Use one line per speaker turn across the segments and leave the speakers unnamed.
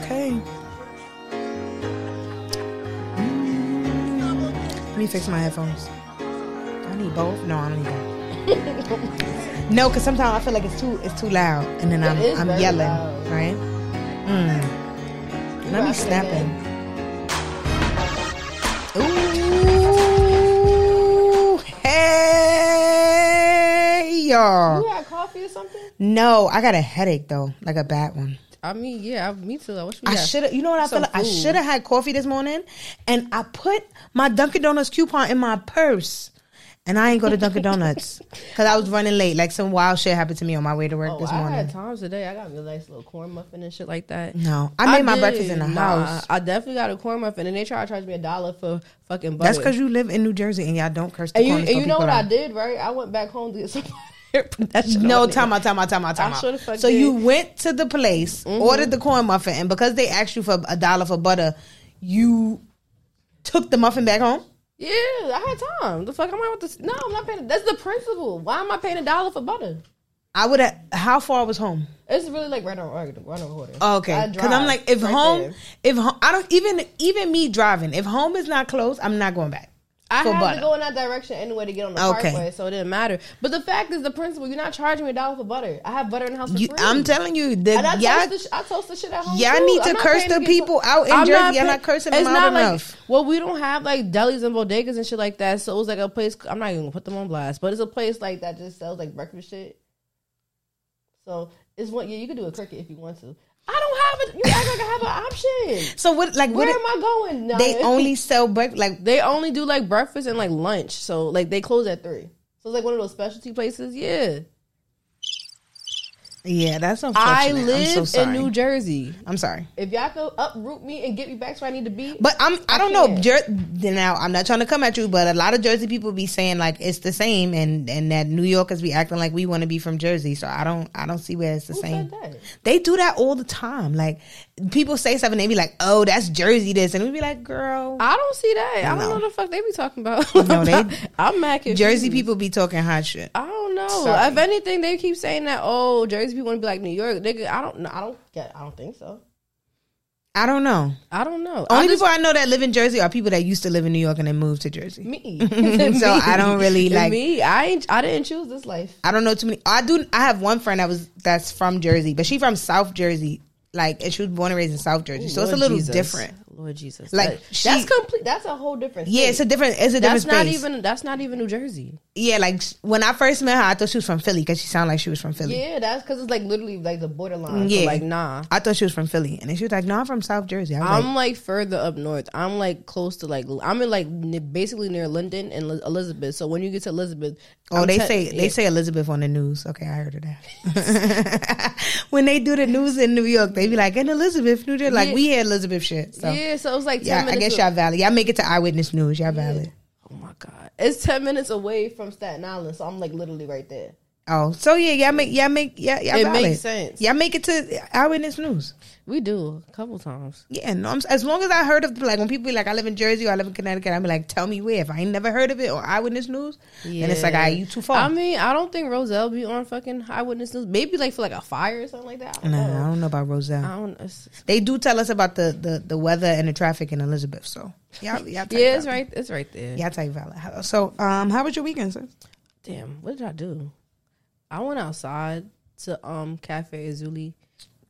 Okay. Mm. Let me fix my headphones. Do I need both? No, I don't need both. no, because sometimes I feel like it's too it's too loud, and then
It
I'm
is
I'm
very
yelling,
loud.
right? Mm. Let me
rocking
snapping.
it
Ooh, hey y'all.
You had coffee or something?
No, I got a headache though, like a bad one.
I mean, yeah, I, me too. I wish we
I
had-
should have. You know what I feel
Some
like? I
food.
should have had coffee this morning, and I put my Dunkin' Donuts coupon in my purse, and I ain't go to Dunkin' Donuts because I was running late. Like some wild shit happened to me on my way to work
Oh,
this
I had
morning.
times today. I got me a nice little corn muffin and shit like that.
No, I made my
did.
breakfast in the
Nah,
house.
I definitely got a corn muffin, and they try to charge me a dollar for fucking.
That's
Bowie.
because you live in New Jersey and y'all don't curse the
And you,
corner
and
store
you know
people
what I
out.
did, right? I went back home to get some. put that shit
No,
on there.
time out, time out, time out, time
I Mm-hmm.
out.
sure the fuck
So
did.
you went to the place, ordered the corn muffin, and because they asked you for a dollar for butter, you took the muffin back home.
Yeah, I had time. The fuck am I with this? No, I'm not paying. That's the principle. Why am I paying a dollar for butter?
I would have. How far was home?
It's really like right on right on order.
Okay,
I
because I'm
drive
like, if
right
home,
there.
if home, I don't even even me driving. If home is not close, I'm not going back.
I
for
had
butter.
to go in that direction anyway to get on the
Okay.
parkway, so it didn't matter. But the fact is, the principle. You're not charging me a dollar for butter. I have butter in the house for
You,
free.
I'm telling you, the,
And I
y'all,
toast, the sh- I toast the shit at home.
y'all
too.
need
I'm
to
not
curse
paying to
the
get
people out in Jersey. Y'all
pay-
not cursing
it's
them out
not like,
enough.
Well, we don't have like delis and bodegas and shit like that. So it was like a place. I'm not even gonna put them on blast, but it's a place like that just sells like breakfast shit. So it's one. Yeah, you could do a cricket if you want to. I don't have a. You act like I have an option.
so what? Like what?
Where
it-
am I going? Nah,
they only sell break like
they only do like breakfast and like lunch. So like they close at three. So it's like one of those specialty places. Yeah,
yeah. That's unfortunate.
I
am so
live
sorry.
in New Jersey.
I'm sorry.
If y'all could uproot me and get me back to where I need to be,
But I'm I
I
don't know.
can't.
Jer- now I'm not trying to come at you, but a lot of Jersey people be saying like it's the same, and and that New Yorkers be acting like we want to be from Jersey. So I don't I don't see where it's the
Who
same.
said that?
They do that all the time. Like people say something, they be like, "Oh, that's Jersey this," and we be like, "Girl."
I don't see that. I
No.
don't know the fuck they be talking about.
No, they-
I'm mad. confused.
Jersey people be talking hot shit.
I don't know.
Sorry.
If anything, they keep saying that. Oh, Jersey people want to be like New York. Nigga, I don't. know. I don't get. I don't think so.
I don't know.
I don't know.
Only
I just,
people I know that live in Jersey are people that used to live in New York and then moved to Jersey.
me.
So I don't really, like-
me. I ain't. I didn't choose this life.
I don't know too many. I do. I have one friend that was that's from Jersey, but she from South Jersey. Like, and she was born and raised in South Jersey, so it's a
Lord
little
Jesus.
different.
Lord Jesus.
Like,
Like
she-
that's complete. That's a whole different.
Yeah, it's a different. It's a
that's
different
not
space.
even. That's not even New Jersey.
yeah, like s- when I first met her, I thought she was from Philly because she sounded like she was from Philly.
Yeah, that's because it's like literally like the borderline.
Yeah.
So like nah.
I thought she was from Philly, and then she was like, "No, I'm from South Jersey." I was like,
I'm like further up north. I'm like close to like I'm in like n- basically near London and Li- Elizabeth. So when you get to Elizabeth,
"Oh,
I'm
they
te-
say they
yeah.
say Elizabeth on the news." Okay, I heard of that. when they do the news in New York, they be like, "In Elizabeth, New Jersey," like
Yeah.
we hear Elizabeth shit. So yeah,
yeah. So it was like ten
I
minutes
guess
a-
y'all valid. Y'all make it to Eyewitness News. Y'all valid.
Oh my god, it's ten minutes away from Staten Island. So I'm like literally right there.
Oh, so yeah, y'all make y'all make y'all, y'all
It
valid.
makes sense.
Y'all make it to Eyewitness News.
We do a couple times.
Yeah, no, I'm, as long as I heard of like when people be like, I live in Jersey or I live in Connecticut, I'm like, tell me where. If I ain't never heard of it or eyewitness news, then it's like, I you too far.
I mean, I don't think Roselle be on fucking Eyewitness News. Maybe like for like a fire or something like that. I don't
nah,
know.
I don't know about Roselle.
I don't. It's,
they do tell us about the, the the weather and the traffic in Elizabeth. So y'all, y'all type
yeah, it's
valid.
right. It's right there.
Y'all type valid. So um, how was your weekend, sis?
Damn, what did I do? I went outside to um Cafe Azuli.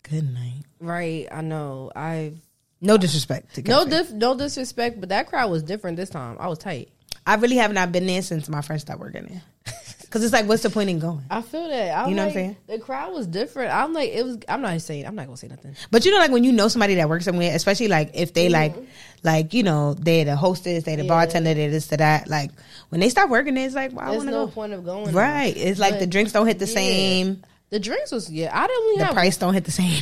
Good night.
Right, I know. I
No disrespect. To
no
Cafe.
dif- no disrespect, but that crowd was different this time. I was tight.
I really have not been there since my friend stopped working there. Cause it's like, what's the point in going?
I feel that. I'm
You know what
like,
I'm saying?
The crowd was different. I'm like, it was. I'm not saying. I'm not gonna say nothing.
But you know, like when you know somebody that works somewhere, especially like if they like,
Mm-hmm.
like you know, they're the hostess, they're the bartender, they're this, to that. Like when they stop working, there, it's like, well, I
There's
want to
no
go.
point of going.
Right? It's like the
But-
drinks don't hit the
Yeah.
same,
The drinks was yeah. I didn't only
the
have.
price don't hit the same.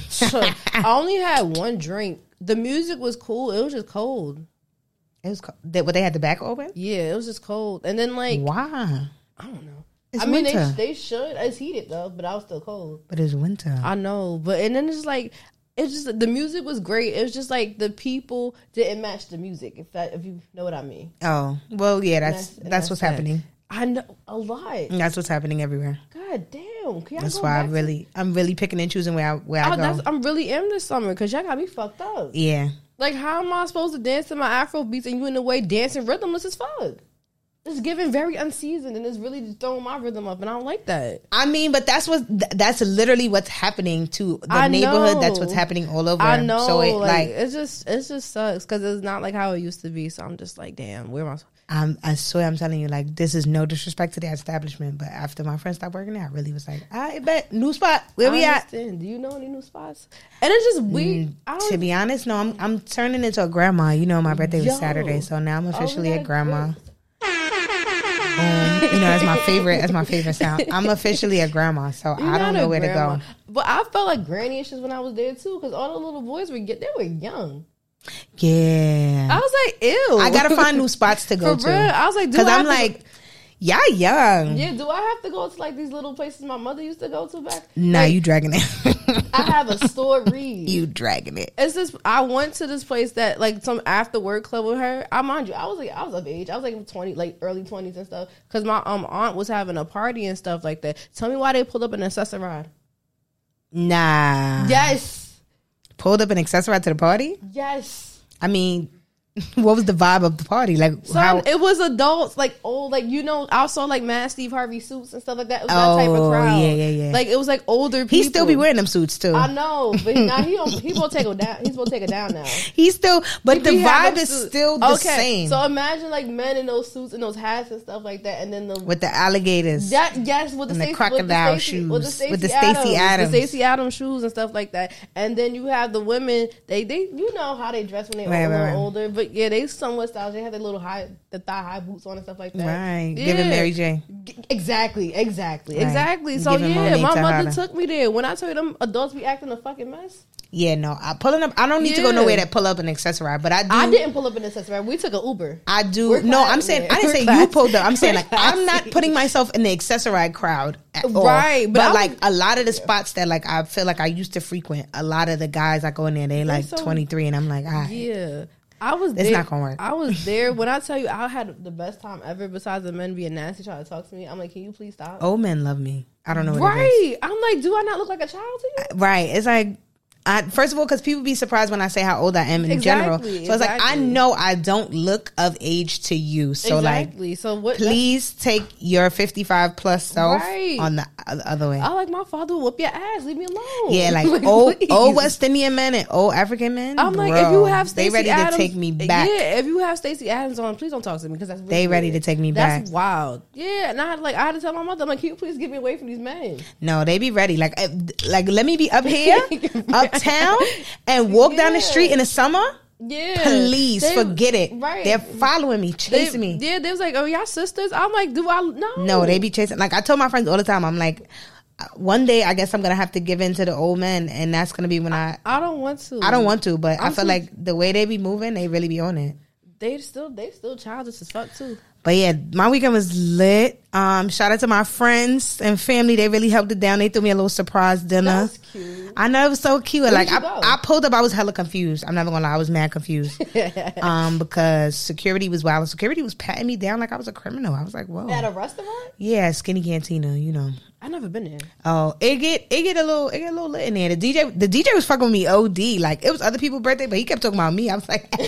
I only had one drink. The music was cool. It was just cold.
it was co- that what they had the back open.
Yeah, it was just cold. And then like
Why?
I don't know.
It's
I mean, they,
winter.
they should. It's heated though, but I was still cold.
But it's winter.
I know, but and then it's like it's just the music was great. It was just like the people didn't match the music. If that if you know what I mean.
oh well, yeah, that's
That's-
that's,
that's
what's
that.
happening.
I know a lot.
That's what's happening everywhere.
God damn. room. Can y'all
That's
go
why I
back to-
really, I'm really picking and choosing where I where I
I,
go.
that's, I'm really am this summer because y'all got me fucked up.
yeah,
Like, how am I supposed to dance to my Afro beats and you in the way dancing rhythmless as fuck? It's giving very unseasoned and it's really just throwing my rhythm up, and I don't like that.
I mean, but that's what th- that's literally what's happening to the
I
neighborhood. That's
know.
what's happening all over.
I know,
So it
like,
like,
it's just it just sucks because it's not like how it used to be. So I'm just like, damn, where am I?
I'm, um, I swear, I'm telling you, like, this is no disrespect to the establishment, but after my friend stopped working there, I really was like, "Ah, I bet new spot. Where we
I
at? Mm,
understand. Do you know any new spots? And it's just weird. I don't
To be honest, no, I'm I'm turning into a grandma. You know, my birthday was
Yo. Oh,
Saturday, so now I'm
we
officially
got
a
a
grandma. Boom. you know, that's my favorite. That's my favorite sound. I'm officially a grandma, so I don't know where to
But I felt like granny issues when I was there too, because all the little boys were get they were young.
go. Yeah,
I was like, ew.
I gotta find new spots to
Oh. for
go
real.
to
I was like, do
because
I
I'm
have to-
like, yeah, young.
yeah. Do I have to go to like these little places my mother used to go to back?
Nah,
Like,
you dragging it.
I have a story.
you dragging it.
it's this I went to this place that like some after work club with her. I mind you, I was like I was of age. I was like twenty, like early twenties and stuff. Cause my um aunt was having a party and stuff like that. Tell me why they pulled up an accessoride.
Nah,
Yes,
pulled up an accessoride to the party.
yes.
I mean, what was the vibe of the party? Like,
Son,
how?
it was adults, like old, like you know. I saw like Mad Steve Harvey suits and stuff like that. It was that type
Oh,
of crowd.
yeah, yeah, yeah.
Like it was like older. people.
He still be wearing them suits too.
I know, but now he don't, he won't take it down. He's gonna take it down now.
He's still, but the
We
vibe
have those
is
suits.
still the same
So imagine like men in those suits and those hats and stuff like that, and then the
with the alligators.
that yes with the,
And the
Stacey-
crocodile
with the Stacey-
shoes, with the Stacey Adams.
the Stacey Adams shoes and stuff like that. And then you have the women. They they you know how they dress when they
Right,
are
right, right.
older, but yeah, they somewhat stylish. They have their little high the thigh high boots on and stuff like that.
Right,
yeah.
giving Mary J.
G- Exactly, exactly,
Right.
exactly. So
Giving
yeah,
Monique
my
Tejada.
mother took me there. When I told you them adults be acting a fucking mess,
Yeah, no, I pulling up. I don't need to go
Yeah.
nowhere that pull up an accessorize, but I do.
I didn't pull up in this accessory. We took an Uber.
I do.
We're
no, I'm
classy.
saying I didn't
We're
say you
classy.
pulled up. I'm saying like
We're
I'm not
classy.
putting myself in the accessoride crowd at all.
Right, but
but,
I was-
like a lot of the spots that like I feel like I used to frequent. A lot of the guys I go in there, they like
so-
23, and I'm like, ah,
Yeah. I was
It's
there.
not gonna work.
I was there. When I tell you I had the best time ever, besides the men being nasty trying to talk to me, I'm like, can you please stop?
old men love me. I don't know Oh, what it is.
right. I'm like, do I not look like a child to you?
Right. It's like, I, first of all, because people be surprised when I say how old I am in general. So
Exactly,
it's like, I
exactly.
know I don't look of age to you. So, like,
exactly. so what?
please take your 55 plus self
Right.
on the o- other way.
I like my father will whoop your ass. Leave me alone.
Yeah, like, oh, old,
please.
old West Indian men and old African men.
I'm like,
bro,
if you have
they
Stacey
ready to
Adams,
take me back.
Yeah, if you have Stacey Adams on, please don't talk to me because that's really
They ready
weird.
to take me
that's
back.
wild. Yeah, and I had like I had to tell my mother, I'm like, can you please get me away from these men?
No, they be ready. Like, eh, like let me be up here, uptown, and walk down the
Yeah.
street in the summer.
Yeah,
Please
They-
forget it.
Right,
They're following me,
They-
chasing me.
Yeah, they was like, "Oh, y'all sisters." I'm like, "Do I no?"
No, they be chasing. Like I tell my friends all the time, I'm like, uh, one day I guess I'm gonna have to give in to the old men, and that's gonna be when I.
I don't want to.
I don't want to, but i
Mm. I'm
feel
too-
like the way they be moving, they really be on it.
They still, they still childish as fuck too.
But yeah, my weekend was lit. Um, shout out to my friends and family. They really helped it down. They threw me a little surprise dinner.
That's cute.
I know it was so cute.
Where
like
did you
I,
go?
I pulled up. I was hella confused. I'm not even gonna lie. I was mad confused. um, because security was wild. Security was patting me down like I was a criminal. I was like, whoa.
At a restaurant?
yeah, skinny cantina. You know.
I never been there.
Oh, it get it get a little it get a little lit in there. The DJ the DJ was fucking with me OD. Like it was other people's birthday, but he kept talking about me. I was like,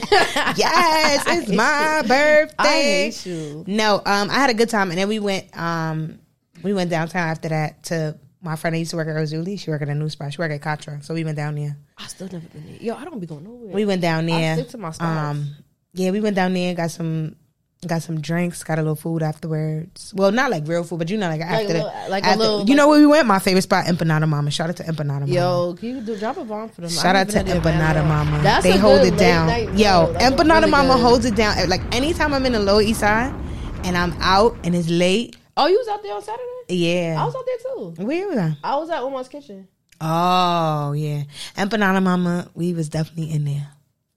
Yes, it's my birthday.
I hate you.
No, um, I had a good time and then we went um we went downtown after that to my friend that used to work at Ozuli. She worked at a new spot. She worked at Contra. So we went down there.
I still never been there. Yo, I don't be going nowhere.
We went down there.
stick to my spots.
um yeah, we went down there and got some got some drinks, got a little food afterwards. Well, not like real food, but you know, like after
a
the-
little- like a
after-
little-
You know where we went? My favorite spot, Empanada Mama. Shout out to Empanada Mama.
Yo, can you do, drop a bomb for them?
Shout
I
out to
haven't been there in a
Empanada
long-
Mama.
That's
they
a
hold
good
it
late
down.
night
Yo,
meal. That's a
Empanada
really
Mama
good-
holds it down. Like anytime I'm in the Lower East Side and I'm out and it's late,
Oh, you was out there on Saturday?
yeah.
I was out there too.
Where was I?
I was at Omar's kitchen,
Oh yeah, Empanada Mama. We was definitely in there.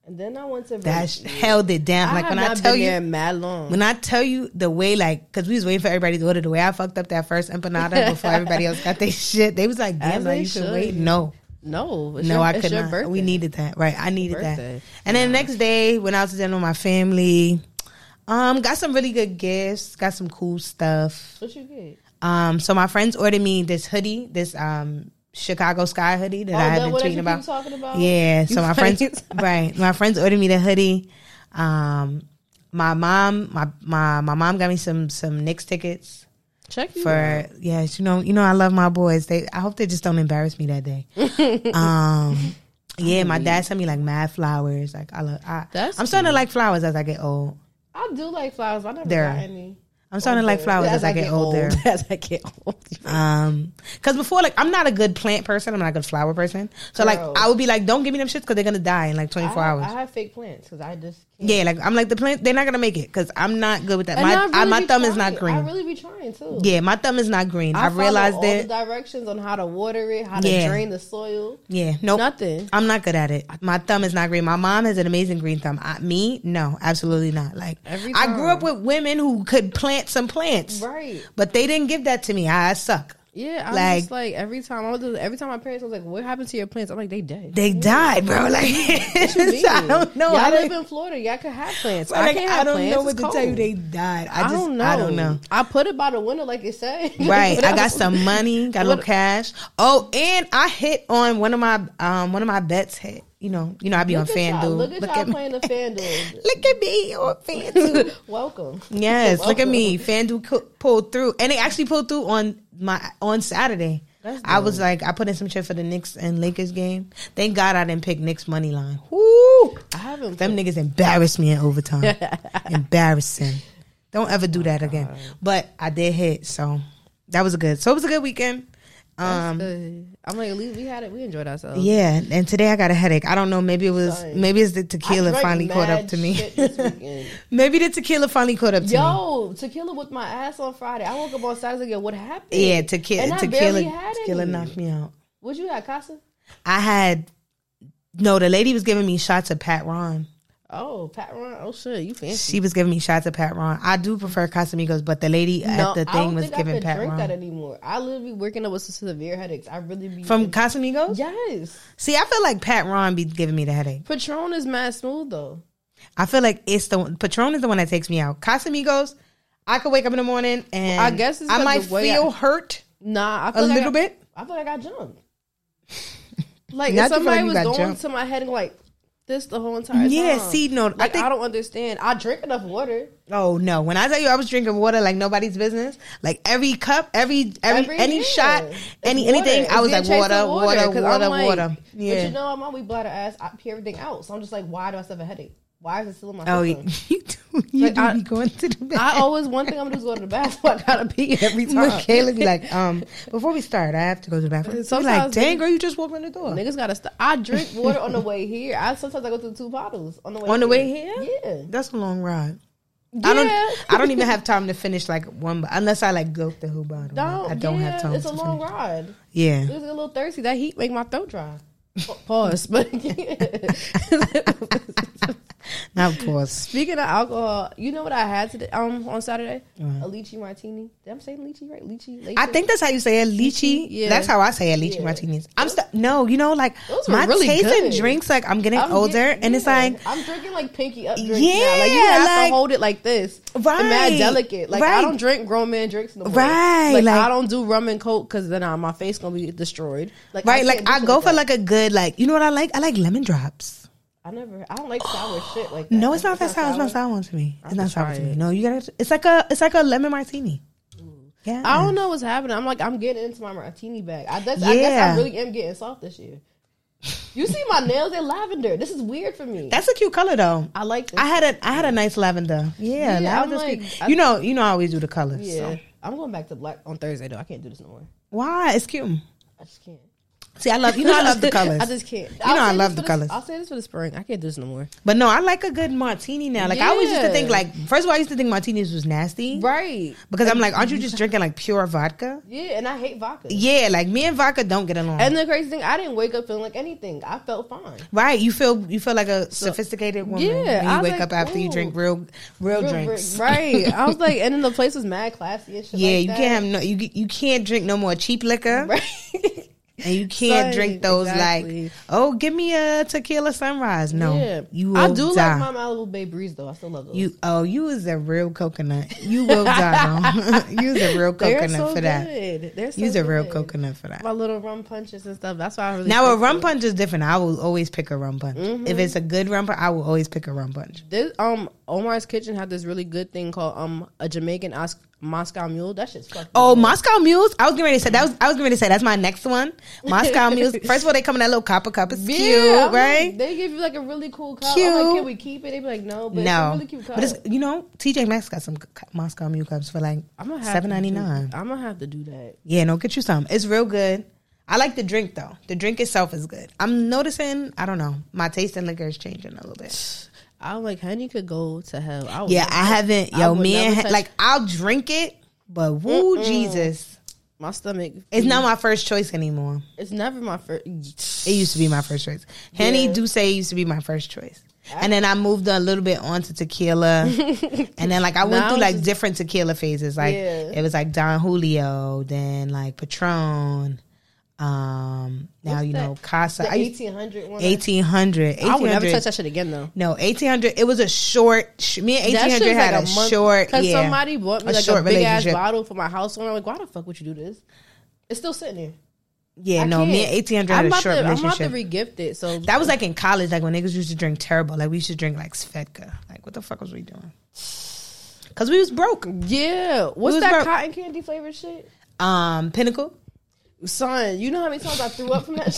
and then I went to.
That sh- held it down.
I
like
have
when
not
I tell
been
you,
there in mad long.
when I tell you the way, like, cause we was waiting for everybody to order. The way I fucked up that first empanada before everybody else got their shit. They was like, "Damn,
As
like,
they
you should
should.
wait." No,
no, it's
no,
your,
I
it's
could
your
not.
Birthday.
We needed that, right? I needed that.
birthday.
And then the next day, went out to dinner with my family. Um, got some really good gifts. Got some cool stuff.
What you get?
Um, so my friends ordered me this hoodie, this um Chicago Sky hoodie that I
that
had
what
been
that Oh,
tweeting about.
you keep talking about?
Yeah. So my
funny
friends, right? My friends ordered me the hoodie. Um, my mom, my my my mom got me some some Knicks tickets
Check you out.
for yes, you know, you know, I love my boys. They, I hope they just don't embarrass me that day. um, yeah, my dad sent me like mad flowers. Like I love, I,
That's
I'm starting to like flowers as I get old.
I do like flowers. I never
There.
got any.
I'm starting to like flowers as, I, get, older.
old. As I get old.
Um, cause before, like, I'm not a good plant person. I'm not a good flower person. So like,
Girl.
I would be like, don't give me them shits because they're gonna die in like 24
I,
hours.
I have fake plants because I just can't.
yeah, like I'm like the plant. They're not gonna make it because I'm not good with that.
And
my
I
I,
really
my
be
thumb is
trying.
not green.
I really be trying too.
yeah, my thumb is not green. I,
follow
realized
all
that.
the directions on how to water it, how
Yeah.
to drain the soil.
yeah, nope.
Nothing.
I'm not good at it. My thumb is not green. My mom has an amazing green thumb. I, me, no, absolutely not. Like
Every
I grew up
time.
with women who could plant some plants,
Right.
but they didn't give that to me. I, I suck.
Yeah. I'm
Like-
just like every time I was every time my parents was like, "What happened to your plants?" I'm like, "They dead."
They died, bro. Like
What you
I
mean?
don't know.
Y'all
I,
live
don't-
in Florida. Y'all could have plants.
like,
I can't have
I don't
plants.
know
It's
what to
cold.
tell you. They died. I
I
just
don't know.
I don't know.
I put it by the window like it said.
Right.
But
I got
was-
some money, got a little
What-
cash. Oh, and I hit on one of my um one of my bets hit. You know, you know, I be on
Look at y'all.
FanDuel.
Look at y'all
me.
playing the FanDuel.
Look at me on FanDuel.
Welcome.
Yes, look at
Welcome.
me. FanDuel co- pulled through, and they actually pulled through on my on Saturday.
That's
I was like, I put in some shit for the Knicks and Lakers game. Thank God I didn't pick Knicks money line. Whoo!
I haven't.
Them niggas embarrassed me in overtime. Embarrassing. Don't ever do that
Oh,
again. But I did hit, so that was a good. So it was a good weekend. Um,
That's good. I'm like, at least we had it. We enjoyed ourselves.
yeah, and today I got a headache. I don't know. Maybe it was.
Sorry.
Maybe it's the
I
tequila
drank
finally caught
mad
up to me.
shit this weekend.
maybe the tequila finally caught up to me.
Yo, tequila with my ass on Friday. I woke up on Saturday. Yo, what happened?
Yeah,
And
tequila.
I
Tequila.
barely had
Tequila
any.
knocked me out.
What you got, Casa?
I had no. The lady was giving me shots of Pat Ron.
Oh, Pat Ron. Oh shit, you fancy?
She was giving me shots of Pat Ron. I do prefer Casamigos, but the lady at the
I
thing
don't
was
think I
giving
could
Pat
drink that
Ron
anymore. I literally working up with some severe headaches. I really be
from Casamigos.
yes.
See, I feel like Pat Ron be giving me the headache.
Patron is mad smooth though.
I feel like it's the one- Patron is the one that takes me out. Casamigos, I could wake up in the morning and
I guess it's
I
'cause
might
the way
feel hurt
Nah, I
a
feel like I
little
got-
bit.
I feel like I jumped. Like
Not
if
the fact
somebody
you
was
got
going
jumped.
to my head and like this the whole entire time.
Yeah, see, no,
like,
I think
I don't understand. I drink enough water.
Oh no! When I tell you I was drinking water like nobody's business, like every cup, every every,
Every
any
year.
shot, any
It's water.
anything, I was
It's being
like
chased
water,
with
water,
'cause
water,
I'm
water.
like,
Yeah.
But you know, I'm always bladder ass. I pee everything out. So I'm just like, why do I still have a headache? Why is it still in my
oh, you
system?
you do, you
Like,
do
I-
be going to the bathroom.
I always one thing I'm gonna do is go to the bathroom. I gotta pee every time.
Michaela be like, um, before we start, I have to go to the bathroom. So like,
Sometimes
dang
niggas-
girl, you just walked in the door.
Niggas gotta stop. I drink water on the way here. I sometimes I go through two bottles on the way
On the way
Yeah,
That's a long ride.
yeah.
I don't. I don't even have time to finish like one, bo- unless I like go the whole bottle.
Don't,
I don't
yeah,
have time.
It's a
to
long
finish.
ride. It
Yeah.
was a little thirsty. That heat make my throat dry. Pa- Pause. But
Not pause.
speaking of alcohol, you know what I had today um on Saturday?
Mhm.
A lychee martini. Did I'm saying lychee right? Lychee. lychee?
I think that's how you say it, lychee.
Lychee, yeah.
That's how I say it, lychee
Yeah.
martinis. I'm st- no, you know, like
Those were
my
really
taste in
good.
drinks. Like I'm getting
I'm
older,
getting-
and it's
yeah.
like
I'm drinking like pinky up drinks
Yeah,
now. Like you have
like-
to hold it like this.
Right,
And mad delicate. Like
right.
I don't drink grown man drinks no more.
Right,
Like,
like-
I don't do rum and coke because then uh, my face gonna be destroyed. Like
right. Like
can't do
I
shit
go for
that.
like a good like. You know what I like? I like lemon drops.
I never. I don't like sour shit like that.
No, it's not that sour. It's not sour to me. It's
have
not
to
sour
try
to me.
it.
No, you gotta. It's like a. It's like a lemon martini. Yeah.
I don't know what's happening. I'm like, I'm getting into my martini bag. I, that's, I guess
Yeah.
I really am getting soft this year. You see my nails? They're lavender. This is weird for me.
That's a cute color though.
I like this.
I had a I had a nice lavender. Yeah,
Yeah, I'm
lavender's
like-
cute.
I-
you know, you know, I always do the colors.
yeah.
So.
I'm going back to black on Thursday though. I can't do this no more.
Why? It's cute.
I just can't.
See, I love you know I love the colors.
I just can't. You
know I love the colours.
I'll say this for the spring. I can't do this no more.
But no, I like a good martini now. Like I always used to
Yeah.
think like first of all I used to think martinis was nasty.
Right.
Because I'm like, aren't you just drinking like pure vodka?
Yeah, and I hate vodka.
Yeah, like me and vodka don't get along.
And the crazy thing, I didn't wake up feeling like anything. I felt fine.
right. You feel you feel like a sophisticated woman
Yeah,
when
I
you wake
was like,
up after you drink
ooh.
real real,
Real
drinks.
brick. Right. I was like, and then the place was mad classy and shit.
Yeah,
like
you
that.
can't have no you you can't drink no more cheap liquor.
Right.
and you can't
Right,
drink those
exactly.
like, oh, give me a tequila sunrise. No,
Yeah.
you will
I do
die.
like my Malibu Bay Breeze though. I still love those.
you oh, you is a real coconut. You will die. though. you is a real
They're
coconut
so
for that.
good. They're so
You is a real
good.
coconut for that.
My little rum punches and stuff. That's why I really
Now a
fuck
rum
with-
punch is different. I will always pick a rum punch.
Mm-hmm.
If it's a good rum punch, I will always pick a rum punch.
This um Omar's Kitchen had this really good thing called um a Jamaican Os- Moscow Mule. That shit's fucking.
Oh,
good.
Moscow Mules! I was getting ready to say that. Was, I was getting ready to say that's my next one. Moscow Mules. First of all, they come in that little copper cup. It's
Yeah,
cute,
I'm like,
right?
They give you like a really cool cup.
Cute.
I'm like, can we keep it? They be like, no,
no,
but it's a really cute cup.
but it's you know TJ Maxx got some c- c- Moscow Mule cups for like
I'm gonna have
seven ninety
to
nine.
do- I'm gonna have to do that.
Yeah, no, get you some. It's real good. I like the drink though. The drink itself is good. I'm noticing. I don't know. My taste in liquor is changing a little bit.
I'm like, honey could go to hell. I would
Yeah,
never-
I haven't.
I
Yo,
would
me
never
and
touch-
like I'll drink it, but woo, Jesus.
my stomach.
It's not my first choice anymore.
It's never my first.
It used to be my first choice. Henny
Yeah.
do say it used to be my first choice. And then I moved a little bit on to tequila. and then like I went
Now
through
it's
like
just-
different tequila phases. Like
Yeah.
it was like Don Julio, then like Patron. Um now
What's
you
that?
know Casa.
The
I used-
1800 one.
1800.
I would never
1800.
touch that shit again though.
No, 1800. It was a short sh- me and
That
1800
shit's
had
like
a,
month-
short
Cause
yeah.
somebody bought me
A
like a
short
big ass
relationship.
bottle for my house, and I'm like, why the fuck would you do this? It's still sitting there.
yeah,
I
no, me
can't.
and 1800
I'm
had a short
about, to, I'm about
relationship.
to regift it. So
That was like in college, like when niggas used to drink terrible. Like we used to drink like Svedka. Like what the fuck was we doing? Cause we was broke.
yeah. What's
was
that
about-
cotton candy flavored shit?
Um, Pinnacle.
Son, you know how many times I threw up from that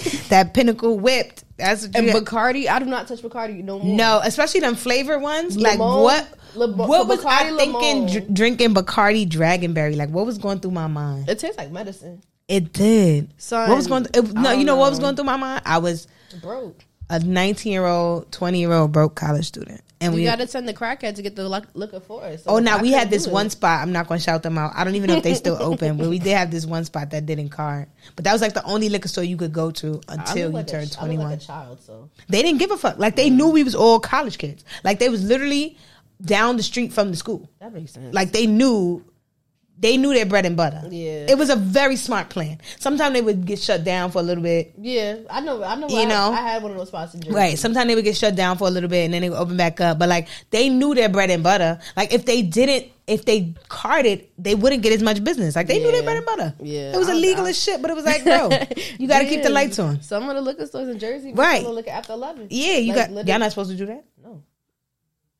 shit?
That Pinnacle whipped. That's what
and
you got-
Bacardi, I do not touch Bacardi no more.
no, especially them flavored ones. like
Limon?
what?
Lim-
what was I
Bacardi
thinking?
Limon.
Dr- drinking Bacardi Dragonberry. Like what was going through my mind?
It tastes like medicine.
It did.
Son,
what was going? Th- it,
I
no, you
don't
know, what was
know.
going through my mind? I was
Broke.
a nineteen year old, twenty year old broke college student, and
You
we.
gotta send the crackhead to get the luck- liquor for us. So
Oh, now
I
we had
couldn't
this
do it.
one spot. I'm not going to shout them out. I don't even know if they still open, but we did have this one spot that didn't card. But that was like the only liquor store you could go to
I
until you
look like a-
turned
I look
21.
like a child, so
they didn't give a fuck. Like they knew we was all college kids. Like they was literally down the street from the school.
that makes sense.
Like they knew, they knew their bread and butter.
Yeah.
it was a very smart plan. Sometimes they would get shut down for a little bit.
yeah, I know. I know.
You
I,
know?
I had one of those spots in Jersey.
Right. Sometimes they would get shut down for a little bit and then they would open back up. But like they knew their bread and butter. Like if they didn't, if they carded, they wouldn't get as much business. Like they knew their
Yeah.
bread and butter.
Yeah.
It was
I-
illegal
I-
as shit, but it was like, bro, you got to keep the
Yeah.
lights on.
Some of the liquor stores in Jersey,
Right.
right? Look after eleven.
Yeah, you
Like,
got.
literally-
Y'all not supposed to do that.
no.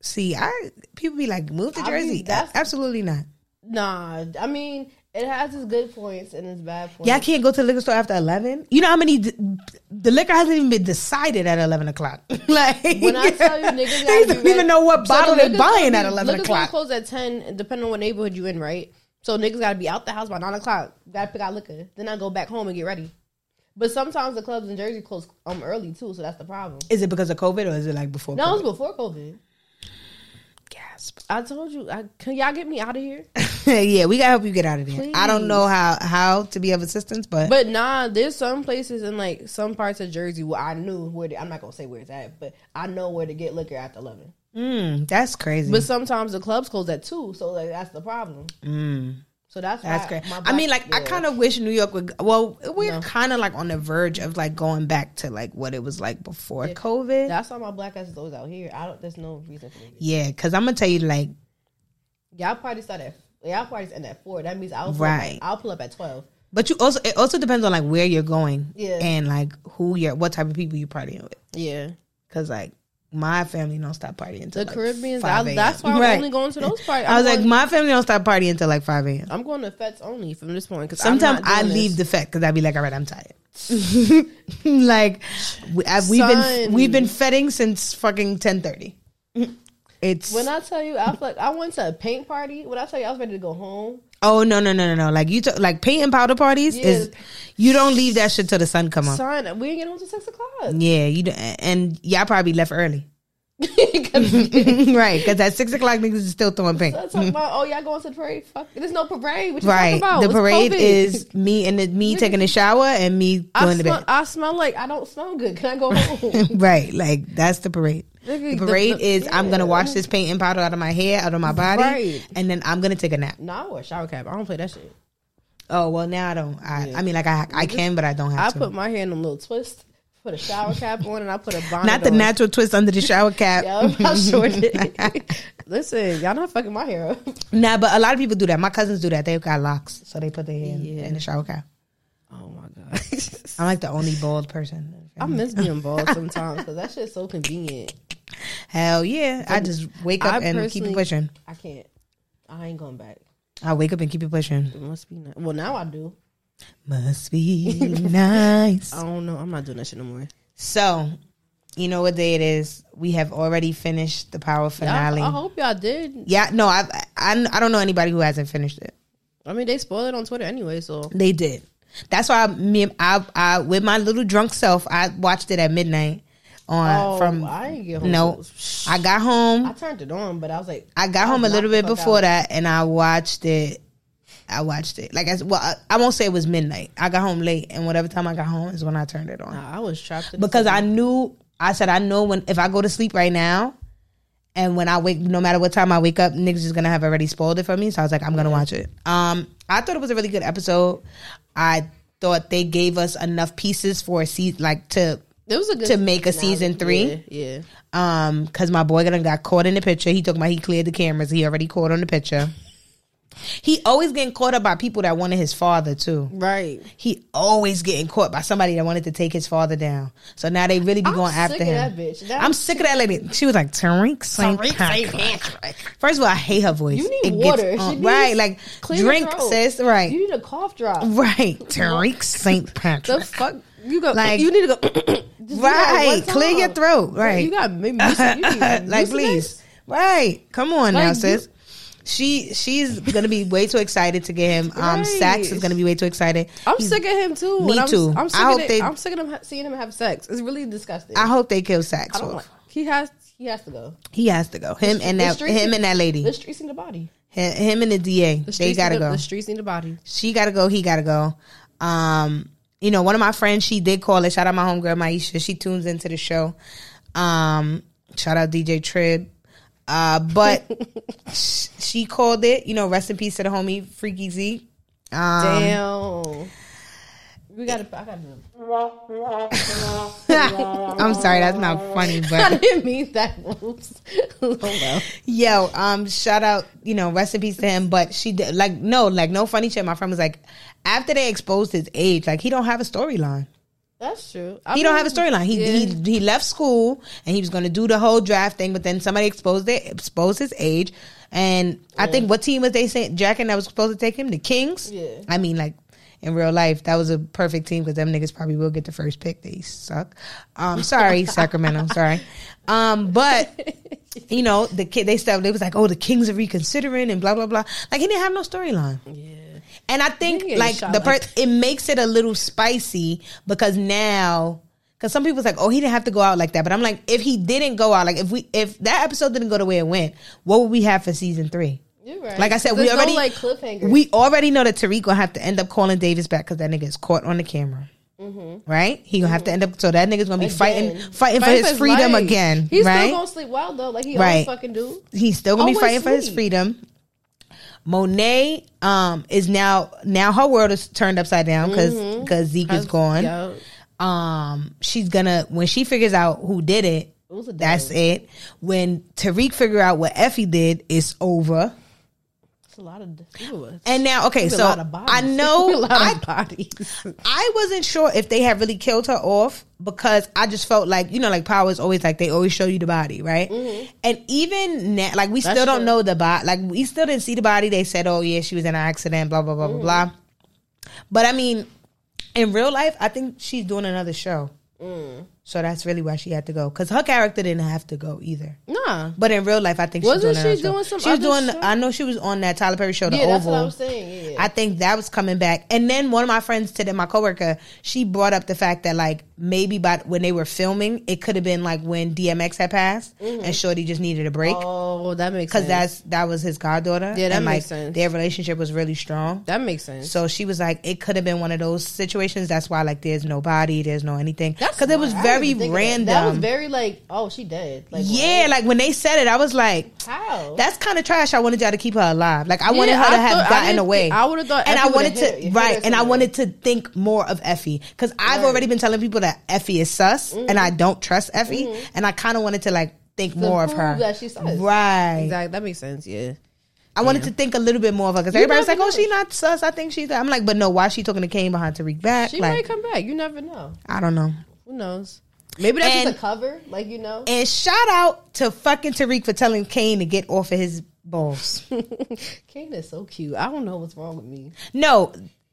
See, I people be like, move to
I mean,
Jersey.
that's-
Absolutely not.
Nah, I mean it has its good points and its bad points.
Y'all can't go to the liquor store after eleven. You know how many the liquor hasn't even been decided at eleven o'clock. like
When I tell you
they
niggas gotta be
don't
ready-
even know what
So the
bottle they're
liquor
buying
store
at
be-
eleven
liquor store
o'clock.
Close at ten, depending on what neighborhood you in, right? So niggas gotta be out the house by nine o'clock. Gotta pick out liquor, then I go back home and get ready. But sometimes the clubs in Jersey close um early too, so that's the problem.
Is it because of COVID or is it like before?
No,
COVID?
it was before COVID.
Gasp.
I told you, I, can y'all get me out of here?
yeah, we gotta help you get out of there. I don't
Please.
know how how to be of assistance, but,
But nah, there's some places in like some parts of Jersey where I knew where to, I'm not gonna say where it's at, but I know where to get liquor after eleven.
mm, that's crazy.
But sometimes the clubs close at two, so like that's the problem.
Mm,
So that's
that's
why
crazy.
my
I mean,
black-
like I
yeah.
kind of wish New York would. Well, we're
No.
kind of like on the verge of like going back to like what it was like before
Yeah.
COVID.
That's why my black ass is always out here. I don't. There's no reason for me.
yeah, because I'm gonna tell you, like,
Y'all parties start at y'all parties end at four. That means I'll pull
Right.
Up at, I'll pull up at twelve.
but you also it also depends on like where you're going,
Yeah.
and like who you're, what type of people you partying with.
Yeah,
Because like my family don't stop partying until
the
like,
Caribbean.
5
I,
a.m.
that's why I'm
Right.
only going to those parties.
I was
I'm
like,
going-
my family don't stop partying until like five a.m.
I'm going to fets only from this point. Cause
Sometimes I leave the fet because I'd be like, all right, I'm tired. like we, I, we've been
Son.
we've been fetting since fucking ten thirty. It's
When I tell you, I feel like I went to a paint party. When I tell you, I was ready to go home.
oh no no no no no like you t- like paint and powder parties
Yeah.
is you don't leave that shit till the sun come up.
Son, we didn't get home till six o'clock.
yeah, you do, and y'all probably left early,
'Cause
right? Because at six o'clock niggas is still throwing paint.
I talk about, oh, y'all going to the parade? Fuck, there's no parade. What you
Right,
talking about?
the
It's
parade
COVID.
is me and the, me taking a shower and me
I
going to
smell,
bed.
I smell like I don't smell good. Can I go home?
Right, like that's the parade.
Nigga,
The parade
the-
is I'm gonna
yeah.
wash this paint and powder out of my hair, out of my body,
Right.
and then I'm gonna take a nap.
No, I wear a shower cap. I don't play that shit.
Oh well, now I don't. I,
Yeah.
I mean, like I I can, but I don't
I
have to.
put my hair in a little twist, put a shower cap on, and I put a bonnet.
Not the
on.
natural twist under the shower cap.
Yeah, I shorted. it. Listen, y'all not fucking my hair up.
Nah, but a lot of people do that. My cousins do that. They got locks, so they put their hair in, in the shower cap.
Oh my god,
I'm like the only bald person.
I miss being bald sometimes because that shit's so convenient.
Hell yeah! I just wake up
I
and keep it
personally-
pushing.
I can't. I ain't going back.
I wake up and keep it pushing.
It must be nice. Well, now I do.
Must be nice.
I don't know. I'm not doing that shit no more.
So, you know what day it is? We have already finished the power finale.
I, I hope y'all did.
yeah, no, I, I I don't know anybody who hasn't finished it.
I mean, they spoiled it on Twitter anyway, so
They did. That's why me I, I with my little drunk self I watched it at midnight on
oh,
from
I ain't get home.
no I got home
I turned it on, but I was like,
I got home a
knocked
little
the
bit
fuck
before
out.
that and I watched it I watched it like I s- well I, I won't say it was midnight I got home late and whatever time I got home is when I turned it on
nah, I was trapped in the
because
city.
I knew I said I know when if I go to sleep right now, and when I wake, no matter what time I wake up, niggas is gonna have already spoiled it for me. So I was like, I'm gonna watch it. Um, I thought it was a really good episode. I thought they gave us enough pieces for a season, like to
it was a good
to make a
finale.
season three?
Yeah, yeah.
um, cause my boy done got caught in the picture. He took my he cleared the cameras. He already caught on the picture. He always getting caught up by people that wanted his father too.
right.
He always getting caught by somebody that wanted to take his father down. So now they really be
I'm
going
sick
after
of
him.
that bitch. That-
I'm sick of that lady. She was like Tariq Saint Patrick. First of all, I hate her voice.
You need
gets
water. She
on-
needs-
right? Like
Clean your
drink,
throat.
sis. Right,
You need a cough drop.
right. Tariq Saint
The
Patrick.
fuck you go?
Like-
Like you need to go. just do that
Right,
one
clear your
time.
throat. Right,
You got maybe music- you need
like
music
please. Right, come on now,
Like,
sis. She she's gonna be way too excited to get him. Um,
Right.
Sax is gonna be way too excited.
I'm
He's-
sick of him too.
Me
and I'm,
too.
I'm sick
I
of
hope
it.
they-
I'm sick of him ha- seeing him have sex. It's really disgusting.
I
I,
hope they kill Sax.
don't
off.
like. He has. He has to go.
He has to go. Him and
the
that
streets-
him and that lady.
The streets need the body.
Hi- Him and the DA.
The
they
streets
gotta
need the-
go.
The streets need the body.
she gotta go, he gotta go. Um, you know, one of my friends, she did call it. Shout out my homegirl Maisha. She tunes into the show. Um, shout out DJ Trib. Uh, but sh- she called it, you know, rest in peace to the homie Freaky Z. Um,
Damn. We gotta. I gotta. do it.
I'm sorry, that's not funny,
I
but
didn't mean that. Oops. oh well.
yo, um, shout out, you know, rest in peace to him. But she did like no, like no funny shit. My friend was like, after they exposed his age, like he don't have a storyline.
That's true.
he don't have a storyline. He,
yeah.
he he left school and he was going to do the whole draft thing, but then somebody exposed it, exposed his age, and I think what team was they saying? Jack and that was supposed to take him, the Kings.
Yeah.
I mean, like in real life, that was a perfect team because them niggas probably will get the first pick. They suck. Um, sorry, Sacramento. Sorry, um, but you know the kid they stuff. They was like, oh, the Kings are reconsidering and blah blah blah. Like he didn't have no storyline.
Yeah.
And I think
You get
like
shot
the per-
like
it makes it a little spicy because now because some people's like, oh, he didn't have to go out like that. But I'm like, if he didn't go out, like if we if that episode didn't go the way it went, what would we have for season three?
You're right.
Like I said, we
There's no,
already
like cliffhanger.
we already know that Tariq gonna have to end up calling Davis back because that nigga is caught on the camera. Right, he gonna have to end up. So that nigga's gonna be fighting,
Mm-hmm. Again.
fighting for
Fight
his freedom
life.
again.
He's
right,
still gonna sleep well though, like he
Right.
always fucking do.
he's still gonna be
Always
fighting for his
sleep.
freedom. Monet um is now now her world is turned upside down because Zeke is gone.
Mm-hmm. Yeah.
Um, she's gonna when she figures out who did it,
It was a
that's it. When Tariq figure out what Effie did, it's over.
It's a lot of ew, it's
And now, okay,
a
so
lot of bodies.
I
a
know
lot
I
of bodies.
I wasn't sure if they had really killed her off because I just felt like you know, like Power is always like they always show you the body, right? And even now, like we still don't
Mm-hmm. true.
know the body, like we still didn't see the body. They said, "Oh yeah, she was in an accident," blah blah blah blah blah.
Mm.
But I mean, in real life, I think she's doing another show,
Mm.
so that's really why she had to go because her character didn't have to go either.
Nah,
But in real life, I think
Wasn't
she's doing another
she
show.
doing some
She was
other
doing.
show?
I know she was on that Tyler Perry show, The
yeah,
Oval.
that's what I'm saying. Yeah,
I think that was coming back. And then one of my friends today, my coworker, she brought up the fact that like maybe by when they were filming, it could have been like when DMX had passed and Shorty just needed a break
Mm-hmm. Oh, that makes
because
sense.
that's that was his goddaughter.
Yeah, that
and,
makes
like,
sense.
Their relationship was really strong.
that makes sense.
So she was like, it could have been one of those situations. That's why like there's no body, there's no anything.
That's
Because it was
smart. I didn't
very
even think of
random.
That. That was very like, oh, she dead. Like,
yeah, like when they said it, I was like,
what? how?
that's kind of trash. I wanted y'all to keep her alive. Like I wanted
Yeah,
her to
I
have
thought- I
gotten
didn't
away.
think- I would've thought
and
Effie
I
would've
wanted to
hit- hit her
right, and I
somewhere.
wanted to think more of Effie because I've
Right. Mm-hmm.
already been telling people that Effie is sus, and I don't trust Effie, and I kind of wanted to like think more of
prove
her.
that she's sus.
right.
exactly. That makes sense. Yeah.
I wanted to think a little bit more of her because
You
everybody's like,
never
"Oh,
know.
she not sus." I think she's. I'm like, but no, why is she talking to Kane behind Tariq back?
She
like,
might come back. You never know.
I don't know.
Who knows? Maybe that's
And-
just a cover. Like you know.
And shout out to fucking Tariq for telling Kane to get off of his balls.
Kane is so cute. I don't know what's wrong with me.
No. uh,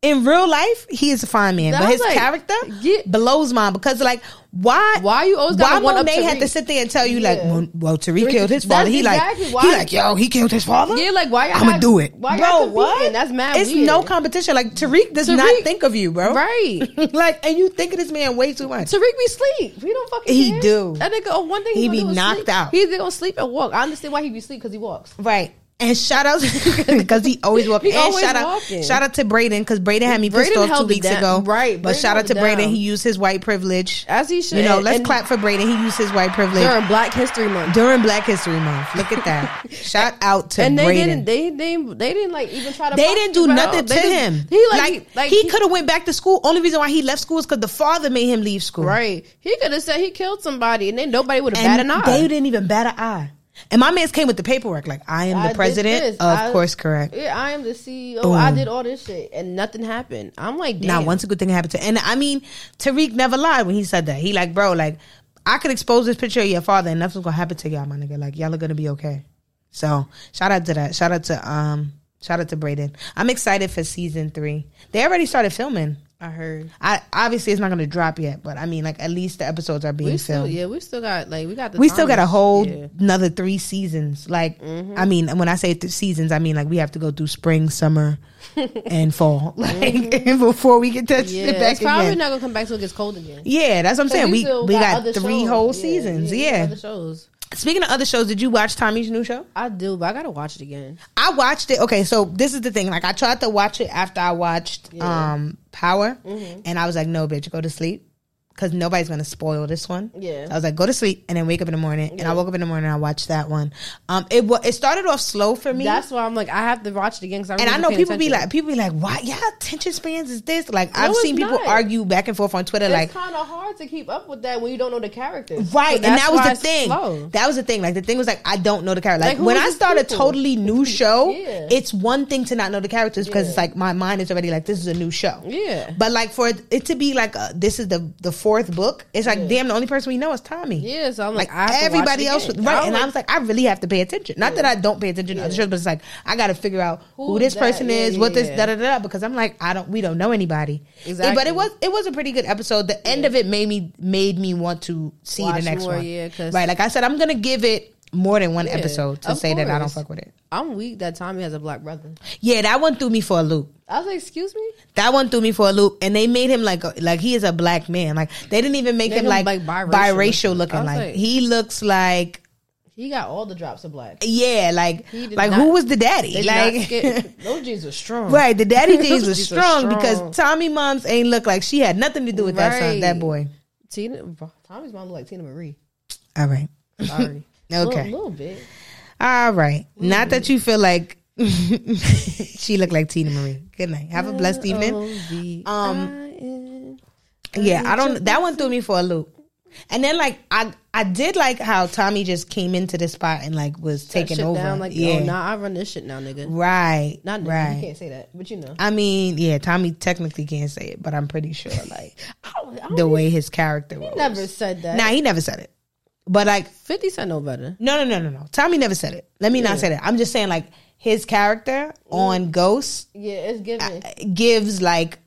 In real life, he is a fine man,
That
but
was
his
like-
character
yeah.
blows mine because, like, why?
Why you always
Why
gotta one up
Monet had
Tariq?
to sit there and tell you, like,
Yeah.
well, well Tariq,
Tariq-
killed his
that's
father. He
exactly
like,
why-
he like, yo, he killed his father.
Yeah, like why?
I'ma
y'all-
do it,
Why
bro.
y'all
What?
competing? That's mad.
It's
weird.
no competition. Like Tariq does not
Tariq-
think of you, bro.
right.
like, and you think of this man way too much.
Tariq be sleep. We don't fucking.
He
care.
do.
That nigga. Oh, one thing
He
he, gonna
be
do is
knocked
sleep.
out.
He's gonna sleep and walk. I understand why he be sleep because he walks.
Right. And shout out because he always walks.
He
and
always
shout
walking.
out, shout out to Braden because Braden had me
Braden
pissed off two
held it
weeks
down.
ago.
Right,
but
Braden
shout out
held
to
it
Braden.
down.
He used his white privilege.
As he should.
You know, let's
And
clap for Braden. He used his white privilege
during Black History Month.
during Black History Month. Look at that. Shout out to
And they
Braden.
didn't. They they they didn't like even try to.
They
fuck
didn't do
him at all.
nothing to
They just-
him.
He like
like, he, could have went back to school. Only reason why he left school is because the father made him leave school.
right. He could have said he killed somebody, and then nobody would have batted an
And they
eye.
didn't even bat an eye. And my man's came with the paperwork. Like I am
I
the
did this.
president. Of
I-
course, correct.
Yeah, I am the CEO.
Boom.
I did all this shit, and nothing happened. I'm like, damn.
Not once a good thing happened to. And I mean, Tariq never lied when he said that. He like, bro, like I could expose this picture of your father, and nothing's gonna happen to y'all, my nigga. Like y'all are gonna be okay. So shout out to that. Shout out to um. Shout out to Braden. I'm excited for season three. They already started filming.
I heard.
I obviously it's not gonna drop yet, but I mean, like at least the episodes are being
We
filmed.
still, yeah, we still got like we got the
we still got a
time.
whole
Yeah. Mm-hmm.
another three seasons. Like, I mean, when I say th- seasons, I mean like we have to go through spring, summer, and fall, like before we get that
Mm-hmm. Yeah,
shit back
it's probably
again.
not gonna come back till it gets cold again.
yeah, that's what I'm saying. We
still
we got,
other
three
shows.
whole
Yeah,
seasons.
we
Yeah.
got other shows.
Speaking of other shows, did you watch Tommy's new show?
I do, but I gotta watch it again.
I watched it. Okay, so this is the thing. Like I tried to watch it after I watched
Yeah.
um Power, and I was like, no, bitch, go to sleep. Cause nobody's gonna spoil this one.
Yeah.
I was like, go to sleep and then wake up in the morning. And I woke up in the morning and I watched that one. Um, it wa- it started off slow for me.
That's why I'm like, I have to watch it again. Cause I
and
really
I know
paying
people be
attention.
like, people be like, why y'all attention spans is this? Like I've
it's
seen people
not.
argue back and forth on Twitter,
it's
like
kind of hard to keep up with that when you don't know the characters.
Right,
So
and that
that's
was
why
the
it's
thing.
slow.
That was the thing. Like the thing was like I don't know the character. Like,
Like, who
when
is
I
this
start a
people?
totally new show,
Yeah.
it's one thing to not know the characters because it's
Yeah.
like my mind is already like this is a new show.
Yeah.
But like for it to be like uh this is the the fourth book, it's like damn the only person we know is Tommy.
Yeah, so I'm
Like
like, I have
everybody
to watch
else,
it
was,
again.
right?
I'm
and I was like, I really have to pay attention. Not that I don't pay attention to other shows, but it's like I got to figure out who,
Who's
this
that?
person
Yeah,
is,
yeah,
what this
yeah.
da da da. da, Because I'm like, I don't, we don't know anybody.
Exactly.
But it was it was a pretty good episode. The end of it made me made me want to see the
Watch
next
more,
one.
yeah, 'cause-
right. Like I said, I'm gonna give it more than one
Yeah,
episode to
of
say that I don't
course.
fuck with it.
I'm weak that Tommy has a black brother.
Yeah, that one threw me for a loop.
I was like, excuse me.
That one threw me for a loop, and they made him like a- like he is a black man. Like they didn't even make
Made
him,
him,
like,
like,
biracial,
biracial.
looking.
I was
Like,
like-
he looks like
He got all the drops of black.
yeah, like
He did
like
not-
who was the daddy?
They
like
like skip. those jeans are strong.
right, the daddy jeans
Those
was
jeans are
strong,
strong.
because Tommy mom's ain't look like she had nothing to do with that son,
Right.
that boy.
Tina Tommy's mom look like Tina Marie.
All right,
Sorry.
Okay.
A little, little bit.
all right. Not that you feel like she looked like Tina Marie. Good night. Have a blessed
Oh,
evening.
Um.
Yeah, I don't. That one threw me for a loop. And then like I I did like how Tommy just came into the spot and like was taking
shit
over.
Down like,
yeah,
Oh, nah, I run this shit now, nigga.
right,
Not nigga. You
right.
can't say that, but you know.
I mean, yeah, Tommy technically can't say it, but I'm pretty sure like
I don't, I
the
don't
way his character was.
never said that.
Nah, he never said it. But like,
50 Cent no better.
no, no, no, no, no. Tommy never said it. Let me not say that. I'm just saying like his character
Mm.
on Ghost
Yeah, it's given.
gives like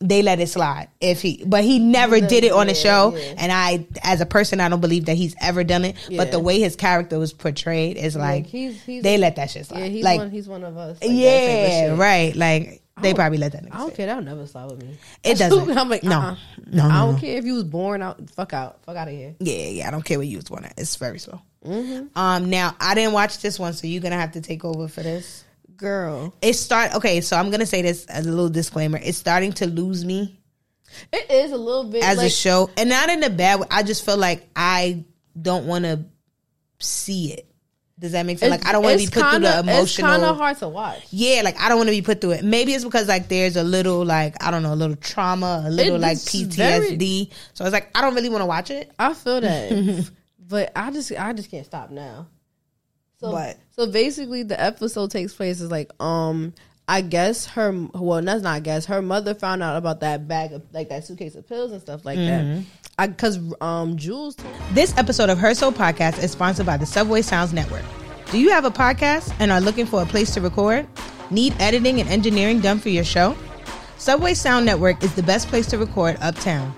they let it slide if he but he never did it on the
yeah,
show
yeah.
and i as a person i don't believe that he's ever done it but
Yeah.
the way his character was portrayed is like
he's- he's-
they let that shit slide
yeah, he's
like
one. He's one of us. like, that type of
yeah
shit. Oh,
right like They probably let that
I
nigga
don't
stay.
care. That'll never slide with me.
It doesn't.
I'm like,
No.
uh-uh.
No,
I
no,
don't
no.
care if you was born out. Fuck out. Fuck out of here.
Yeah, yeah. I don't care what you was one at. It's very slow.
Mm-hmm.
Um, now I didn't watch this one, so you're gonna have to take over for this.
Girl.
It start okay. So I'm gonna say this as a little disclaimer. It's starting to lose me
It is a little bit
as a
like-
show, and not in a bad way. I just feel like I don't want to see it. Does that make sense? Like I don't want to be
it's
put through the
kinda-
emotional.
It's kind of hard to watch.
Yeah, like I don't want to be put through it. Maybe it's because like there's a little like I don't know, a little trauma, a little like
It's very-
PTSD. So it's like I don't really want to watch it.
I feel that, but I just I just can't stop now. So
But-
so basically, the episode takes place is like um I guess her well that's not I guess her mother found out about that bag of like that suitcase of pills and stuff like
Mm-hmm.
that. I because um Jules
This episode of Her Soul Podcast is sponsored by the Subway Sounds Network. Do you have a podcast and are looking for a place to record? Need editing and engineering done for your show? Subway Sound Network is the best place to record uptown.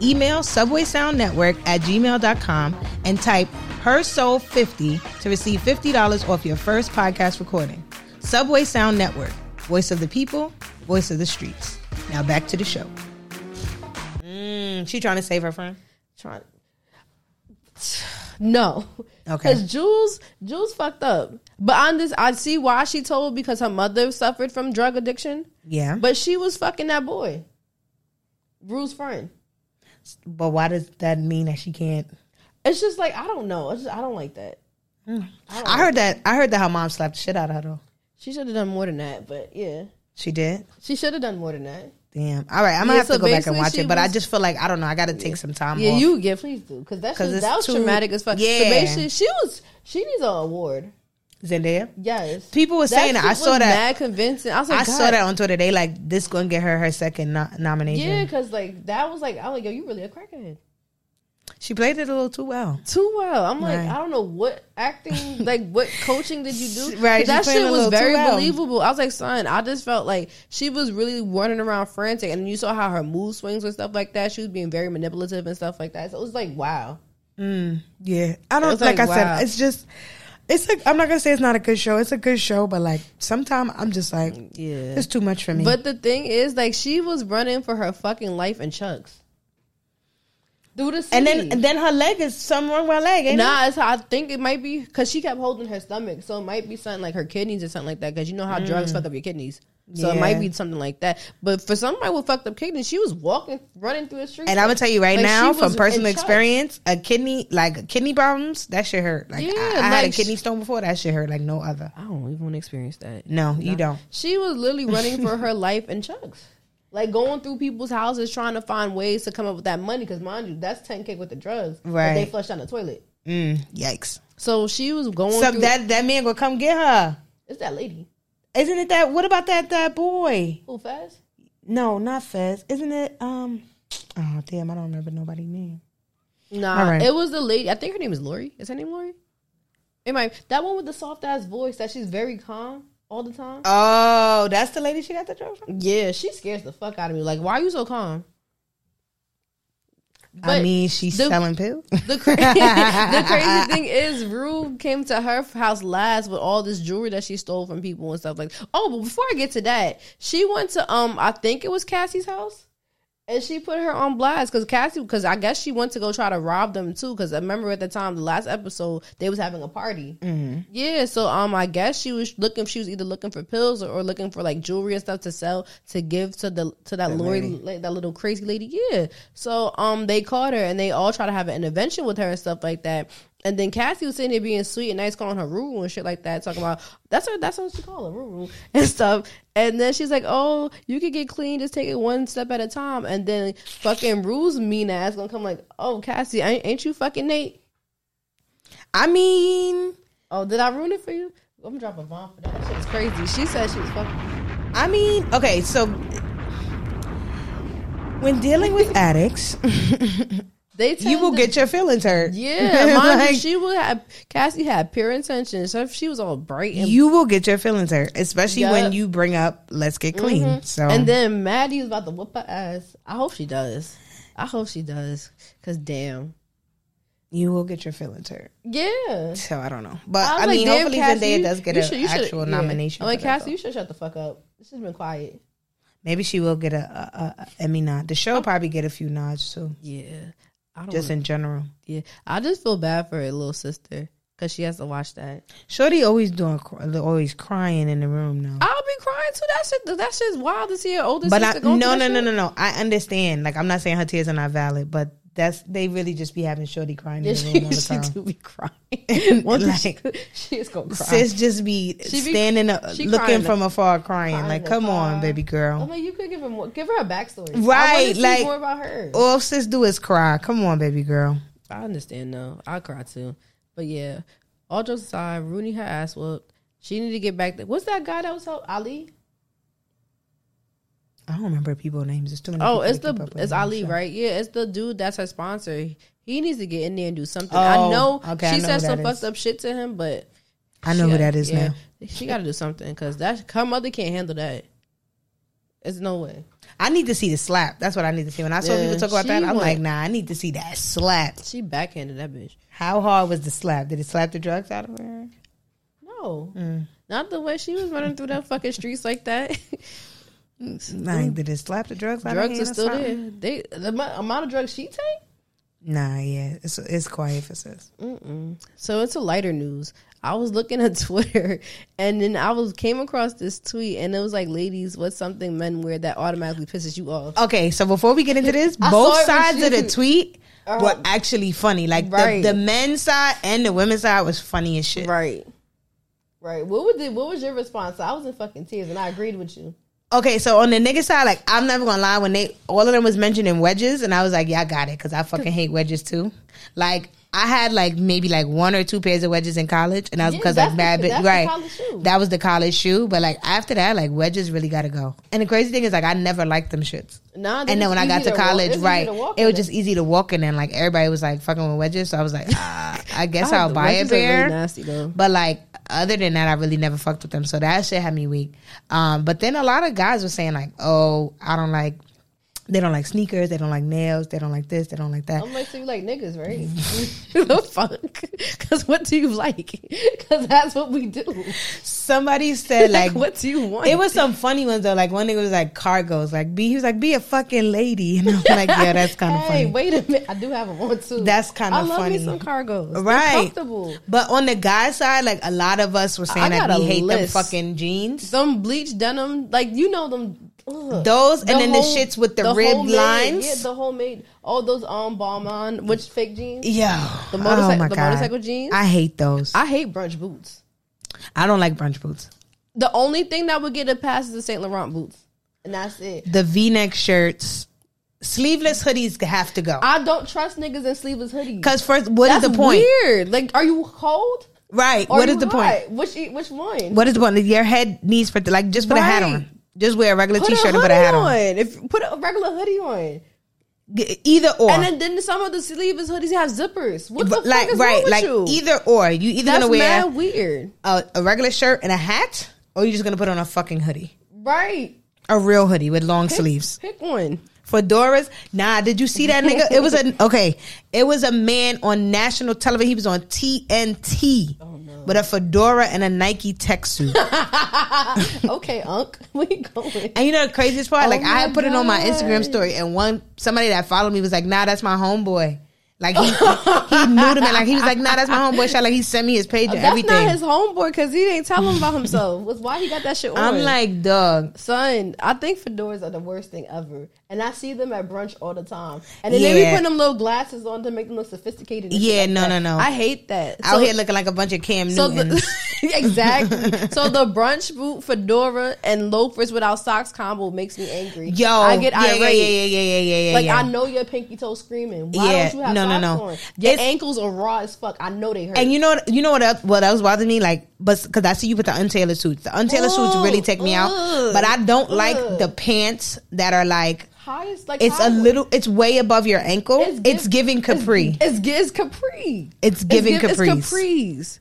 Email subwaysoundnetwork at gmail.com and type Her Soul 50 to receive $50 off your first podcast recording. Subway Sound Network, voice of the people, voice of the streets. Now back to the show. Mm, she trying to save her friend?
trying no
Okay.
because Jules Jules fucked up. But on this, I see why she told because her mother suffered from drug addiction,
Yeah.
but she was fucking that boy, Rue's friend.
But why does that mean that she can't?
It's just like I don't know. It's just, I don't like that.
I heard that. I heard that her mom slapped the shit out of her. Though.
She should have done more than that, but yeah,
She did.
she should have done more than that.
Damn. All right, I'm gonna
Yeah,
have to
so
go back and
basically
watch
she
it, but I
was-
just feel like I don't know. I got to take some time.
yeah,
off.
you get please do because that's
'Cause
just,
it's
that was
too-
traumatic as fuck.
Yeah.
So basically, she was she needs an award.
Zendaya.
Oh Yes,
People were saying that. I
shit
saw
was
that.
mad convincing. I was like,
I
God.
saw that on Twitter. They like this gonna get her her second no- nomination.
Yeah, because like that was like I'm like yo, you really a crackhead.
She played it a little too well.
Too well. I'm like,
Right.
I don't know what acting, like what coaching did you do?
Right, she's
that
playing
shit
a
was
little too
very
well.
believable. I was like, son, I just felt like she was really running around frantic, and you saw how her mood swings and stuff like that. She was being very manipulative and stuff like that. So it was like, wow.
Yeah, I don't
It's
like,
like,
I
wow.
said. It's just. It's like I'm not gonna say it's not a good show. It's a good show, but like sometimes I'm just like
Yeah.
it's too much for me.
But the thing is, like, she was running for her fucking life in chucks. Through the city.
and then and then her leg is something wrong with her leg. Ain't it?
Nah, it's, I think it might be because she kept holding her stomach, so it might be something like her kidneys or something like that. Because you know how drugs fuck up your kidneys, so it
Mm. Yeah.
might be something like that. But for somebody with fucked up kidneys, she was walking, running through the street,
And I'm gonna tell you right
Like,
now,
she
from
was
personal
in shock.
experience, a kidney like kidney problems, that shit hurt. Like
Yeah,
I, I had a
like,
kidney stone before, that shit hurt like no other.
I don't even want to experience that.
No, you don't.
She was literally running for her life in chucks, like going through people's houses trying to find ways to come up with that money. Because mind you, that's 10k with the drugs that they
Right.
flushed down the toilet.
Mm, yikes.
So she was going.
So
through,
that that man gonna come get her.
it's that lady
Isn't it that what about that that boy?
who fast.
No, not Fez. Isn't it um oh damn, I don't remember nobody's name.
Nah,
All right.
it was the lady. I think her name is Lori. Is her name Lori? It might that one with the soft ass voice that she's very calm all the time.
Oh, that's the lady she got the drugs from?
yeah, she scares the fuck out of me. Like, why are you so calm?
I
But
mean she's
the-
selling pills.
The, cra- the crazy thing is, Rue came to her house last with all this jewelry that she stole from people and stuff like. Oh, but before I get to that, she went to um, I think it was Cassie's house, and she put her on blast because Cassie, because I guess she went to go try to rob them too. Because I remember at the time, the last episode, they was having a party. Yeah, so um, I guess she was looking. She was either looking for pills or, or looking for like jewelry and stuff to sell to give to the to that Lori, like, that little crazy lady. Yeah. So um, they caught her and they all try to have an intervention with her and stuff like that. And then Cassie was sitting there being sweet and nice, calling her Ruru and shit like that, talking about that's her. That's what she called her Ruru and stuff. And then she's like, "Oh, you can get clean. Just take it one step at a time." And then fucking Rue's mean ass gonna come like, "Oh, Cassie, ain't, ain't you fucking Nate?"
I mean
Oh, did I ruin it for you? I'm gonna drop a bomb for that. Shit's crazy. She said she was fucking.
I mean, okay, so when dealing with addicts,
They
you will
tend
get your feelings hurt.
to- yeah. Mind you,
Like,
she would have. Cassie had pure intentions. So she was all bright and.
you will get your feelings hurt, especially when
Yup. Mm-hmm.
you bring up "Let's get clean." So,
And then Maddie was about to whoop her ass. I hope she does. I hope she does. Cause damn.
you will get your feelings hurt.
Yeah.
So I don't know, but
was
I, mean,
damn,
hopefully
Cassie,
Zendaya
you-
does get
you
an
should- you should-
actual
yeah.
nomination.
I'm like
for that,
Cassie, you should shut the fuck up. She's been quiet.
Maybe she will get a, a, a, a Emmy nod. The show will probably get a few nods too,
Yeah, I don't.
just
wanna-
in general.
yeah, I just feel bad for her little sister because she has to watch that.
Shorty always doing, cr- always crying in the room now.
I'll be crying too. That shit. That shit's wild to see her older
But I,
sister go.
no, no, no, no, no. I understand. Like I'm not saying her tears are not valid, but that's they really just be having Shorty crying in the room all
She,
the
she
time.
do be crying. One thing she,
Like,
could- she is gonna cry.
Sis just be
She be-
standing up,
she
looking
crying
from afar, crying.
crying
like,
in the
come on,
car.
baby
Oh
girl.
my, you could give her more. Give her a backstory. I wanna
Right,
see
like- oh.
more about her.
All sis do is cry. Come on, baby girl.
I understand though. I cry too. But yeah, all jokes aside, Rooney her ass whooped. She need to get back. There. What's that guy that was help Ali?
I don't remember people names. There's too many.
Oh,
people
it's
to keep
the
up with
it's
on the
Ali,
show.
right? Yeah, it's the dude that's her sponsor. He needs to get in there and do something.
Oh,
I know
okay, I
she
know
said
who
some
that
fucked
is.
up shit to him, but
I know
she
who
gotta-
that is
yeah,
now.
She got to do something because that her mother can't handle that. There's no way.
I need to see the slap. That's what I need to see. When I saw
Yeah,
people talk about
she
that, I'm
went-
like, nah, I need to see that slap.
She backhanded that bitch.
How hard was the slap? Did it slap the drugs out of her?
No,
Mm.
not the way she was running through the fucking streets like that.
Like, did it slap the drugs out of her?
drugs
hand
are
or
still
something?
there. They the amou- amount of drugs she take.
Nah, yeah, it's it's quiet for sis.
Mm-mm. So it's a lighter news. I was looking at Twitter, and then I was came across this tweet, and it was like, "Ladies, what's something men wear that automatically pisses you off?"
Okay, so before we get into this,
I
both
saw it
sides
with
of the
you.
tweet were
Um,
actually funny. Like
right.
the, the men's side and the women's side was funny as shit.
Right, right. What was the, what was your response? I was in fucking tears, and I agreed with you.
Okay, so on the nigga side, like I'm never gonna lie, when they all of them was mentioning wedges, and I was like, yeah, I got it, cause I fucking hate wedges too. Like I had like maybe like one or two pairs of wedges in college, and I was
Yeah,
because
that's
like bad,
the- that's
bitch,
the
right?
college shoe.
That was the college shoe, but like after that, like wedges really gotta go. And the crazy thing is, like I never liked them shits.
Nah,
And then when I got to college, right, it was just easy to walk in, and like everybody was like fucking with wedges. So I was like, ah, I guess I'll buy a pair.
nasty though.
but like other than that, I really never fucked with them. So that shit had me weak. Um, but then a lot of guys were saying like, oh, I don't like. They don't like sneakers. They don't like nails. They don't like this. They don't like that.
I'm like, so you like niggas, right? the fuck? Because what do you like? Because that's what we do.
Somebody said like,
Like, what do you want?
it was some funny ones though. Like one nigga was like cargos. Like be he was like be a fucking lady. And I'm like, yeah, that's kind of
hey,
funny.
wait a minute. I do have a one too.
That's kinda
I love
funny.
me some cargos.
Right.
Right. comfortable.
But on the guy side, like a lot of us were saying
I
that
got
we
a
hate
list.
them fucking jeans.
Some bleach denim, like you know them. ugh.
Those and
The
then
whole-
the shits with the, rib
homemade-
lines.
Yeah, the homemade. All those um Balmain, which fake jeans.
yeah.
The motorcycle- the motorcycle jeans?
oh I hate those. I,
I hate brunch boots.
don't like brunch boots.
The only thing that would get a pass is the Saint Laurent boots, and that's it.
The V neck shirts, sleeveless hoodies have to go.
I don't trust niggas in sleeveless hoodies.
Because first, what is
That's
the point?
Weird. Like, are you cold?
Right.
Or
What
you
is the
hot?
point?
Which e- which one?
What is the point? Your head needs for like just put a hat
Right.
on. Just wear a regular
Put
t
a
shirt
hoodie
and put a hat on.
If put a regular hoodie on,
G- Either or.
and then, then some of the sleeveless hoodies have zippers. What the
But, like
fuck is wrong
right,
with
like
you?
either or. You either
That's
gonna wear
mad weird,
a, a regular shirt and a hat, or you just gonna put on a fucking hoodie,
right?
a real hoodie with long sleeves,
Pick one.
fedoras. Nah, did you see that nigga? It was a okay. It was a man on national television. He was on TNT
Oh,
with a fedora and a Nike tech suit.
okay, Unc, where you going?
and you know the craziest part?
Oh
like I
my
had put it on my
God.
Instagram story, and one somebody that followed me was like, "Nah, that's my homeboy." Like he, he knew the man. Like he was like, "Nah, that's my homeboy." Shot like he sent me his page and
That's
everything.
not his homeboy because he ain't tell him about himself. Was why he got that shit on.
I'm like, dog.
Son, I think fedoras are the worst thing ever, and I see them at brunch all the time. And then they be
Yeah.
putting them little glasses on to make them look sophisticated. and shit
Yeah,
like
no,
that.
no, no.
I hate that.
out here looking like a bunch of Cam
so
Newtons.
the, exactly. So the brunch boot, fedora, and loafers without socks combo makes me angry.
Yo,
I get
yeah,
irate.
Yeah, yeah, yeah, yeah, yeah, yeah.
Like
yeah.
I know your pinky toe screaming. Why
Yeah,
don't you have
no, no,
socks
no.
on? Your
It's-
ankles are raw as fuck. I know they hurt.
and you know, what- you know what else? What else bothers me? Like, but because I see you with the untailored suits. The untailored suits
Ooh,
really take me out.
ugh,
But I don't like
ugh.
the pants that are like
Highest, like
it's a
highways.
little, it's way above your ankle. It's,
give-
giving capri.
It's, it's, it's capri.
It's giving
give-
capris.
It's capris.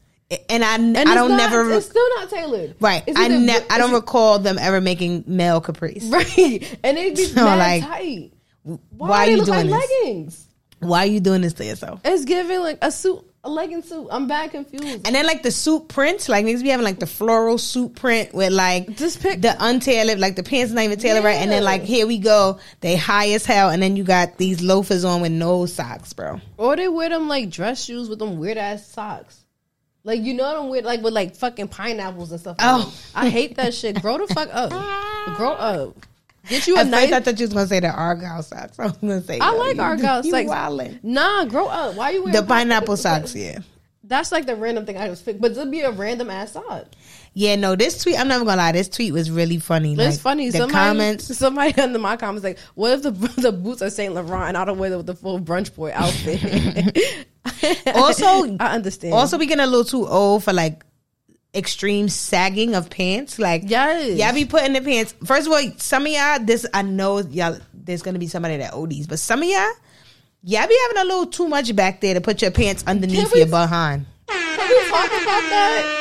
and I,
And
I
it's
don't
not-
never
It's still not tailored.
right.
It's
I
either-
ne- I don't
it's-
recall them ever making male capris.
Right. And it'd be
So,
mad
like,
tight.
Why,
Why,
are
they
you
look
doing
like
this?
leggings?
Why are you doing this to yourself?
It's giving like a suit. a legging suit. I'm bad confused.
And then like the suit prints, like niggas be having like the floral suit print with like
Just pick-
the untailed, like the pants not even tailored right, and then
Yeah.
like here we go, they high as hell, and then you got these loafers on with no socks, bro.
Or they wear them like dress shoes with them weird ass socks. Like you know them weird like with like fucking pineapples and stuff.
Oh.
Like that. I hate that shit. Grow the fuck up. Grow up. Get you a
At
nice.
first, I thought you was gonna say the argyle socks. I was gonna say
I
yo,
like
you-
Argyle
You
socks.
wildin'.
Nah, grow up. Why you wearing
The pineapple socks, yeah.
That's like the random thing I just picked, but it'd be a random ass sock.
Yeah, no, this tweet, I'm not even gonna lie, this tweet was really funny.
It's
like,
funny.
The
somebody,
comments.
somebody under my comments like, "What if the the boots are Saint Laurent and I don't wear them with the full brunch boy outfit?"
Also-
I understand.
Oh, Also, we getting a little too old for like extreme sagging of pants. Like,
Yes.
y'all be putting the pants. First of all, some of y'all, this I know y'all. There's gonna be somebody that ODs, but some of y'all, y'all be having a little too much back there to put your pants underneath
Can we-
your behind.
Can we talk about that?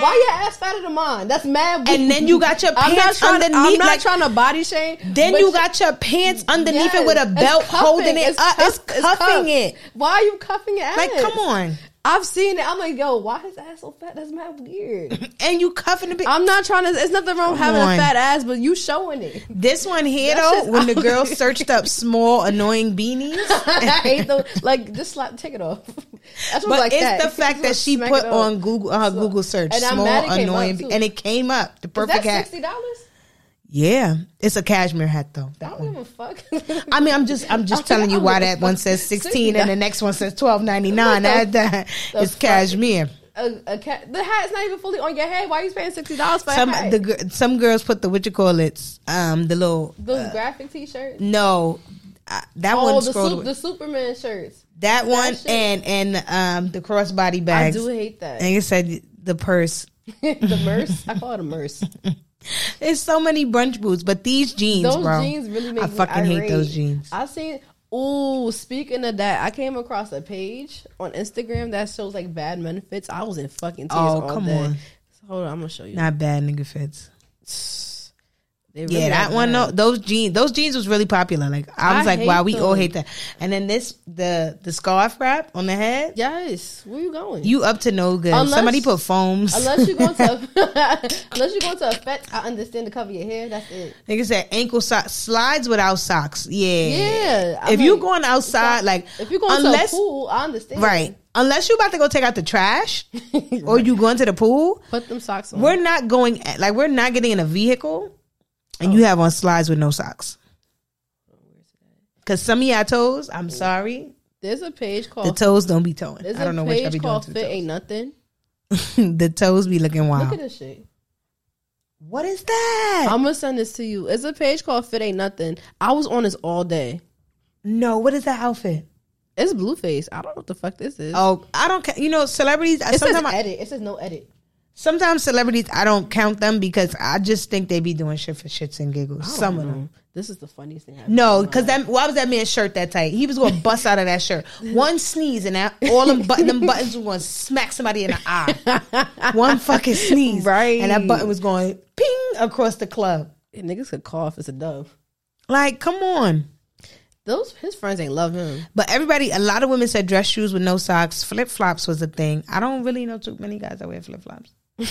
Why your ass fatter than mine? That's mad.
And then you got your
I'm not
pants
trying. To, I'm
underneath,
not
like-
trying to body shame.
Then
but
you got your pants underneath
yes,
it with a
it's
belt
cuffing,
holding it up.
cuff-
it's cuffing
cuffed.
it.
Why are you cuffing your ass?
Like, come on.
I've seen it. I'm like, yo, why his ass so fat? That's mad weird.
And you cuffing the.
I'm not trying to. It's nothing wrong with having
on.
a fat ass, but you showing it.
This one here,
That's
though,
just
when the
ugly.
girl searched up small, annoying beanies,
I hate the like. Just slap, take it off. That's what
but
like
it's
that.
the fact that
Just
she
smack
put
it off.
on Google uh,
So-
Google search
and I'm
small
mad it came
annoying,
up,
be-
too.
and it came up the
Is
perfect
that
hat.
sixty dollars?
Yeah, it's a cashmere hat though.
I
That
don't
one.
give a fuck.
I mean, I'm just I'm just telling you why that one says sixteen and the next one says twelve ninety nine. That
What the-
that
the
is
fuck?
cashmere.
a, a cat, the hat's not even fully on your head. Why are you paying sixty dollars for
Some
a hat?
the gir- some girls put the what you call it um the little
Those graphic T-shirts.
no uh, that one
Oh, the,
scrolled
sup-
with-
the Superman shirts.
that one
shit.
and and um the crossbody
I
bags
do hate that.
and it said the purse.
the merce. I call it a merce.
It's so many brunch boots, but these jeans,
Those
bro.
jeans really make
I
me
fucking hate
irate.
those jeans.
I seen. Ooh, speaking of that, I came across a page on Instagram that shows like bad men fits. I was in fucking tears.
Oh,
all
come
day.
on.
Hold on, I'm gonna show you.
Not bad nigga fits.
They
yeah,
really
that
are
one.
bad.
No, those jeans. Those jeans was really popular. Like I was
I
like, wow,
hate
we all
them.
hate that. And then this, the the scarf wrap on the head.
Yes, where you going?
You up to no good.
Unless-
Somebody put foams.
unless you going to a, unless you going to a fet, I understand to cover your hair. That's it.
Nigga said ankle socks, slides without socks. Yeah.
Yeah. I'm
if you
like,
going outside, like
if you going
unless,
to a pool, I understand.
right, unless you about to go take out the trash or you going to the pool,
Put them socks on.
we're not going. At, like we're not getting in a vehicle, and
Oh.
you have on slides with no socks. Cause some of y'all toes, I'm sorry,
There's a page
the
called
toes don't be towing.
Oh. There's
I don't know
a
what y'all be
page
doing
called
to
Fit Ain't
the Uh-huh.
Nothing.
toes. the toes be looking
Look
wild.
at this shit.
What is that?
I'm gonna send this to you. It's a page called Fit Ain't Nothing. I was on this all day.
no, what is that outfit?
It's Blueface. I don't know what the fuck this is.
Oh, I don't. Ca- you know, celebrities.
it says
sometimes, I,
edit. It says no edit.
sometimes celebrities, I don't count them because I just think they be doing shit for shits and giggles. Some of them.
Mm-hmm. This is the funniest thing. I've
No, because that why was that man's shirt that tight? He was going to bust out of that shirt. One sneeze and that all them, button, them buttons were going to smack somebody in the eye. One fucking sneeze,
Right.
And that button was going ping across the club.
niggas could cough. It's a dove.
Like, come on.
Those his friends ain't love him.
But everybody, a lot of women said dress shoes with no socks. Flip flops was a thing. I don't really know too many guys that wear flip flops.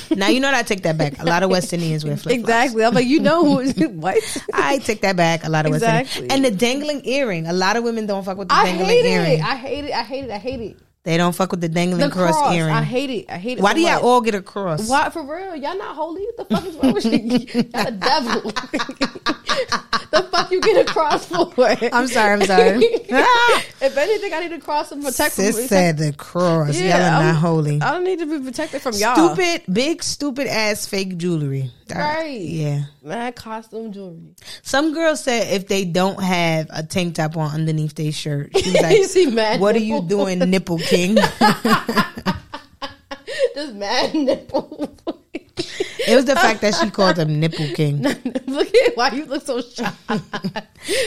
now you know what I take that back. A lot of West Indians wear flip flops.
Exactly. I'm like, you know who? what?
I take that back. A lot of West
Exactly.
Indians. And the dangling earring. A lot of women don't fuck with the
I
dangling
hate
earring.
it. I hate it. I hate it. I hate it.
They don't fuck with the dangling
The
cross,
cross.
earring.
I hate it. I hate it.
Why
so
do y'all
much.
all get a cross?
Why for real? Y'all not holy? What the fuck is wrong with you? Y'all the devil. the fuck you get a cross for?
I'm sorry, I'm sorry.
if anything, I need a cross and protect from
Sis said the cross.
Yeah,
y'all are
I'm-
not holy.
I don't need to be protected from y'all.
Stupid, big, stupid ass fake jewelry. That-
Right.
Yeah.
Mad costume jewelry.
Some girls said if they don't have a tank top on underneath their shirt, she was
you
like,
see mad
"What are you
nipple?
doing, nipple king?"
This mad nipple.
it was the fact that she called him nipple king.
look at why you look so shocked.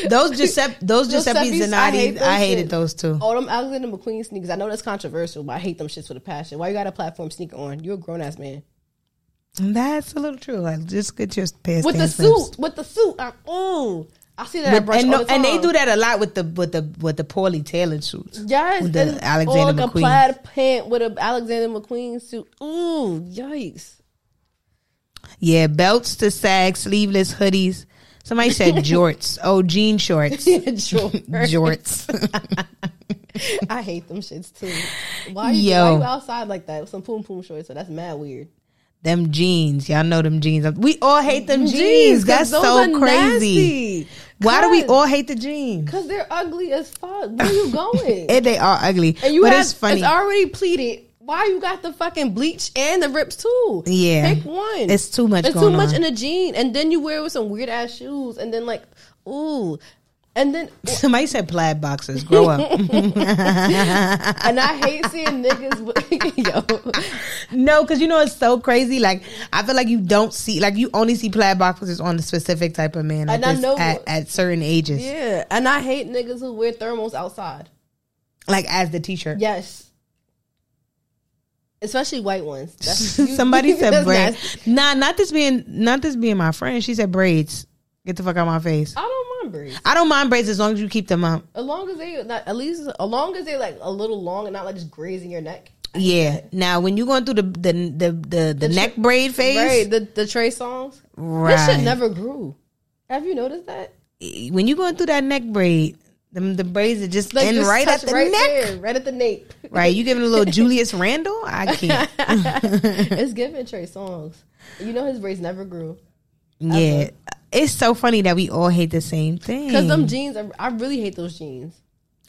Those Giuseppe, those Giuseppe
Giuseppe's- I
Zanotti,
hate those
I hated
shit.
those too.
All Oh, them Alexander McQueen sneakers. I know that's controversial, but I hate them shits with a passion. Why you got a platform sneaker on? You're a grown ass man.
That's a little true. Like, just get your pants
with the
down first.
suit, with the suit. I'm, ooh, I see that at brunch
and,
all
no-
the time.
and they do that a lot with the with the with the poorly tailored suits.
Yes,
With the
and-
Alexander
or like
McQueen.
a plaid pant with an Alexander McQueen suit. Ooh, yikes!
Yeah, belts to sag, sleeveless hoodies. Somebody said jorts. Oh, jean shorts.
Jordan.
jorts.
I hate them shits too. Why you, why
Yo.
you outside like that with some poom poom shorts? So that's mad weird.
them jeans. Y'all know them jeans. We all hate them jeans. That's
'cause those
so
are
crazy.
nasty.
Why do we
Cause-
all hate the jeans?
Cause they're ugly as fuck. Where you going?
And they are ugly.
and you
but
have
it's funny.
already pleated. Why you got the fucking bleach and the rips too?
Yeah.
pick one.
It's too much
It's
going
too much
on.
in a jean, and then you wear it with some weird ass shoes, and then like, ooh, and then
Somebody said plaid boxes. Grow up.
and I hate seeing niggas. With, yo,
no, because you know it's so crazy. Like I feel like you don't see, like you only see plaid boxes on a specific type of man. Like
And I
this
know-
at, at certain ages,
yeah, and I hate niggas who wear thermals outside.
like as the t-shirt.
Yes. Especially white ones. That's- you-
Somebody said
that's
braids.
nasty.
Nah, not this being not this being my friend. She said braids. Get the fuck out of my face.
I don't mind braids.
I don't mind braids as long as you keep them up.
As long as they not at least as long as they like a little long and not like just grazing your neck.
Yeah. Now when you going through the the the the, the, neck braid phase,
Right. The the Trey songs. This
Right.
shit never grew. Have you noticed that?
when you going through that neck braid, them the braids are just in
just
right at
touch
the neck.
there, right at the nape.
Right, you giving a little Julius Randall? I can't.
it's giving Trey songs. You know his braids never grew.
Yeah, it's so funny that we all hate the same thing.
Because them jeans are, I really hate those jeans.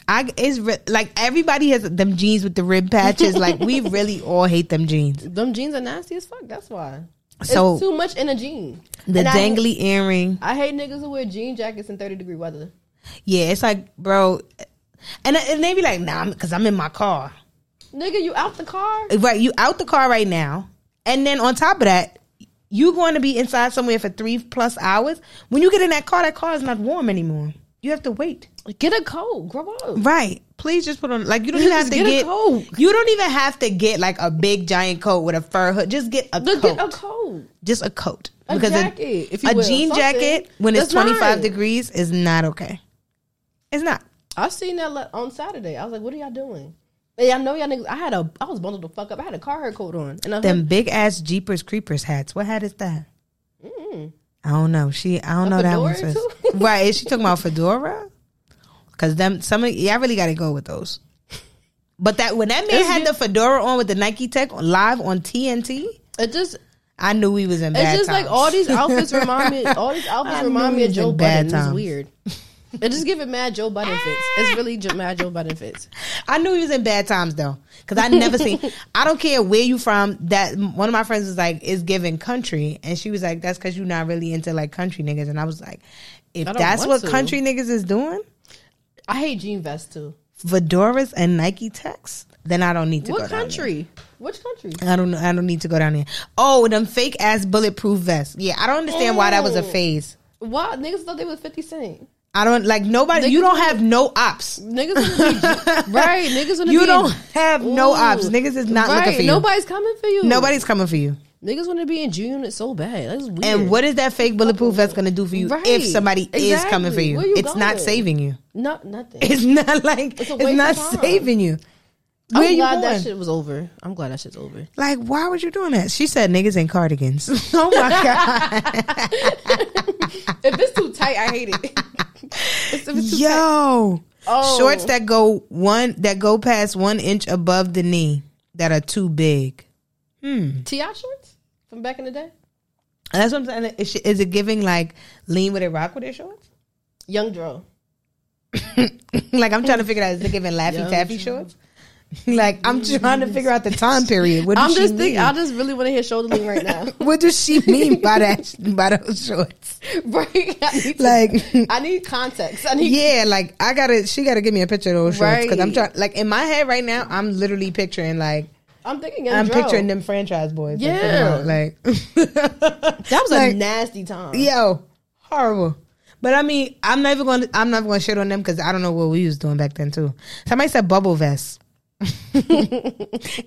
I it's re- like everybody has them jeans with the rib patches. like we really all hate them jeans.
Them jeans are nasty as fuck. That's why.
So-
it's too much in a jean.
The
And I-
dangly earring.
I hate niggas who wear jean jackets in 30 degree weather.
Yeah, it's like, bro, and and they be like, nah, because I'm in my car.
Nigga, you out the car?
right you out the car right now and then on top of that you going to be inside somewhere for three plus hours when you get in that car that car is not warm anymore you have to wait
Get a coat. Grow up.
right please just put on like you don't even have
Just
to
get
get,
a coat.
you don't even have to get like a big giant coat with a fur hood just get a
Look,
coat
get a coat.
just a coat
A jacket, if you
a
will,
jean
something.
jacket when it's
That's nice.
25 degrees is not okay it's not
I seen that le- on Saturday. I was like, what are y'all doing? And I know y'all niggas. I had a. I was bundled the fuck up. I had a car hair coat on. And I
them big ass jeepers creepers hats what hat is that
mm
I don't know. She I don't
A
know that one.
fedora,
sis.
too?
right? Is she talking about fedora? Because them some of y'all really got to go with those. But that when that man
It's
had
good.
the fedora on with the Nike Tech on- live on TNT,
it just. It's
I knew we was in bad
just like
times.
all these outfits remind me. All these
I
outfits
knew
remind me
it
of
was
Joe
in bad
Biden.
times.
It's weird. It just give it mad Joe Biden fits. It's really Joe- mad Joe Biden fits.
I knew he was in bad times though, because I never seen. I don't care where you from. That one of my friends was like, "It's giving country," and she was like, "That's because you're not really into like country niggas." And I was like, "If
I don't
that's what
want to."
country niggas is doing,
I hate jean vests too.
fedoras and Nike Techs, then I don't need to." go down
What
there.
country? Which country?
I don't know. I don't need to go down there. Oh, them fake ass bulletproof vests. Yeah, I don't understand why that was a
Ew.
phase.
Why niggas thought they was Fifty Cent?
I don't like nobody.
Niggas
you don't have no ops.
Niggas wanna be right. Niggas wanna
You
be
don't have no
Ooh.
ops. Niggas is not
right.
looking for you.
Nobody's coming for you.
Nobody's coming for you.
Niggas wanna be in G unit so bad. That's weird.
And what is that fake bulletproof vest going to do for you
Right.
if somebody is
Exactly.
coming for you?
Where you
It's not
going?
saving you.
No, nothing.
It's not like it's,
It's a waste
not
of time.
saving you.
I'm
Where you going?
glad that shit was over. I'm glad that shit's over.
like, why were you doing that? She said niggas in cardigans. oh my god.
if it's too tight, I hate it. It's- if it's too tight.
Yo,
Oh.
shorts that go one that go past one inch above the knee that are too big.
Ti shorts from back in the day.
And that's what I'm saying. Is, she- is it giving like lean with it, rock with it shorts?
Young Dro.
like I'm trying to figure out is it giving laffy
Yeah.
taffy shorts? like I'm trying to figure out the time period. What does
Mm. I'm
she
just
mean?
thinking. I just really want to hear shoulder lean right now.
what does she mean by that? By those shorts?
right. I need to-
Like-
I need context. I need.
Yeah, like I gotta. She gotta give me a picture of those shorts because I'm
Right.
trying. Like in my head right now, I'm literally picturing like
I'm thinking. Young
I'm
Dro.
picturing them franchise boys. that
Yeah.
come out, like
That was
like,
a nasty time.
yo horrible. But I mean, I'm not even going. to I'm not even going to shit on them because I don't know what we was doing back then too. Somebody said bubble vest.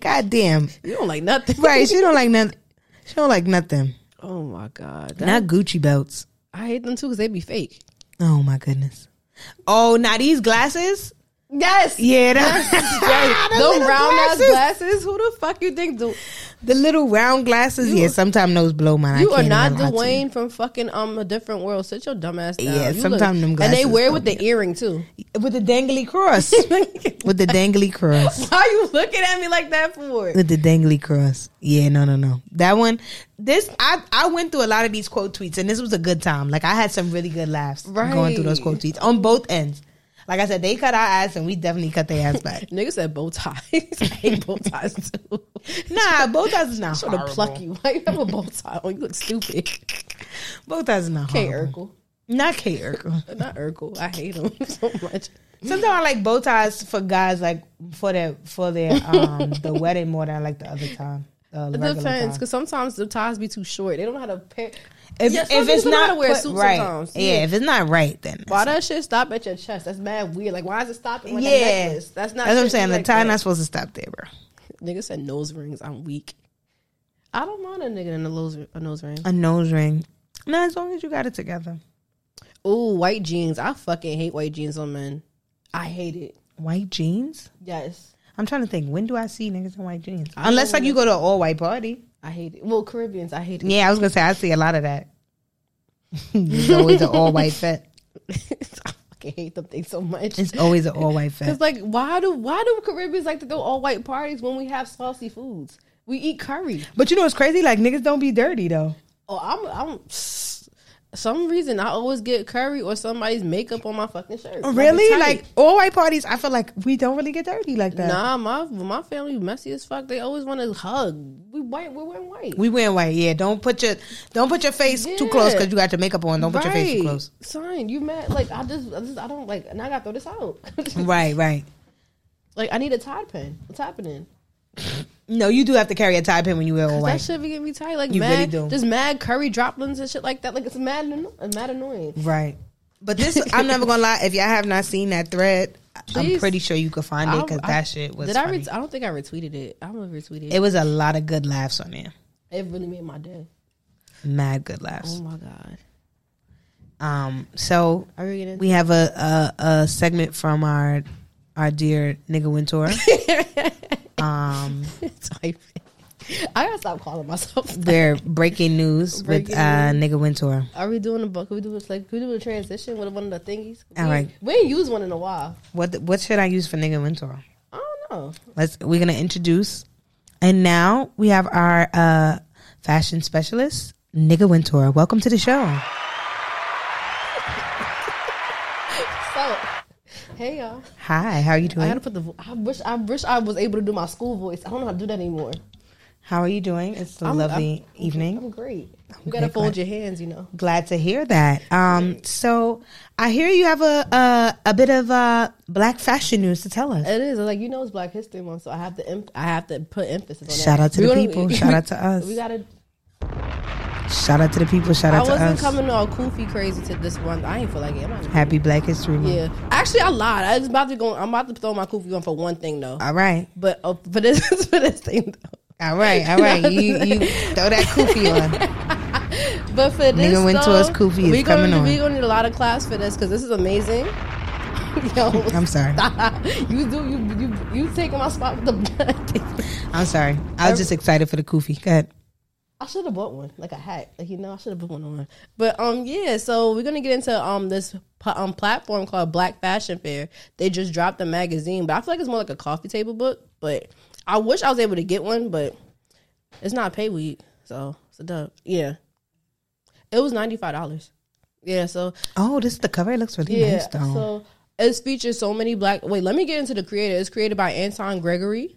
God damn!
You don't like nothing.
Right? She don't like nothing. She don't like nothing.
Oh my god. That-
Not Gucci belts.
I hate them too because they be fake.
Oh my goodness. Oh, now these glasses.
Yes.
Yeah, that,
Yes.
The
Those
little
round ass
glasses.
glasses. Who the fuck you think do?
the little round glasses. yeah, sometimes those blow mine.
You
I
are
can't
not
even lie to you.
Dwayne from fucking um a different world. Sit your dumb ass down.
Yeah,
You
sometime them
and they
glasses
wear it
don't
with the earring too.
with the dangly cross. with the dangly cross.
Why are you looking at me like that for?
With the dangly cross. Yeah, no, no, no. That one. This I I went through a lot of these quote tweets, and this was a good time. Like I had some really good laughs going through those
Right.
quote tweets on both ends. Like I said, they cut our ass, and we definitely cut their ass back.
Nigga said bow ties. I hate bow ties too.
nah, both ties is not
Sort of
horrible.
pluck you. Why you have a bow tie on? You look stupid.
Both ties is not
K
horrible.
Urkel.
Not K Urkel.
Not Urkel. I hate him so much.
Sometimes I like bow ties for guys like for their for their um the wedding more than I like the other time. The
It
regular
depends
time.
because sometimes the ties be too short. They don't know how to pair.
If,
Yeah, some
if it's
people know how
not
to wear
put
suits
right,
sometimes.
yeah, if it's not right, then
Why does shit stop at your chest? That's mad weird. Like why is it stopping? Like
Yeah.
a necklace? that's not.
That's what I'm
shit
saying.
like
the tie
that.
not supposed to stop there, bro.
Nigga said nose rings. I'm weak. I don't mind a nigga in a nose, a nose ring.
A nose ring. No, as long as you got it together.
Ooh, white jeans. I fucking hate white jeans on men. I hate it.
White jeans.
Yes,
I'm trying to think. When do I see niggas in white jeans? Unless like you go to an all white party.
I hate it. Well, Caribbeans, I hate it.
Yeah, I was gonna say I see a lot of that. It's always an all white fest.
I fucking hate them things so much.
It's always an all white fest.
Cause like, why do why do Caribbeans like to throw all white parties when we have saucy foods? We eat curry.
But you know what's crazy? Like niggas don't be dirty though.
Oh, I'm I'm. Some reason I always get curry or somebody's makeup on my fucking shirt.
Oh, Really?
tight.
Like all white parties, I feel like we don't really get dirty like that.
Nah, my my family messy as fuck. They always want to hug. We white. We're wearing white.
We wearing white, yeah. Don't put your don't put your face too close
Yeah.
because you got your makeup on. Don't put your face too close.
Son, you mad? Like I just, I just, I don't like. And I gotta throw this out.
Right, right.
like I need a Tide pen. What's happening?
No, you do have to carry a tie pin when you wear all
That
white.
shit be getting me tight. Like
You
mad,
really do.
just mad curry droplets and shit like that. Like it's mad, anno- uh, mad annoying.
Right. But this, I'm never gonna lie. If y'all have not seen that thread, I'm
Please.
pretty sure you could find it
I-
because
I-
that shit was.
Did I?
funny.
Ret- I don't think I retweeted it. I'm gonna retweet it.
it
it.
was a lot of good laughs on there.
really made my day.
Mad good
Oh
laughs.
my god.
Um. So
Are we gonna?
we have a a, a segment from our our dear nigga Wintour. um.
type it? I gotta stop calling myself.
Their breaking news
Breaking
with uh nigga Wintour.
Are we doing a book? Can we do like? Can we do a transition with one of the thingies?
All
we,
right.
We ain't used one in a while.
What what should I use for nigga Wintour?
I don't know.
Let's we're gonna introduce, and now we have our uh, fashion specialist, Nigga Wintour. Welcome to the show.
So, hey y'all.
Hi, how are you
I
doing?
gotta put the. vo- I wish. I wish I was able to do my school voice. I don't know how to do that anymore.
How are you doing? It's a
I'm-
lovely
I'm-
evening.
I'm great. You gotta
great,
fold your hands. You know.
Glad to hear that. Um, so I hear you have a a, a bit of uh, black fashion news to tell us.
It is like you know it's Black History Month, so I have to. Em- I have to put emphasis on that.
Shout out to
We
the
wanna-
people. Shout out to us.
We gotta.
Shout out to the people. Shout
I
out to
wasn't
us.
coming all koofy crazy to this one. I ain't feel like it. I'm not even-
Happy Black History Month.
yeah. Actually, I lied. I was about to go. I'm about to throw my koofy on for one thing though.
All right,
But uh, for this for this thing though.
all right, all right. you you throw that koofy on.
But for this,
Nigga went to
though,
us, Koofy is
we gonna,
coming on.
We gonna need a lot of class for this because this is amazing. Yo,
I'm sorry.
stop. You do you you you taking my spot with the blood.
I'm sorry. I was just excited for the koofy. Go ahead.
I should have bought one, like a hat. Like you know, I should have put one on. But um, yeah. So we're gonna get into um this pla- um platform called Black Fashion Fair. They just dropped a magazine, but I feel like it's more like a coffee table book. But I wish I was able to get one, but it's not pay week, so it's a dub. Yeah, it was ninety five dollars. Yeah, so
Oh, this the cover. It looks really
yeah,
nice though.
so it's features so many black. Wait, let me get into the creator. It's created by Anton Gregory.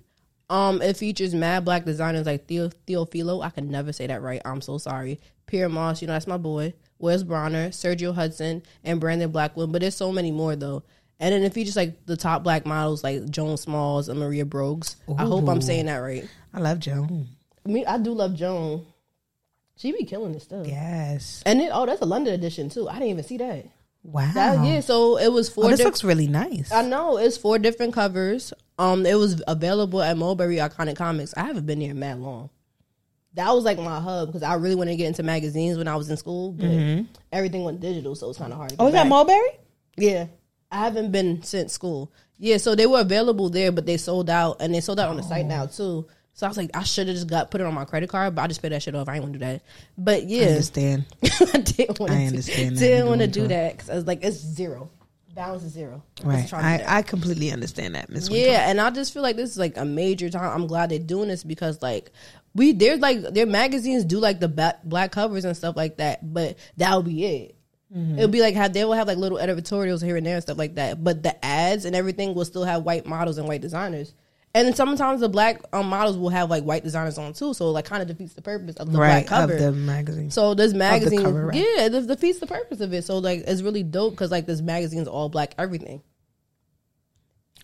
Um, it features mad black designers like Theo Theophilo. I can never say that right. I'm so sorry. Pierre Moss, you know that's my boy. Wes Bronner, Sergio Hudson, and Brandon Blackwood. But there's so many more though. And then it features like the top black models like Joan Smalls and Maria Brogues. I hope I'm saying that right.
I love Joan.
Me, I do love Joan. She be killing this stuff.
Yes.
And then oh, that's a London edition too. I didn't even see that.
Wow.
That yeah. So it was four.
oh, this
different-
looks really nice.
I know it's four different covers. Um, it was available at Mulberry Iconic Comics. I haven't been there in mad long. that was like my hub because I really wanted to get into magazines when I was in school, but everything went digital, so it's kind of hard. to
Oh,
get
is that
back.
Mulberry?
Yeah. I haven't been since school. Yeah, so they were available there, but they sold out and they sold out on the site now too. So I was like, I should have just got put it on my credit card, but I just paid that shit off. I ain't want to do that. But yeah,
Understand?
I didn't want to.
I understand that.
Didn't
You
want to
don't
do
want
that because I was like, it's zero. Balance is zero. I was
Right.
trying to do that.
I, I completely understand that, Miss. Winter.
Yeah, and I just feel like this is like a major time. I'm glad they're doing this because like we there's like their magazines do like the ba- black covers and stuff like that, but that would be it.
Mm-hmm.
It'll be like how they will have like little editorials here and there and stuff like that, but the ads and everything will still have white models and white designers. And then sometimes the black um, models will have like white designers on too, so it, like kind of defeats the purpose of the
Right.
black cover.
Of the magazine.
So this magazine,
cover, right.
yeah, this defeats the purpose of it. So like, it's really dope because like this magazine's all black everything.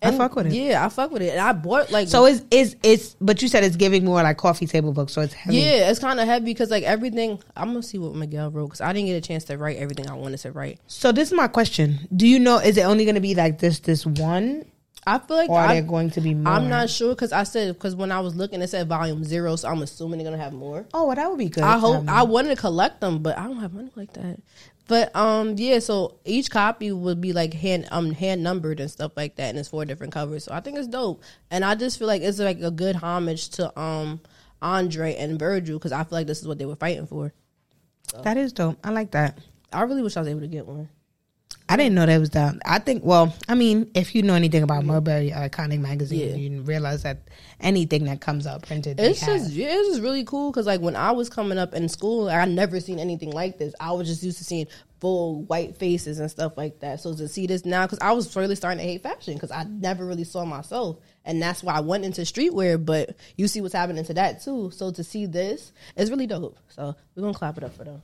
I fuck with it.
Yeah, I fuck with it, and I bought like
So it's it's it's but you said it's giving more like coffee table books, so it's heavy.
yeah, it's kind of heavy because like everything. I'm gonna see what Miguel wrote because I didn't get a chance to write everything I wanted to write.
So this is my question: Do you know is it only going to be like this this one,
I feel like
or are
I,
there going to be more?
I'm not sure because I said because when I was looking, it said volume zero, so I'm assuming they're gonna have more.
Oh, well, that would be good.
I hope
Um,
I wanted to collect them, but I don't have money like that. But um, yeah. So each copy would be like hand um hand numbered and stuff like that, and it's four different covers. So I think it's dope, and I just feel like it's like a good homage to um Andre and Virgil because I feel like this is what they were fighting for.
that is dope. I like that.
I really wish I was able to get one.
I didn't know that was that. I think. Well, I mean, if you know anything about Mulberry or Iconic Magazine,
Yeah.
you realize that anything that comes out printed, they
It's
have.
just yeah, it's just really cool because like when I was coming up in school, I never seen anything like this. I was just used to seeing full white faces and stuff like that. So to see this now, because I was really starting to hate fashion because I never really saw myself, and that's why I went into streetwear. But you see what's happening to that too. So to see this, it's really dope. So we're gonna clap it up for them.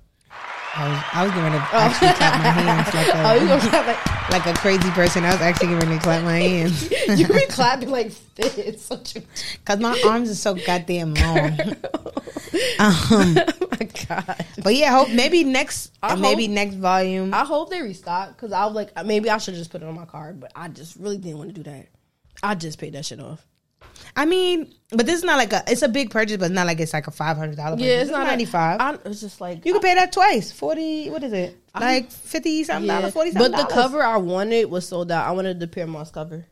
I was, I was going to actually clap my hands like
Oh, you
a,
gonna clap like
like a crazy person. I was actually going to clap my hands
you were clapping like this? Oh Such a
because my arms are so goddamn long.
oh my god.
But yeah, hope maybe next
I
maybe
hope-
next volume.
I hope they restock because I was like, maybe I should just put it on my card, but I just really didn't want to do that. I just paid that shit off.
I mean, but this is not like a it's a big purchase, but it's not like it's like a five hundred dollar.
Yeah, it's not
ninety five.
I, it's just like
You can pay that twice. Forty. What is it? Like fifty something dollars. Forty
But
something.
the
dollars.
cover I wanted was sold out. I wanted the Pierre Moss cover.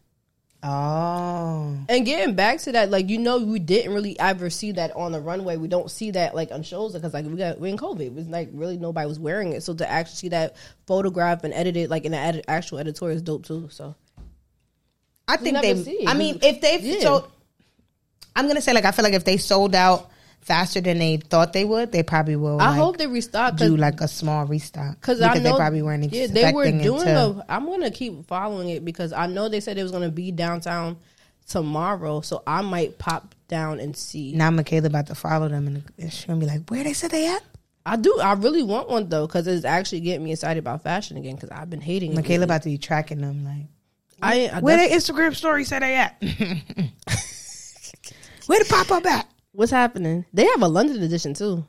Oh,
And getting back to that, like you know, we didn't really ever see that on the runway. We don't see that like on shows because like we got we in COVID. It was like really nobody was wearing it. So to actually see that photograph and edited like in the edit, actual editorial is dope too. So
I think
never
they.
see.
I mean, if they
Yeah.
sold, I'm gonna say like I feel like if they sold out faster than they thought they would, they probably will.
I
like,
hope they restock. 'cause
do like a small restock
Cause I know
they probably weren't.
Yeah, they were
expecting it
doing.
to-
the- I'm gonna keep following it because I know they said it was gonna be downtown tomorrow, so I might pop down and see.
Now Michaela about to follow them and- and she's gonna be like, "Where they said they at?"
I do. I really want one though because it's actually getting me excited about fashion again because I've been hating. it
Michaela
lately.
about to be tracking them like.
I, I
Where
def-
the Instagram story said they at? Where the pop up at?
what's happening? They have a London edition too.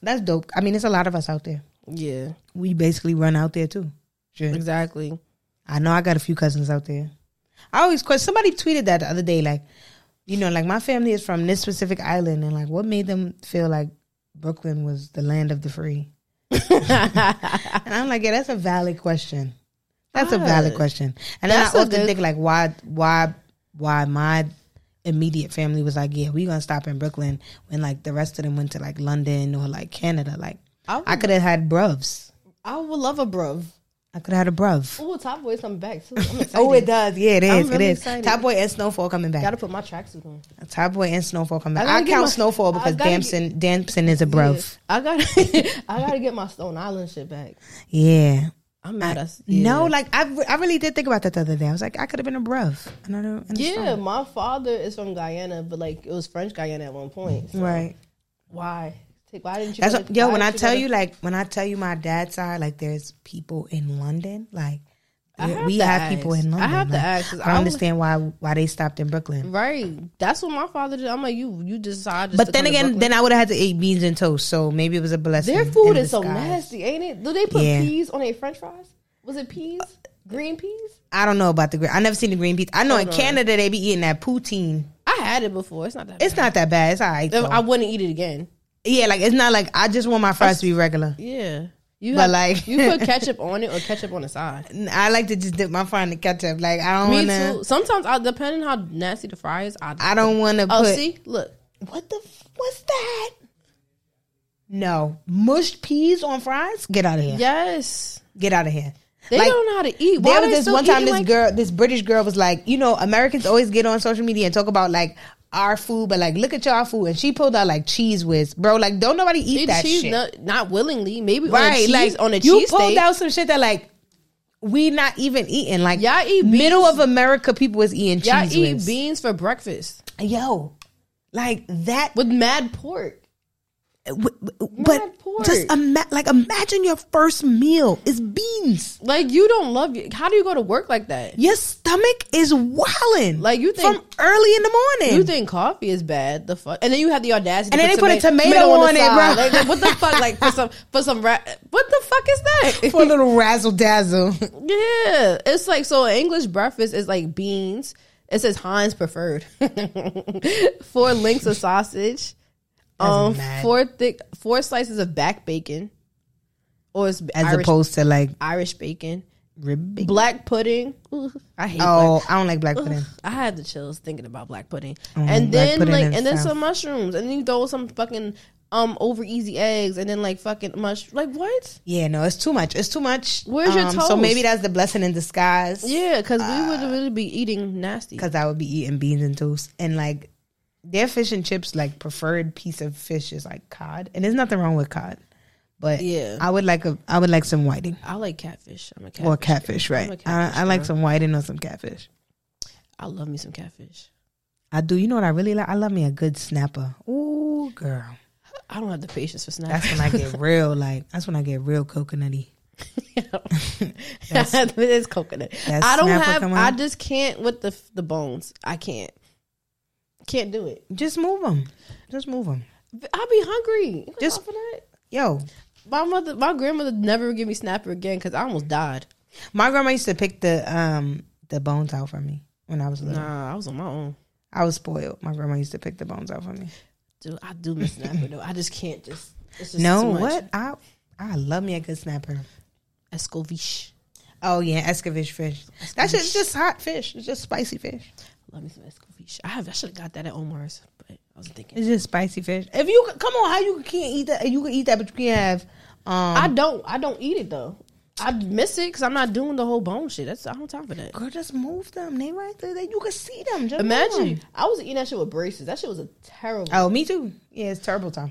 That's dope. I mean, it's a lot of us out there.
Yeah,
We basically run out there too. Shit.
exactly.
I know I got a few cousins out there. I always question. Somebody tweeted that the other day, like, you know, like my family is from this specific island, and like, what made them feel like Brooklyn was the land of the free? and I'm like, yeah, that's a valid question. That's a valid
Right.
question. And then I
That's a
often
good-
think like, why, why, why my immediate family was like, yeah, we gonna stop in Brooklyn when like the rest of them went to like London or like Canada. Like,
I
I could have had bruvs.
I would love a bruv.
I could have had a bruv.
Oh, Top Boy's coming back too. I'm excited.
Oh, it does. Yeah, it is.
I'm really
it is.
excited.
Top Boy and Snowfall coming back.
Gotta put my tracksuit on.
Top Boy and Snowfall coming back.
I gotta
I,
get
count
my-
Snowfall
I
because
gotta get-
Damson Damson is a bruv.
I gotta, I gotta get my Stone Island shit back.
Yeah.
I'm mad. at
No, like I, re- I really did think about that the other day. I was like, I could have been a bruv. And I don't understand.
Yeah, my father is from Guyana, but like it was French Guyana at one point. So
Right.
Why? Take, why didn't you?
That's
go to-
what, yo.
why
When I
didn't
tell
go to-
you, like, when I tell you my dad's side, like, there's people in London, like,
I have
we
to
have people
ask.
in
I
London.
have to
like,
ask, 'cause Mm,
I
I
don't
would-
understand why why they stopped in Brooklyn.
right, that's what my father did. I'm like, you, you decided. just
But
to
then
come to
again,
Brooklyn.
then I would have had to eat beans and toast, so maybe it was a blessing.
their food
in
is so
disguise.
nasty, ain't it? Do they put
Yeah.
peas on their French fries? Was it peas? Green peas?
I don't know about the green. I never seen the green peas. I know in Canada they be eating that poutine.
I had it before. It's not that.
It's not that bad. It's all right.
bad.
though.
I wouldn't eat it again.
yeah, like it's not like I just want my fries to be regular.
Yeah. You
But,
have-
like-
you put ketchup on it or ketchup on the side.
I like to just dip my fry in the ketchup. Like I don't
Me
want to.
too. Sometimes I depending how nasty the fry is, I,
I don't want to
Oh,
put.
see? Look.
What the? f- What's that? No mushed peas on fries. Get out of here.
Yes.
Get out of here.
They
Like,
don't know how to eat. Why
there
are
was
they
this
still
one time
eating
this
like-
girl this british girl was like you know americans always get on social media and talk about like our food but like look at y'all food and she pulled out like cheese whiz bro like don't nobody eat
Eat
that
cheese
shit
Not, not willingly, maybe on a
right
cheese,
like
on a
you
cheese
pulled
steak.
out some shit that like we not even eating like
Y'all eat
middle of america people was eating
Y'all
cheese
eat
whiz
beans for breakfast
yo like that
with mad pork.
w- w- but
pork.
just ima- like imagine your first meal is beans
Like you don't love it. How do you go to work like that?
your stomach is wilding
Like, you think-
from early in the morning
You think coffee is bad? The fuck, and then you have the audacity.
And
to
then they put a
toma-
tomato
the
on it,
side.
bro.
Like, like, what the fuck? Like for some for some ra- what the fuck is that?
for a little razzle dazzle.
yeah, it's like so. English breakfast is like beans. It says Heinz preferred. four links of sausage. Um,
mad.
four thick, four slices of back bacon, or it's
As
Irish,
opposed to like
Irish bacon.
rib. bacon.
Black pudding. Ooh, I hate. black
Oh, I don't like black pudding.
I had the chills thinking about black pudding,
black
and then
pudding
like,
and
and, then
stuff.
some mushrooms, and then you throw some fucking um over easy eggs, and then like fucking mush, like what?
Yeah, no, it's too much. It's too much. Um,
Where's your
So
toast?
maybe that's the blessing in disguise.
Yeah, because we
Uh,
would really be eating nasty.
Because I would be eating beans and toast and like their fish and chips like preferred piece of fish is like cod and there's nothing wrong with cod, but
Yeah.
I would like a I would like some whiting
I like catfish. I'm a catfish.
or catfish.
girl.
Right,
I'm a
I,
catfish
I like
girl.
some whiting or some catfish.
I love me some catfish.
I do. You know what I really like? I love me a good snapper. Ooh, girl,
I don't have the patience for snacks.
that's when I get real. Like that's when I get real coconutty.
it's coconut.
that
I don't
snapper
have.
come
I
out.
just can't with the the bones. I can't. Can't do it.
Just move them. Just move them.
I'll be hungry.
Just-
Just for that.
Yo,
My mother, my grandmother never would give me snapper again because I almost died.
my grandma used to pick the um the bones out for me when I was little.
Nah, I was on my own.
I was spoiled. My grandma used to pick the bones out for me.
Dude, I do miss snapper though. I just can't just. It's just
no,
too much.
what? I I love me a good snapper.
Escovitch.
Oh yeah, Escovitch fish. That shit's just hot fish. It's just spicy fish.
Love me some escovitch. I have. I should have got that at Omar's, but I wasn't thinking.
It's just spicy fish. If you come on, how you can't eat that? You can eat that, but you can't have. Um,
I don't. I don't eat it though. I miss it because I'm not doing the whole bone shit. That's I don't time for that.
girl, just move them. They right there. You can see them. Just move
Imagine
them.
I was eating that shit with braces. That shit was a terrible,
Oh, me too. Yeah, it's terrible time.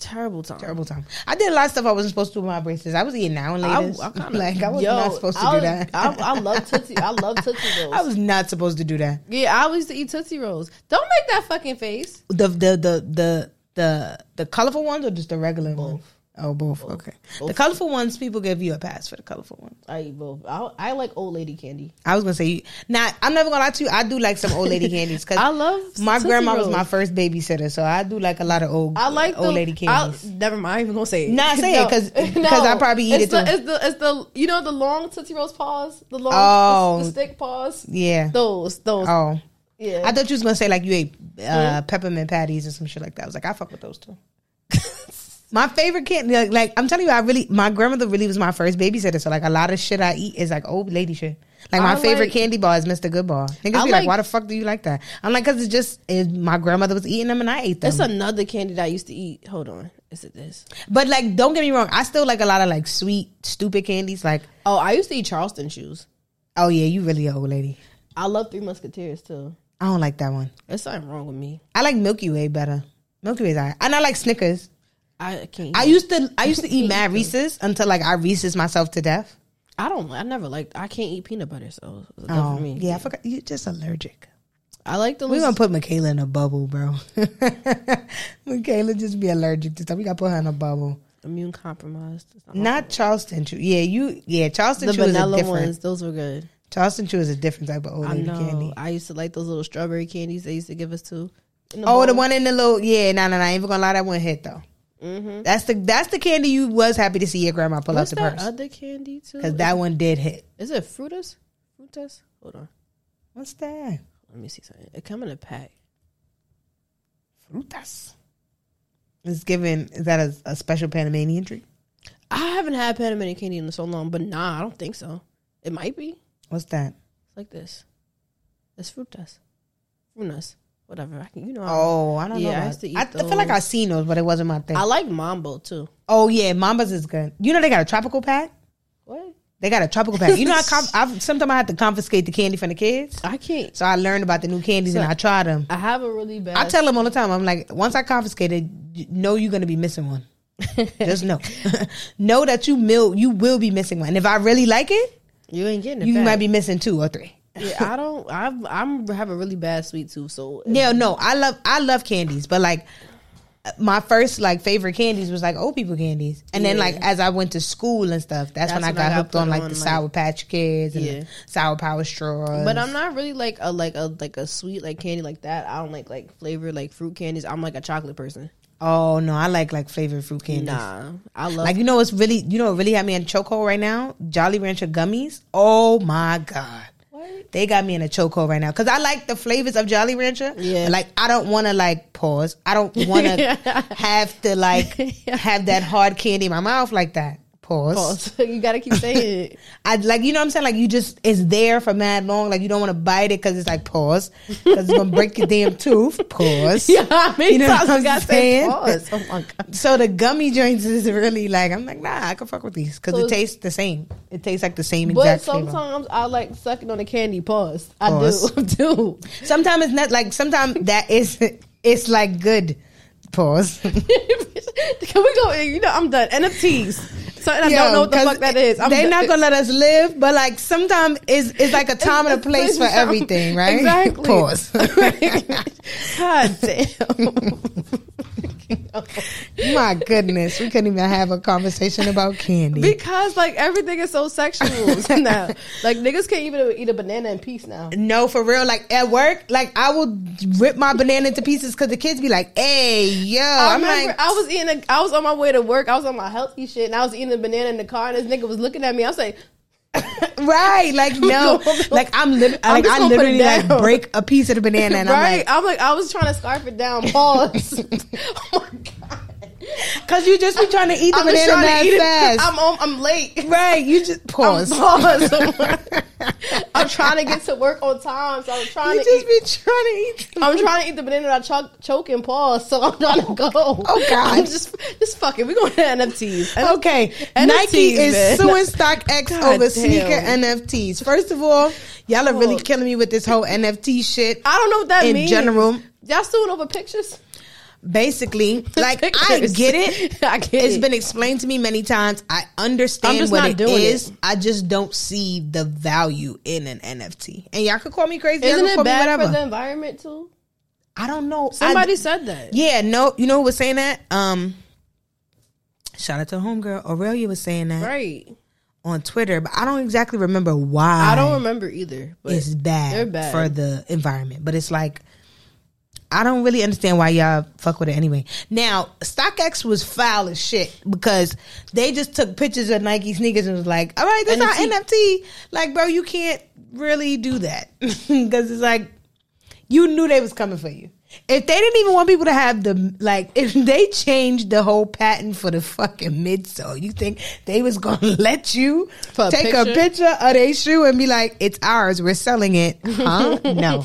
terrible time.
terrible time. I did a lot of stuff I wasn't supposed to do with my braces. I was eating now and
I,
later.
I kinda,
Like I was
yo,
not supposed to
I
do
was-
that.
I, I love tootsie. I love tootsie rolls.
I was not supposed to do that.
yeah, I used to eat tootsie rolls. Don't make that fucking face.
The the the the the, the colorful ones or just the regular ones? Oh, both. Okay. The colorful ones, people give you a pass for the colorful ones.
I eat both. I, I like old lady candy.
I was gonna say, not. I'm never gonna lie to you. I do like some old lady candies because
I love
my
Tootsie
grandma was
Rolls.
my first babysitter, so I do like a lot of old.
I like
old
the,
lady
I'll-
candies.
never mind. I'm even gonna say it.
Nah, say it, 'cause- 'cause I probably eat
it's
it
the,
too.
It's the it's the you know the long tootsie rolls paws, the long
Oh.
the, the stick paws.
yeah.
Those those
Oh,
yeah.
I thought you was gonna say like you ate uh, peppermint patties or some shit like that. I was like, I fuck with those too. my favorite candy, like, like I'm telling you, I really my grandmother really was my first babysitter. So like a lot of shit I eat is like old lady shit. Like my
I
favorite
like-
candy bar is Mr. Good Bar. Niggas
I
be like,
like-
why the fuck do you like that? I'm like, cause it's just it, my grandmother was eating them and I ate them.
It's another candy that I used to eat. Hold on, is it this?
but like, don't get me wrong, I still like a lot of like sweet, stupid candies. Like,
Oh, I used to eat Charleston shoes.
oh yeah, you really a old lady.
I love Three Musketeers too.
I don't like that one.
There's something wrong with me.
I like Milky Way better. Milky Way's alright, and I like Snickers.
I can't. Eat
I
I,
used to I used to eat mad Reese's until like I Reese's myself to death.
I don't. I never liked. I can't eat peanut butter, so it's not
Oh,
for me.
yeah, I forgot. You're just allergic.
I like the.
We're
Little,
gonna put Michaela in a bubble, bro. Michaela just be allergic to stuff. We gotta put her in a bubble.
immune compromised. It's not my
Uh-huh. Not Charleston Chew. Yeah, you. Yeah, Charleston
the
Chew is a
vanilla
different.
ones, those were good.
Charleston Chew is a different type of old
I
lady
know.
candy.
I used to like those little strawberry candies they used to give us too. In
Oh, the
bowl.
one in the little. Yeah, no, no, no. I ain't even gonna lie. That one hit though. That's the that's the candy you was happy to see your grandma pull
Mm-hmm. What's
out the
that
purse
other candy too?
because that one did hit.
is it frutas? Frutas? Hold on,
What's that?
let me see something. It come in a pack.
Frutas. It's given. Is that a, a special Panamanian drink?
I haven't had Panamanian candy in so long, but nah, I don't think so. It might be.
What's that?
It's like this. It's frutas. Frutas. Whatever. I can, you know.
Oh, I don't
Um, Yeah,
know.
I
about-
used to eat
I, I feel like
those.
I've seen those, but it wasn't my thing.
I, I like mambo too.
oh yeah, Mambas is good. You know they got a tropical pack.
What?
They got a tropical pack. You know, I com- I've, sometimes I had to confiscate the candy from the kids.
I can't.
So I learned about the new candies and I tried them.
I have a really bad.
I tell them all the time. I'm like, once I confiscate it, you know you're gonna be missing one. Just know, know that you mil- you will be missing one. And if I really like it,
you ain't getting it.
you
back.
might be missing two or three.
yeah, I don't. I've, I'm have a really bad sweet tooth, so
Yeah, no, I love I love candies, but like my first like favorite candies was like old people candies, and then
Yeah.
like as I went to school and stuff, that's, when I got, hooked
put
on like
on,
the
like-
Sour Patch Kids and
Yeah.
the Sour Power Straws.
But I'm not really like a like a like a sweet like candy like that. I don't like like flavor like fruit candies. I'm like a chocolate person.
oh no, I like like favorite fruit candies.
Nah, I love
Like you know what's really you know what really had me in a chokehold right now? Jolly Rancher gummies. Oh my god.
what?
They got me in a chokehold right now because I like the flavors of Jolly Rancher.
Yeah.
like I don't want to like pause. I don't want to have to like have that hard candy in my mouth like that. Pause.
Pause. you gotta keep saying it.
I like you know what I'm saying. Like you just it's there for mad long. Like you don't want to bite it because it's like pause because it's gonna break your damn tooth. Pause.
Yeah, how many
You know
times
what
you
I'm
gotta say
saying?
pause? Oh my god.
So the gummy joints is really like I'm like nah I can fuck with these because
So
it tastes the same. It tastes like the same
But
exact flavor.
sometimes I like sucking on the candy. Pause. I
Pause.
do. I do.
Sometimes it's not like sometimes that is it's like good. Pause.
Can we go? You know, I'm done. NFTs. Something I don't know what the fuck that is. I'm
They're
done.
not gonna let us live, but like sometimes it's it's like a time and a place for everything, right?
Exactly.
Pause.
God damn.
My goodness, we couldn't even have a conversation about candy.
Because like everything is so sexual now. Like niggas can't even eat a banana in peace now.
no, for real. Like at work, like I will rip my banana into pieces because the kids be like, "Hey, yo,"
I
I'm
remember
like,
I was eating. A, I was on my way to work. I was on my healthy shit, and I was eating a banana in the car. And this nigga was looking at me. I was like,
"Right?" Like no, like I'm, li- like,
just
I
gonna put it
literally like
down.
break a piece of the banana and I'm
right?
like,
I'm like, I was trying to scarf it down. Pause. oh my god.
Because you just be trying to eat the
I'm just
banana
trying
mad
to eat it.
fast.
I'm on, I'm late.
right. You just
I'm,
pause.
pause. I'm trying to get to work on time, so I'm trying
you
to. Eat,
just be trying to eat.
I'm trying to eat the banana that I choke, choke and pause, so I'm trying to go. Oh
God. Oh,
just just fuck it. We going to NFTs. And
Okay,
NFTs,
Nike is
man.
suing stock X
God
over
damn.
sneaker NFTs. First of all, y'all are really
Look.
killing me with this whole NFT shit
I don't know what that
in
means.
general.
y'all suing over pictures.
Basically, like I
Pictures.
get it.
I get
It's
it.
been explained to me many times. I
I'm
understand
just
what
not
it
doing
is. I just don't see the value in an NFT. And y'all could call me crazy. Y'all
Isn't
could
it
call me
bad
whatever.
for the environment too?
I don't know. I-
Somebody said that.
Yeah, no, you know who was saying that? Um, shout out to homegirl Aurelia was saying that
Right.
on Twitter, but I don't exactly remember why.
I don't remember either. But
It's
they're
bad,
bad.
for the environment, but it's like I don't really understand why y'all fuck with it anyway. Now, StockX was foul as shit because they just took pictures of Nike sneakers and was like, "All right, that's
NFT.
our NFT." Like, bro, you can't really do that because it's like you knew they was coming for you. If they didn't even want people to have the like, if they changed the whole patent for the fucking midsole, you think they was gonna let you
For a
take
picture?
a picture of their shoe and be like, "It's ours, we're selling it"? Huh? no,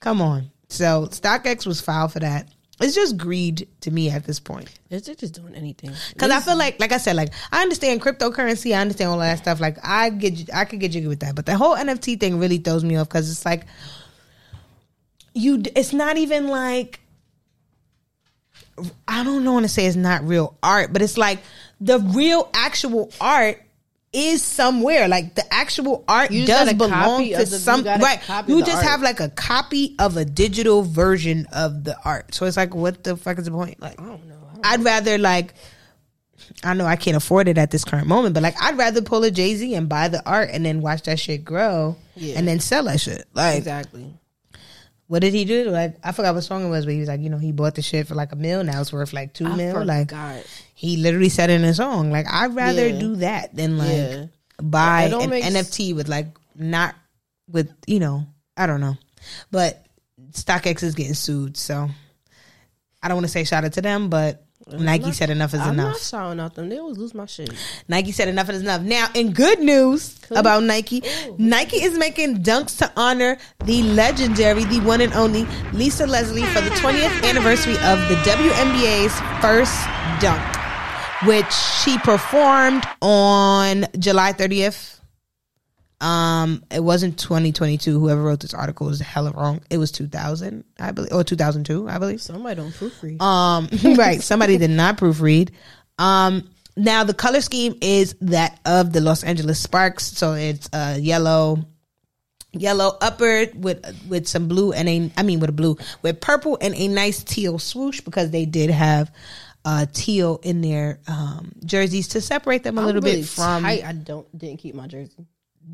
come on. So StockX was filed for that. It's just greed to me at this point.
they're they're just doing anything.
Cause I feel like, like I said, like I understand cryptocurrency, I understand all of that stuff. Like I get, I could get jiggy with that, but the whole NFT thing really throws me off because it's like you. It's not even like I don't want to say it's not real art, but it's like the real actual art is somewhere. Like the actual art
You just got
does
a
belong
copy
to
of the- you
some
got a
right.
copy of
You
the
just
art.
have like a copy of a digital version of the art. So it's like, what the fuck is the point? Like.
I don't know.
I'd rather like I know I can't afford it at this current moment, but like I'd rather pull a Jay Z and buy the art and then watch that shit grow
Yeah.
and then sell that shit. Like
Exactly.
what did he do? Like I forgot what song it was, but he was like, you know, he bought the shit for like a mil, now it's worth like two mil. Like
God.
he literally said in his song, like I'd rather
Yeah.
do that than like
Yeah.
buy
It don't
an
make s-
NFT with like not with you know I don't know, but StockX is getting sued, so I don't want to say shout out to them, but Nike said enough is
I'm not
enough.
shouting out them. They always lose my shit.
Nike said enough is enough. Now, in good news about Nike, Nike is making dunks to honor the legendary, the one and only Lisa Leslie for the 20th anniversary of the WNBA's first dunk, which she performed on July 30th. Um, it wasn't 2022. Whoever wrote this article was hella wrong. It was 2000, I believe, or 2002, I believe.
Somebody don't proofread.
Um, right. Somebody did not proofread. Um, now the color scheme is that of the Los Angeles Sparks, so it's uh yellow, yellow upper with with some blue and a I mean with a blue with purple and a nice teal swoosh because they did have uh teal in their um jerseys to separate them a little bit from
I, I don't didn't keep my jersey.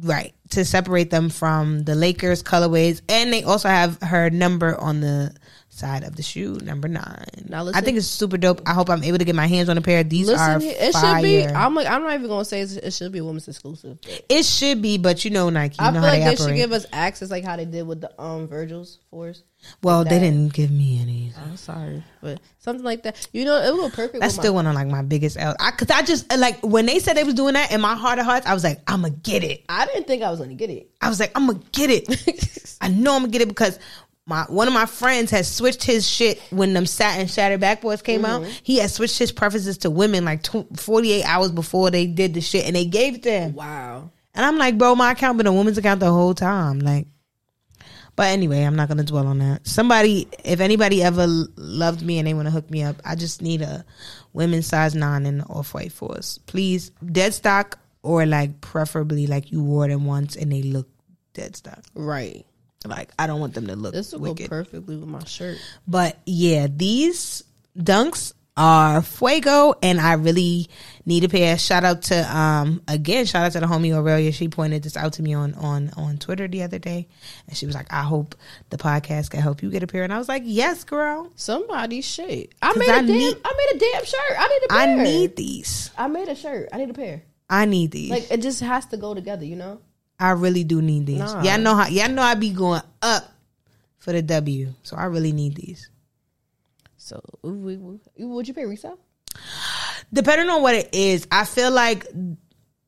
right to separate them from the Lakers colorways, and they also have her number on the side of the shoe, number nine.
Now
I
listen-
think it's super dope. I hope I'm able to get my hands on a pair. These are
Listen, here, it should be.
fire.
I'm like I'm not even gonna say it's- it should be a women's exclusive.
it should be, but you know Nike, you
I
know
feel
how
like
they
they should
operate.
give us access, like how they did with the um Virgil's for us.
well, they
that.
didn't give me any.
Oh, I'm sorry, but something like that. You know, it would go perfect.
That's
with
still one of like my biggest L. I, Cause I just like when they said they was doing that in my heart of hearts, I was like, I'm gonna get it.
My, I didn't think I was gonna get it.
I was like, I'm gonna get it. I know I'm gonna get it because my one of my friends had switched his shit when them satin shattered back boys came out. He had switched his preferences to women like tw- 48 hours before they did the shit, and they gave it to him.
Wow.
And I'm like, bro, my account been a woman's account the whole time. Like, but anyway, I'm not gonna dwell on that. Somebody, if anybody ever l- loved me and they want to hook me up, I just need a women's size nine and off white force, please, dead stock or like preferably like you wore them once and they look dead stock.
Right.
Like I don't want them to look
This will
wicked.
go perfectly with my shirt.
But yeah, these dunks are fuego, and I really need a pair. Shout out to um again, shout out to the homie Aurelia. She pointed this out to me on on on Twitter the other day, and she was like, "I hope the podcast can help you get a pair." And I was like, "Yes, girl,
Somebody shit. I
'Cause
made a
I
damn.
need-
I made a damn shirt. I need a
I
pair.
need these.
I made a shirt. I need a pair.
I need these.
Like it just has to go together. You know.
I really do need these.
Nah.
Y'all know how y'all know I be going up for the W, so I really need these."
So ooh, we- we- ooh, would you pay resale?
depending on what it is, I feel like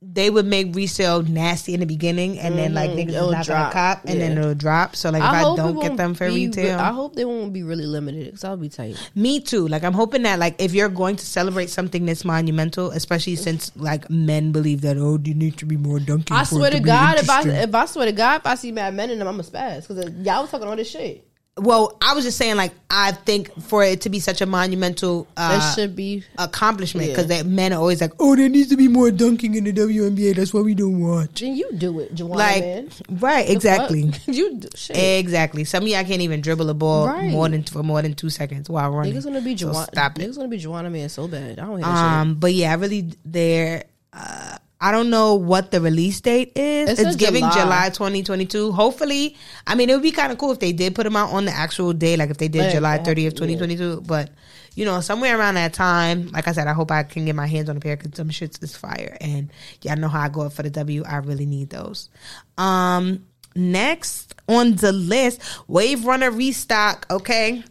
they would make resale nasty in the beginning, and then like niggas
Mm-hmm. It'll
is not
drop.
gonna cop, and then
Yeah.
it'll drop. So like if I,
hope it
don't get
won't
them for
be re-
retail,
I hope they won't be really limited because I'll be tight.
me too. Like I'm hoping that like if you're going to celebrate something this monumental, especially since like men believe that oh you need to be more dunking.
I
for it
swear to
be
God, if I
interesting.
if I swear to God, if I see mad men in them, I'm a spaz because y'all was talking all this shit.
well, I was just saying like I think for it to be such a monumental.
That
Uh,
should be
accomplishment
Yeah.
because that men are always like oh there needs to be more dunking in the WNBA that's why we don't watch
Then you do it, Juwan.
like
man.
right exactly
Fuck. you do, shit.
Exactly. Some of y'all can't even dribble a ball
Right.
more than for more than two seconds while running.
niggas gonna be
So
Juwan.
stop it.
niggas gonna be Juwan man so bad. I don't hear that shit.
Um, but yeah, I really there. Uh, I don't know what the release date is.
It
It's,
said
giving July.
July.
2022. Hopefully, I mean it would be kind of cool if they did put them out on the actual day, like if they did
Like,
July
yeah,
30th, 2022. But you know, somewhere around that time, like I said, I hope I can get my hands on a pair because some shits is fire, and y'all know how I go up for the W. I really need those. Um, next on the list, Wave Runner restock. Okay.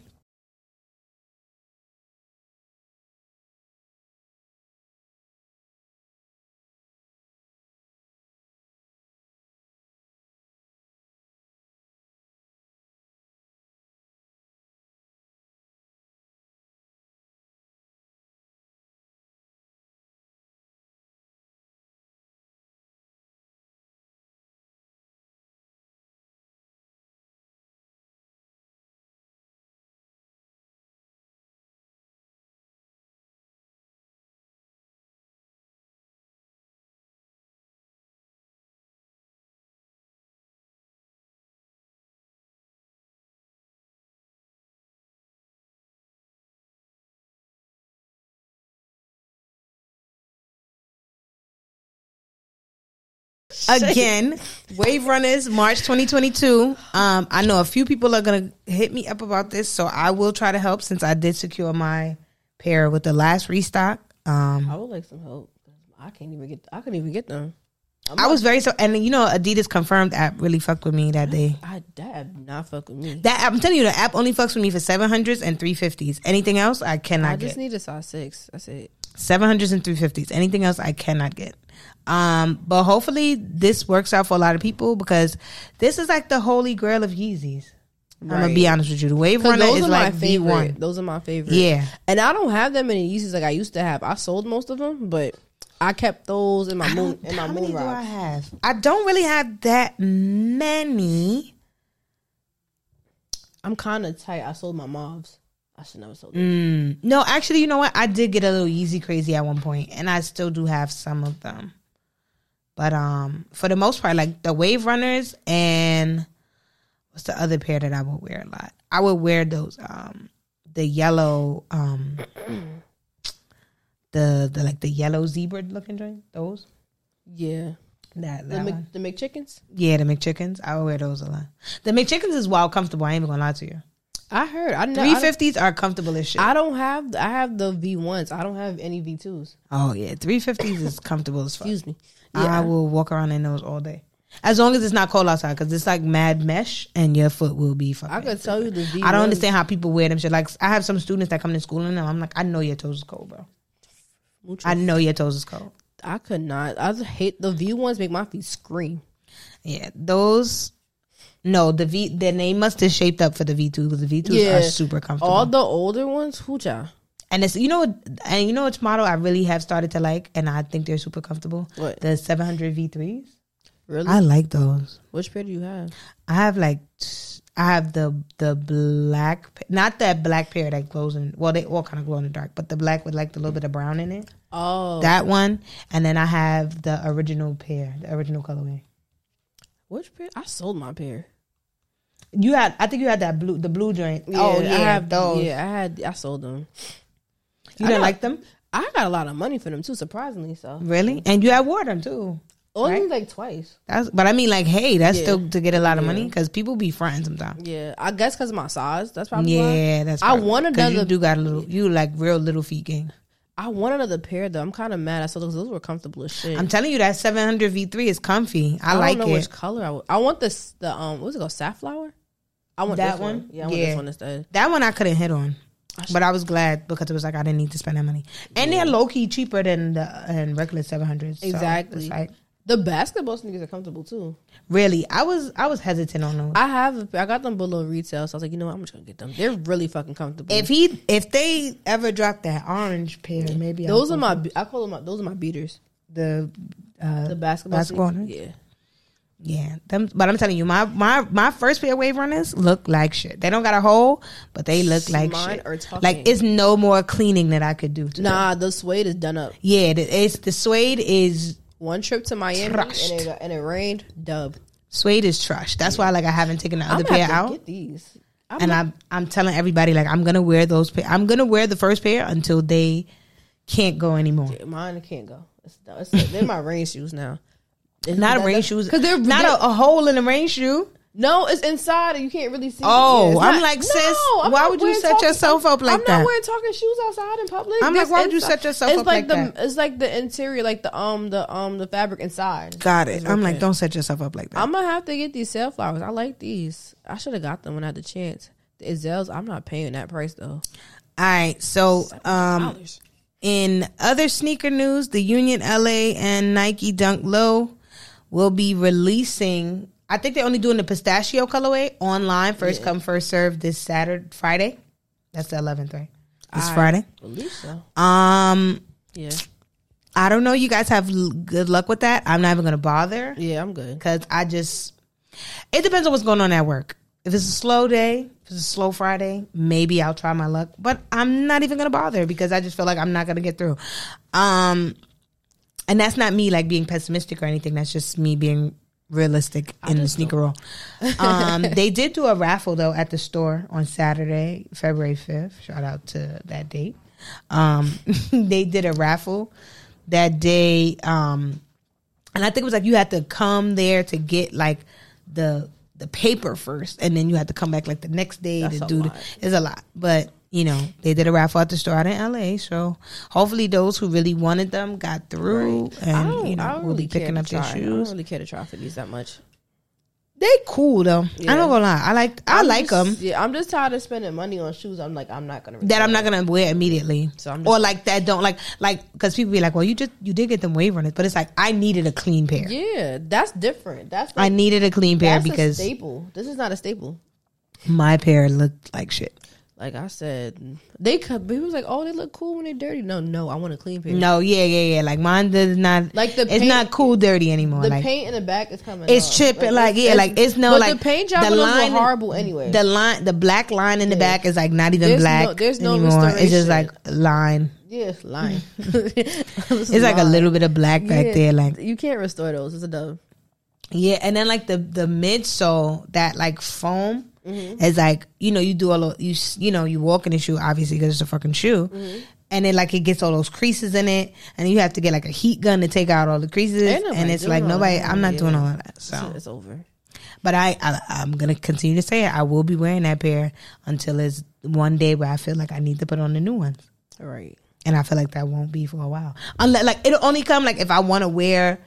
again wave runners march 2022 um i know a few people are gonna hit me up about this so i will try to help since i did secure my pair with the last restock um
I would like some help. I can't even get. I couldn't even get them. I'm
I was very so, and you know, Adidas confirmed app really fucked with me that day.
I that did not fuck with me.
That app, I'm telling you, the app only fucks with me for 700s and 350s. Anything else, I cannot
I
get.
just need a size six. That's it.
Seven hundreds and three fifties. Anything else I cannot get. Um, but hopefully this works out for a lot of people because this is like the holy grail of Yeezys. I'm gonna be
Right.
honest with you. The Wave
'Cause
Runner
those
is
are my
like the
favorite.
one.
Those are my favorite.
Yeah.
and I don't have that many uses like I used to have. I sold most of them, but I kept those in my moon in my
How many
moon
do I
rock.
have? I don't really have that many.
I'm kind of tight. I sold my mobs. I should never sold them.
Mm, no, actually, you know what? I did get a little Yeezy crazy at one point, and I still do have some of them. But um, for the most part, like the Wave Runners and what's the other pair that I would wear a lot? I would wear those um, the yellow um, the the like the yellow zebra looking joint. Those
Yeah,
that,
the
that one.
Mc, the McChickens.
yeah, the McChickens. I would wear those a lot. The McChickens is wild comfortable. I ain't even gonna lie to you.
I heard. I know.
Three
I don't,
fifties are comfortable as shit.
I don't have. I have the V ones. I don't have any V twos.
oh yeah, three fifties is comfortable as fuck.
Excuse me.
I
Yeah,
will walk around in those all day. As long as it's not cold outside, because it's like mad mesh and your foot will be fucking.
I, could tell you the V.
I don't understand how people wear them shit. Like I have some students that come to school and I'm like, I know your toes is cold, bro. I know your toes is cold.
I could not. I hate the V ones. Make my feet scream.
Yeah, those. No, the V. Then they must have shaped up for the V two because the V twos
Yeah.
are super comfortable.
All the older ones, hoocha.
and it's you know what- and you know which model I really have started to like and I think they're super comfortable.
What?
The 700 V threes.
Really?
I like those.
Which pair do you have?
I have like t- I have the the black, p- not that black pair that glows in. Well, they all kind of glow in the dark, but the black with like the little bit of brown in it.
Oh,
That one, and then I have the original pair, the original colorway.
which pair? I sold my pair.
You had, I think you had that blue, the blue joint. oh yeah, I have those.
Yeah, I had. I sold
You
them. I
didn't
got-
like them,
I got a lot of money for them too, surprisingly. So
really? And you had wore them too.
only like twice.
That's, but I mean, like, hey, that's
Yeah.
still to get a lot of money because people be fronting sometimes.
Yeah, I guess because of my size. That's probably why.
Yeah, that's.
I
probably-
want
'cause You
another-
do got a little. You like real little feet game.
I want another pair though. I'm kind of mad. I sold those. Those were comfortable as shit.
I'm telling you that 700 V3 is comfy. I,
I
like
don't know
it.
which color I would. I want this. The um, what's it called? Safflower. I want
That
this one.
one?
Yeah, I want
Yeah.
this one instead.
That one I couldn't hit on, but I was glad because it was like I didn't need to spend that money, and they're low key cheaper than the and regular seven hundreds.
Exactly. The basketball sneakers are comfortable too.
really, I was I was hesitant on those.
I have. a pair- I got them below retail, so I was like, you know what? I'm just gonna get them. They're really fucking comfortable.
if he if they ever drop that orange pair, maybe
those are
I'll,
my. be- I call them. My, those are my beaters.
the uh,
The basketball.
Basketball
sneakers. Yeah.
yeah. Them, but I'm telling you, my my my first pair of wave runners look like shit. They don't got a hole, but they look like
Mine
shit.
are talking.
Like it's no more cleaning that I could do. To them.
Nah, the suede is done up.
Yeah, the, it's the suede is
One trip to Miami
Trashed.
and it, and it rained. Dub.
suede is trash. That's why like I haven't taken the
I'm
other
gonna
pair
have
out.
to Get these. I'm
and I'm I'm telling everybody like I'm gonna wear those. Pair. I'm gonna wear the first pair until they can't go anymore.
mine can't go. It's, no, it's, they're my rain shoes now. It's
Not a rain shoes
because they're
not
they're-
a, a hole in a rain shoe.
No, it's inside and you can't really see.
Oh,
it. Yeah, it's
I'm
not-
like, sis,
I'm
why
not
would you
wearing
set yourself up like
I'm
that?
not wearing talking shoes outside in public.
I'm like,
This
why would you
inside-
set yourself
it's
up
like
like
the, It's like the interior, like the um, the um, the fabric inside.
Got it. I'm like,
okay.
don't set yourself up like that.
I'm gonna have to get these safflowers. I like these. I should have got them when I had the chance. The Izels, I'm not paying that price though.
All right. So, um,
Dollars.
in other sneaker news, the Union LA and Nike Dunk Low will be releasing. I think they're only doing the pistachio colorway online, first come, first serve this Saturday, Friday. That's the 11th, right? This
I-
Friday.
believe so.
Um,
Yeah,
I don't know. You guys have l- good luck with that. I'm not even gonna bother
yeah, I'm good.
because I just. It depends on what's going on at work. If it's a slow day, if it's a slow Friday, maybe I'll try my luck. But I'm not even gonna bother because I just feel like I'm not gonna get through. Um, and that's not me like being pessimistic or anything. That's just me being realistic in the sneaker roll. Um, they did do a raffle though at the store on Saturday, February 5th. Shout out to that date. Um, they did a raffle that day. Um, and I think it was like you had to come there to get like the the paper first, and then you had to come back like the next day
That's
to
a
do. The,
lot.
it's a lot, but you know, they did a raffle at the store out in LA. So hopefully those who really wanted them got through
I
and
don't,
you know
I don't
will
really
be picking
care
up
to
their
try. I don't
shoes.
really care to try for these that much.
They cool though. I'm not gonna lie. I like I
I'm
like
just-
them.
Yeah, I'm just tired of spending money on shoes. I'm like, I'm not gonna.
That I'm
return
not
it.
gonna wear immediately,
So I'm just-
or like that don't like like because people be like, well, you just you did get them wave runners, but it's like I needed a clean pair.
Yeah, that's different. That's
I needed a clean pair
that's a
because
staple. This is not a staple.
my pair looked like shit.
Like I said, they cut. People was like, oh, they look cool when they're dirty. No, no, I want a clean pair.
No, yeah, yeah, yeah. Like mine does not
Like the
it's
paint-
not cool dirty anymore.
the
like
paint in the back is coming.
It's
off.
chipping, like, yeah,
it's-
like, it's no,
but
like,
the paint job
the
on those
line-
were horrible anyway.
the line, the black line in the back is like not even
There's
black
no- there's no
anymore. It's just
restoration.
like line.
yeah, it's lying. it's
It's like a little bit of black back there, like
you can't restore those. It's a dub.
yeah. And then like the the midsole, that like foam
Mm-hmm.
is like you know you do all of, you s- you know you walk in the shoe obviously because it's a fucking shoe.
Mm-hmm.
And it like it gets all those creases in it, and you have to get like a heat gun to take out all the creases, and,
Ain't nobody
it's
doing
like
all
nobody.
that.
I'm not
Yeah.
doing all of that. So
It's, it's over.
But I, I I'm gonna continue to say it. I will be wearing that pair until it's one day where I feel like I need to put on the new ones,
All right.
and I feel like that won't be for a while. Unless like it'll only come like if I want to wear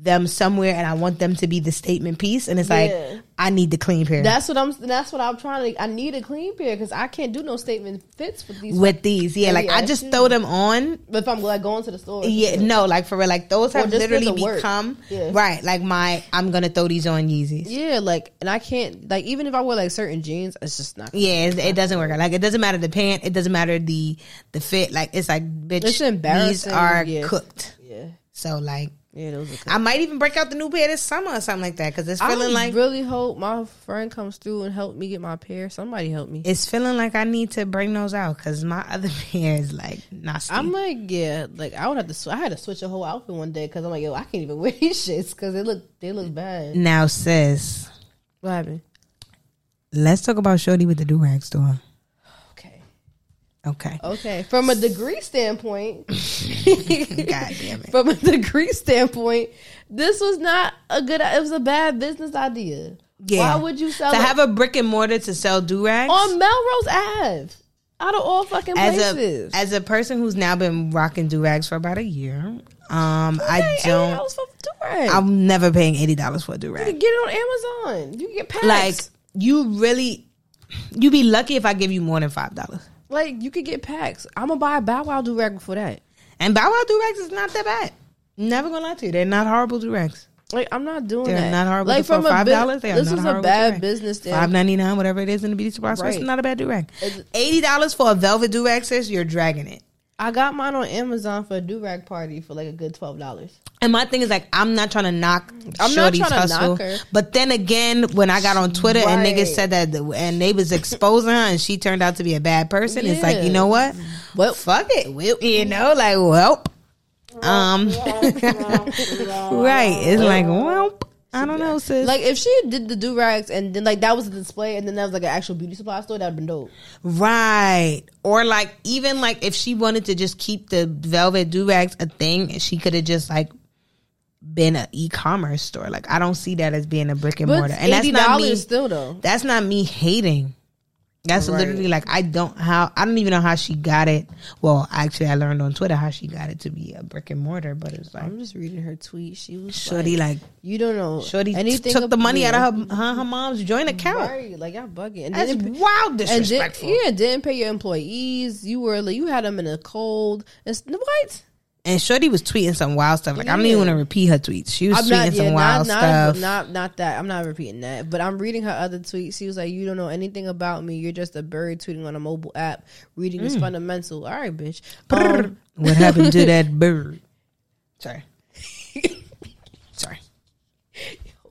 them somewhere and I want them to be the statement piece, and it's
Yeah.
like I need the clean pair
That's what I'm. That's what I'm trying to. I need a clean pair because I can't do no statement fits with these.
with these. Yeah,
Yeah,
like I
yeah,
just
shoes.
throw them on.
But if I'm like going to the store,
Yeah, no, like for real, like those
Or
have
just with
literally
the work.
become
Yeah.
right. Like my, I'm gonna throw these on Yeezys.
yeah, like, and I can't like even if I wear like certain jeans, it's just not.
Yeah, it, it doesn't work. out. Like it doesn't matter the pant. It doesn't matter the the fit. Like it's like bitch.
It's embarrassing,
These are
yeah.
cooked.
Yeah,
So like,
yeah, those are.
I might even break out the new pair this summer or something like that because it's
I
feeling like
really hope my friend comes through and help me get my pair. Somebody help me.
it's feeling like I need to bring those out because my other pair is like nasty.
I'm like, yeah, like I would have to. Sw- I had to switch a whole outfit one day because I'm like, yo, I can't even wear these shits because they look they look bad.
now sis,
What happened?
let's talk about Shorty with the do rag store.
Okay,
Okay,
okay. From a degree standpoint,
god damn it.
from a degree standpoint, this was not a good. It was a bad business idea.
Yeah.
Why would you sell
To
it
have a brick and mortar to sell do rags
on Melrose Ave? Out of all fucking
as a
places,
as a person who's now been rocking do rags for about a year, um, I
Hey,
don't.
$80 for Durag.
I'm never paying eighty dollars for a do
You
rag.
can get it on Amazon. You can get packs.
Like
Like,
you really, you be lucky if I give you more than five dollars.
like you could get packs. I'm gonna buy a Bow Wow do rag for that.
And Bow Wow do rags is not that bad. Never gonna lie to you, they're not horrible do rags.
Like I'm not doing
They're
that.
not horrible.
Like
for
a
five
bu-
dollars, they are
this
not
was a
horrible
bad
durag.
business. deal.
Five ninety nine, whatever it is in the beauty supply store, it's
Right.
not a bad do rag.
It's-
Eighty dollars for a velvet do rag, sis, you're dragging it.
I got mine on Amazon for a do rag party for like a good twelve dollars.
And my thing is like I'm not trying to knock
I'm not
Shorty's
tryna knock
hustle,
her.
but then again, when I got on Twitter and
Right.
niggas said that, and they was exposing her, and she turned out to be a bad person, it's like you
Yeah.
know what? Well, fuck it, well, you know, like well, um, right? It's like well, I don't know, sis.
Like if she did the do rags and then like that was a display and then that was like an actual beauty supply store, that'd been dope.
Right. Or like even like if she wanted to just keep the velvet do rags a thing, she could have just like been an e-commerce store. Like I don't see that as being a brick and
But
mortar. And that's
eighty
not me.
dollars still though.
That's not me hating. That's
Right.
literally like I don't how I don't even know how she got it. Well, actually, I learned on Twitter how she got it to be a brick and mortar, but it's like
I'm just reading her tweet. She was
Shorty like
like, you don't know
Shorty t-
anything
took the
ab-
money
yeah.
out of her her, her mom's joint account.
Right, like y'all bugging. And
That's
then
wild
and then,
disrespectful.
yeah, didn't pay your employees. You were like, you had them in a cold. It's what?
And Shorty was tweeting some wild stuff. Like I don't
Yeah.
even want to repeat her tweets. She was
I'm
tweeting
not,
some
yeah,
wild
not, not,
stuff.
not, not that. I'm not repeating that. But I'm reading her other tweets. She was like, "You don't know anything about me. You're just a bird tweeting on a mobile app. Reading is fundamental. All right, bitch. Um,
what happened to that bird? Sorry, sorry,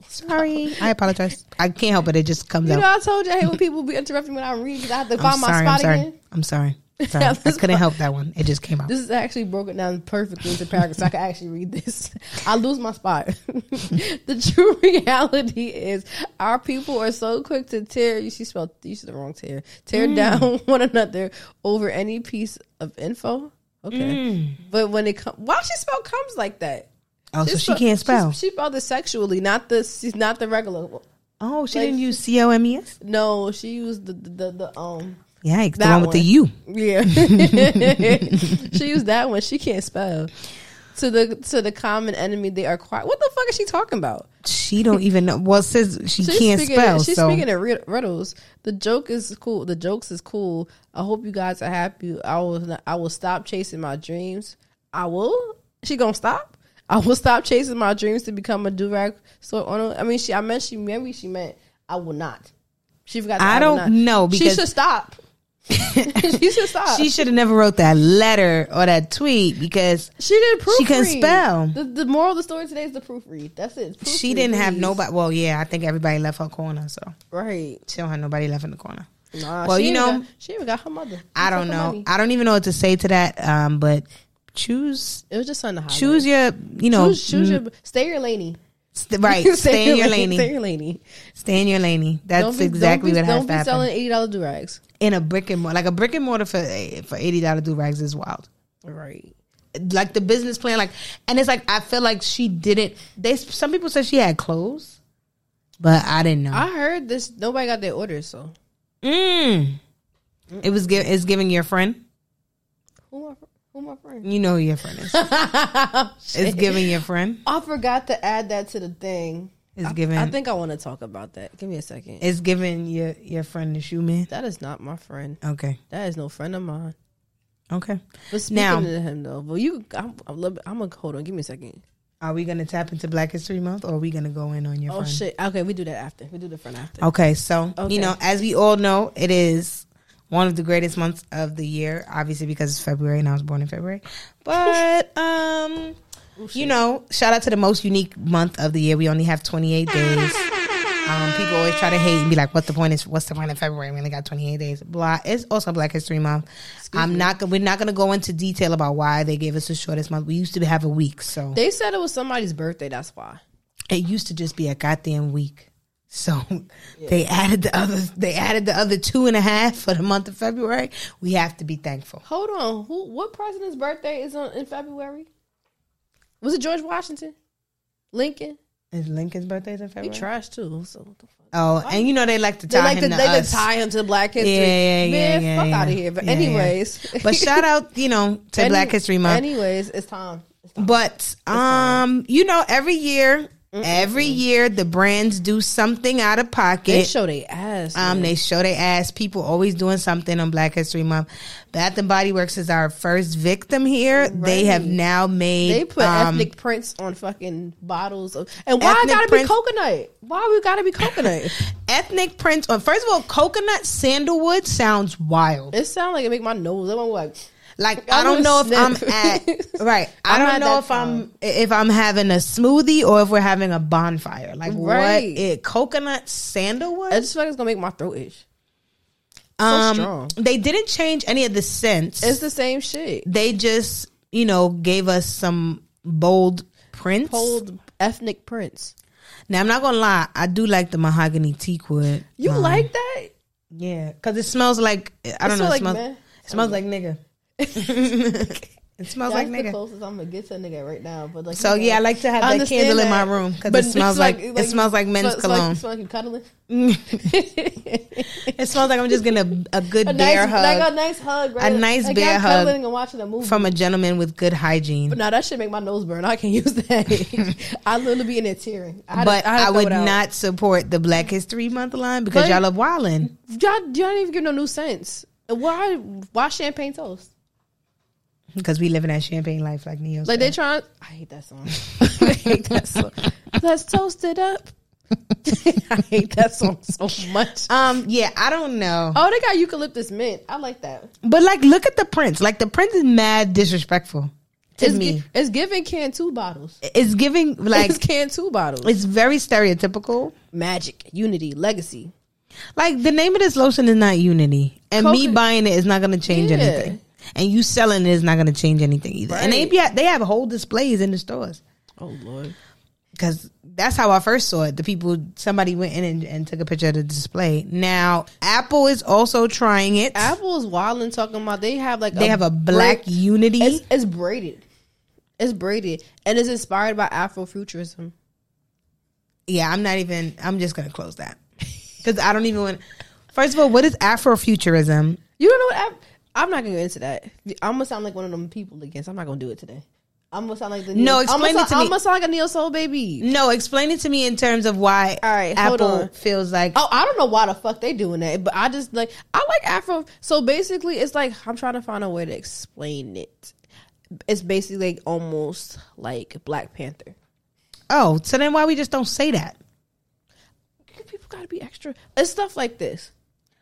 sorry. I apologize. I can't help it. It just comes
you know,
out.
I told you I hate when people be interrupting when I read. 'cause I have to
I'm
find my
sorry. I'm
spot
sorry.
again.
I'm sorry. Sorry. I
That was
couldn't help that one. It just came out.
This is actually broken down perfectly into paragraphs. so I can actually read this. I lose my spot. the true reality is our people are so quick to tear. You see, spelled you see the wrong tear. Tear
Mm.
down one another over any piece of info. Okay, but when it comes, why she spell comes like that?
Mm. Oh, so she
spell-
can't spell.
She, she spelled it sexually, not the she's not the regular.
oh, she
like-
didn't use C O M E S.
No, she used the the the, the um
Yikes, the
That
one with the
one.
U.
Yeah. she used that one. She can't spell. To the to the common enemy, they are quiet. What the fuck is she talking about?
She don't even know. Well, says she
She's
can't
speaking,
spell.
She's
so
speaking of rid- riddles. The joke is cool. The jokes is cool. I hope you guys are happy. I will. I will stop chasing my dreams. I will. She gonna stop. I will stop chasing my dreams to become a durag sword owner. I mean, she. I meant she. Maybe she meant I will not. She forgot. the
I
will
don't know,
not. she
because-
should stop. she should stop.
she should have never wrote that letter or that tweet because
She didn't proofread.
She couldn't spell.
The, the moral of the story today is the proofread. That's it. It's
she
proofread,
didn't have
please.
nobody. Well, yeah, I think everybody left her corner, so
Right.
she don't have nobody left in the corner.
Nah,
Well,
she
you
even
know-
got- she even got her mother.
I
She
don't
took her
know.
money.
I don't even know what to say to that. Um, but choose,
It was just something to highlight.
choose your, you know,
Choose, choose your. Stay your laney.
st- right. Stay in your
Stay
lane.
your laney.
Stay in your lane. That's
Don't be-
exactly
don't
what
be,
has
Don't
to
be
happen.
selling eighty dollar durags.
in a brick and mortar, like a brick and mortar for for eighty dollar do rags is wild.
Right.
Like the business plan, like, and it's like I feel like she didn't. They some people said she had clothes, but I didn't know.
I heard this. Nobody got their orders. So
mm. It was gi- it's giving your friend.
who my fr- who my friend?
You know who your friend is.
Oh,
it's giving your friend.
I forgot to add that to the thing.
It's
I-
giving.
I think I want to talk about that. Give me a second.
it's giving your your friend the shoe man.
that is not my friend.
Okay.
That is no friend of mine.
Okay.
But speaking
Now-
to him though, well, you, I'm, I'm, li- I'm gonna hold on. Give me a second.
Are we gonna tap into Black History Month or are we gonna go in on your
Oh
friend?
shit. Okay, we do that after. We do the friend after.
Okay, so
Okay.
you know, as we all know, it is one of the greatest months of the year, obviously because it's February and I was born in February. But um you know, shout out to the most unique month of the year. We only have 28 days. Um, people always try to hate and be like, "What the point is? What's the point of February? We only got 28 days." Blah. It's also Black History Month. I'm not. We're not going to go into detail about why they gave us the shortest month. We used to have a week, so
They said it was somebody's birthday. That's why.
it used to just be a goddamn week. So they added the other they added the other two and a half for the month of February. We have to be thankful.
Hold on. Who? What president's birthday is on in February? Was it George Washington? Lincoln?
Is Lincoln's birthday in
He
February?
trash too. So what the fuck?
oh, and you know they like to
They
tie
like
him
to,
to
they like
us.
to tie him to Black History.
Yeah, yeah, yeah,
Man,
yeah,
fuck
yeah.
out of here. But
Yeah, yeah.
anyways,
but shout out, you know, to
Any-
Black History Month.
Anyways, it's time. It's time.
But um, you know, every year, every year the brands do something out of
They
pocket.
show they ass.
Um,
man.
they show their ass. People always doing something on Black History Month. Bath and Body Works is our first victim here. They have
Right.
now made
They put
um,
ethnic prints on fucking bottles of, and why it
Ethnic
gotta
prints-
be coconut? Why we gotta be coconut?
ethnic prints on. First of all, coconut sandalwood sounds wild.
it sound like it make my nose. I'm like,
Like
I
I don't
would
know if I'm
sniff.
at right. I
I'm
don't
at
know
that
if I'm if I'm having a smoothie or if we're having a bonfire. Like what?
Right.
It, coconut sandalwood. Um,
I just feel like it's gonna make my throat itch. strong.
they didn't change any of the scents.
It's the same shit.
they just you know gave us some bold prints.
Old ethnic prints.
Now I'm not gonna lie, I do like the mahogany teak wood.
You like that?
Yeah, because it smells like I don't know.
It smell
It
like
smells,
meh.
it smells like nigga. it smells
That's
like
the
nigga.
closest I'm gonna get to a nigga right now. But like,
So
you know,
yeah, I like to have
I
that
understand
candle in my
that.
room because
But
it smells
it's
like, it smells like men's
smells-
cologne.
Smells like, smells like you cuddling.
it smells like I'm just getting a, a good
a
bear
nice,
hug
like a nice hug, right?
nice
like
bear
y'all
hug
cuddling and watching a movie.
from a gentleman with good hygiene.
But now that should make my nose burn. I can't use that. I literally be in there tearing. I had to-
but
had to
I
throw
would
it out.
not support the Black History Month line because
But-
y'all are wilding.
Y'all, y'all didn't even give no new sense. Why? Why champagne toast?
Because we living that champagne life like Neo.
Like they trying. I hate that song. I hate that song. Let's toast it up. I hate that song so much.
um, yeah, I don't know.
Oh, they got eucalyptus mint. I like that.
But like, look at the prints. Like the print is mad disrespectful to
it's,
me.
gi- it's giving can two bottles.
it's giving like
it's can two bottles.
it's very stereotypical.
Magic, unity, legacy.
Like the name of this lotion is not Unity, and me
Coca-
buying it is not going to change
Yeah.
anything, and you selling it is not going to change anything either. And they
Right.
be, they have whole displays in the stores
Oh lord.
because that's how I first saw it. The people somebody went in and, and took a picture of the display. Now Apple is also trying it.
Apple's wilding talking about they have like
they have a black
braid-
Unity.
It's, it's braided. It's braided and it's inspired by Afrofuturism.
yeah, I'm not even. I'm just gonna close that because I don't even want. First of all, what is Afrofuturism?
You don't know what? I, I'm not gonna get into that. I'm gonna sound like one of them people against. I'm not gonna do it today. I'm gonna sound like the
No,
neo-
explain
I'm
it to
I'm
me.
gonna sound like a neo soul baby.
No, explain it to me in terms of why
All right, hold
Apple
on.
feels like
Oh, I don't know why the fuck they doing that, but I just like I like Afro. So basically, it's like I'm trying to find a way to explain it. It's basically like almost like Black Panther.
oh, so then why we just don't say that?
People gotta be extra. It's stuff like this.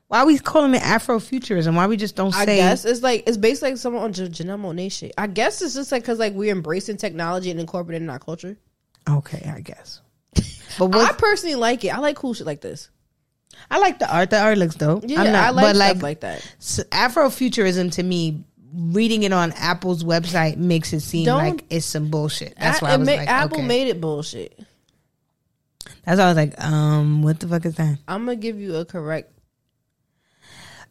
Why we calling it Afrofuturism? Why we just don't
I
say
guess it's like it's basically like someone on Jan- Janelle Monae shit. I guess it's just like because like we're embracing technology and incorporating it in our culture.
Okay, I guess. But
I
what,
personally like it. I like cool shit like this.
I, like the art. The art looks dope.
Yeah,
I'm not,
I like
but
stuff
like,
like, that.
s- Afrofuturism to me, reading it on Apple's website makes it seem
Don't-
like it's some bullshit. That's
A-
why I
it
was
ma-
like,
Apple
okay.
made it bullshit.
That's why I was like, um, what the fuck is that?
I'm gonna give you a correct.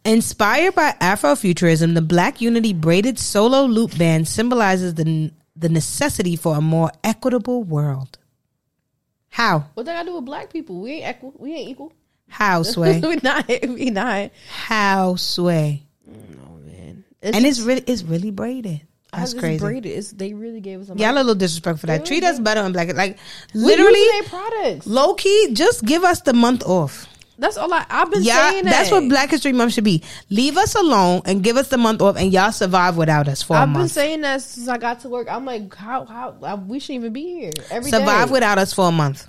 Inspired by Afrofuturism, the Black Unity braided solo loop band symbolizes the the necessity for a more equitable world. How?
What that got to do with black people? We ain't equal. We ain't equal.
How sway?
we not. We not. Mm,
How sway?
No man.
And it's really it's really braided. That's
it's
crazy.
Braided. It's, they really gave us. A
Y'all a little disrespect for that. Treat us better on black. Like
We using
literally,
their products.
low key, just give us the month off.
That's all I. I've been
Yeah,
saying.
that's
that.
what Black History Month should be. Leave us alone and give us the month off, and y'all survive without us for a
I've been
month.
saying that since I got to work. I'm like, how how I, we shouldn't even be here every day.
survive without us for a month.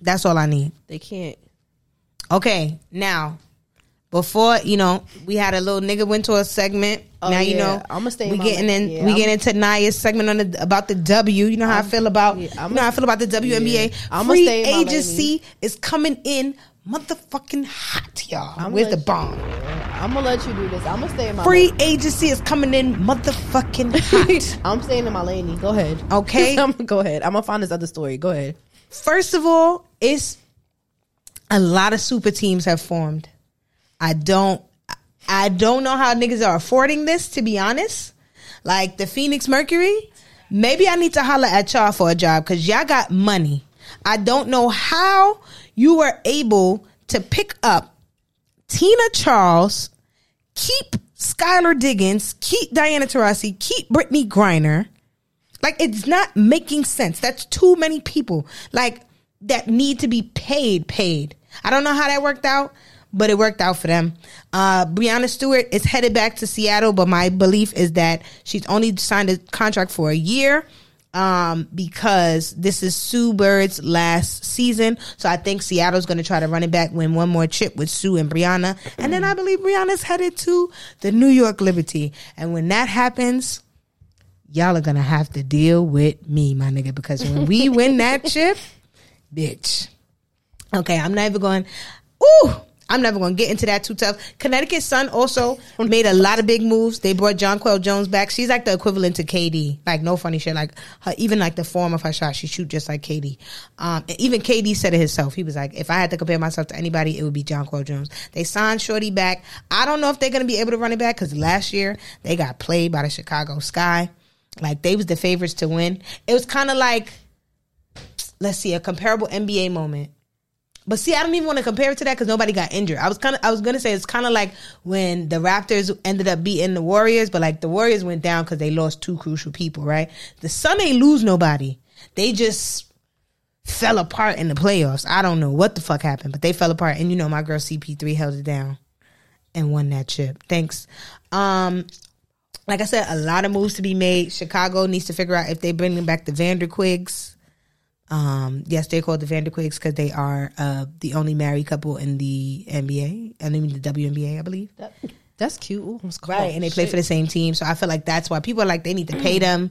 That's all I need.
They can't.
Okay, now before you know, we had a little nigga went to a segment.
Oh,
now you
yeah.
know
I'ma stay in
We
my
getting
lane.
in.
Yeah,
we
I'm-
getting into Naya's segment on the about the W. You know how i feel about.
yeah,
you
I'ma-
know how I feel about the WNBA.
I'ma
Free
stay in my lane.
agency is coming in, motherfucking hot, y'all.
I'ma
Where's the
let you-
bomb?
I'm gonna let you do this. I'm gonna stay in my
Free agency is coming in, motherfucking
Lane.
hot.
I'm staying in my lane. Go ahead.
Okay.
I'm gonna go ahead. I'm gonna find this other story. Go ahead.
First of all, it's a lot of super teams have formed. I don't I don't know how niggas are affording this to be honest. Like the Phoenix Mercury, maybe I need to holler at y'all for a job cuz y'all got money. I don't know how you were able to pick up Tina Charles, keep Skylar Diggins, keep Diana Taurasi, keep Brittany Griner. Like it's not making sense. That's too many people like that need to be paid. Paid. I don't know how that worked out, but it worked out for them. Uh, Brianna Stewart is headed back to Seattle, but my belief is that she's only signed a contract for a year um, because this is Sue Bird's last season. So I think Seattle's going to try to run it back, win one more chip with Sue and Brianna, and then I believe Brianna's headed to the New York Liberty. And when that happens y'all are gonna have to deal with me, my nigga, because when we win that chip, bitch. Okay, I'm never going. Ooh, I'm never going to get into that too tough. Connecticut Sun also made a lot of big moves. They brought Jonquel Jones back. She's like the equivalent to KD. Like no funny shit. Like her, even like the form of her shot, she shoot just like KD. Um, and even KD said it himself. He was like, if I had to compare myself to anybody, it would be Jonquel Jones. They signed Shorty back. I don't know if they're going to be able to run it back because last year they got played by the Chicago Sky. Like they was the favorites to win. It was kind of like let's see a comparable NBA moment. But see, I don't even want to compare it to that because nobody got injured. I was kind of, I was gonna say it's kind of like when the Raptors ended up beating the Warriors, but like the Warriors went down because they lost two crucial people, right? The Sun ain't lose nobody. They just fell apart in the playoffs. I don't know what the fuck happened, but they fell apart. And you know, my girl CP3 held it down and won that chip. Thanks. Um, like I said, a lot of moves to be made. Chicago needs to figure out if they bring them back the Vanderquigs. Um, yes, they're called the Vanderquigs because they are uh, the only married couple in the NBA. I mean, the WNBA, I believe.
That, that's cute. Ooh, I'm scared.
Right, and they play for the same team. So I feel like that's why people are like they need to
Mm.
pay them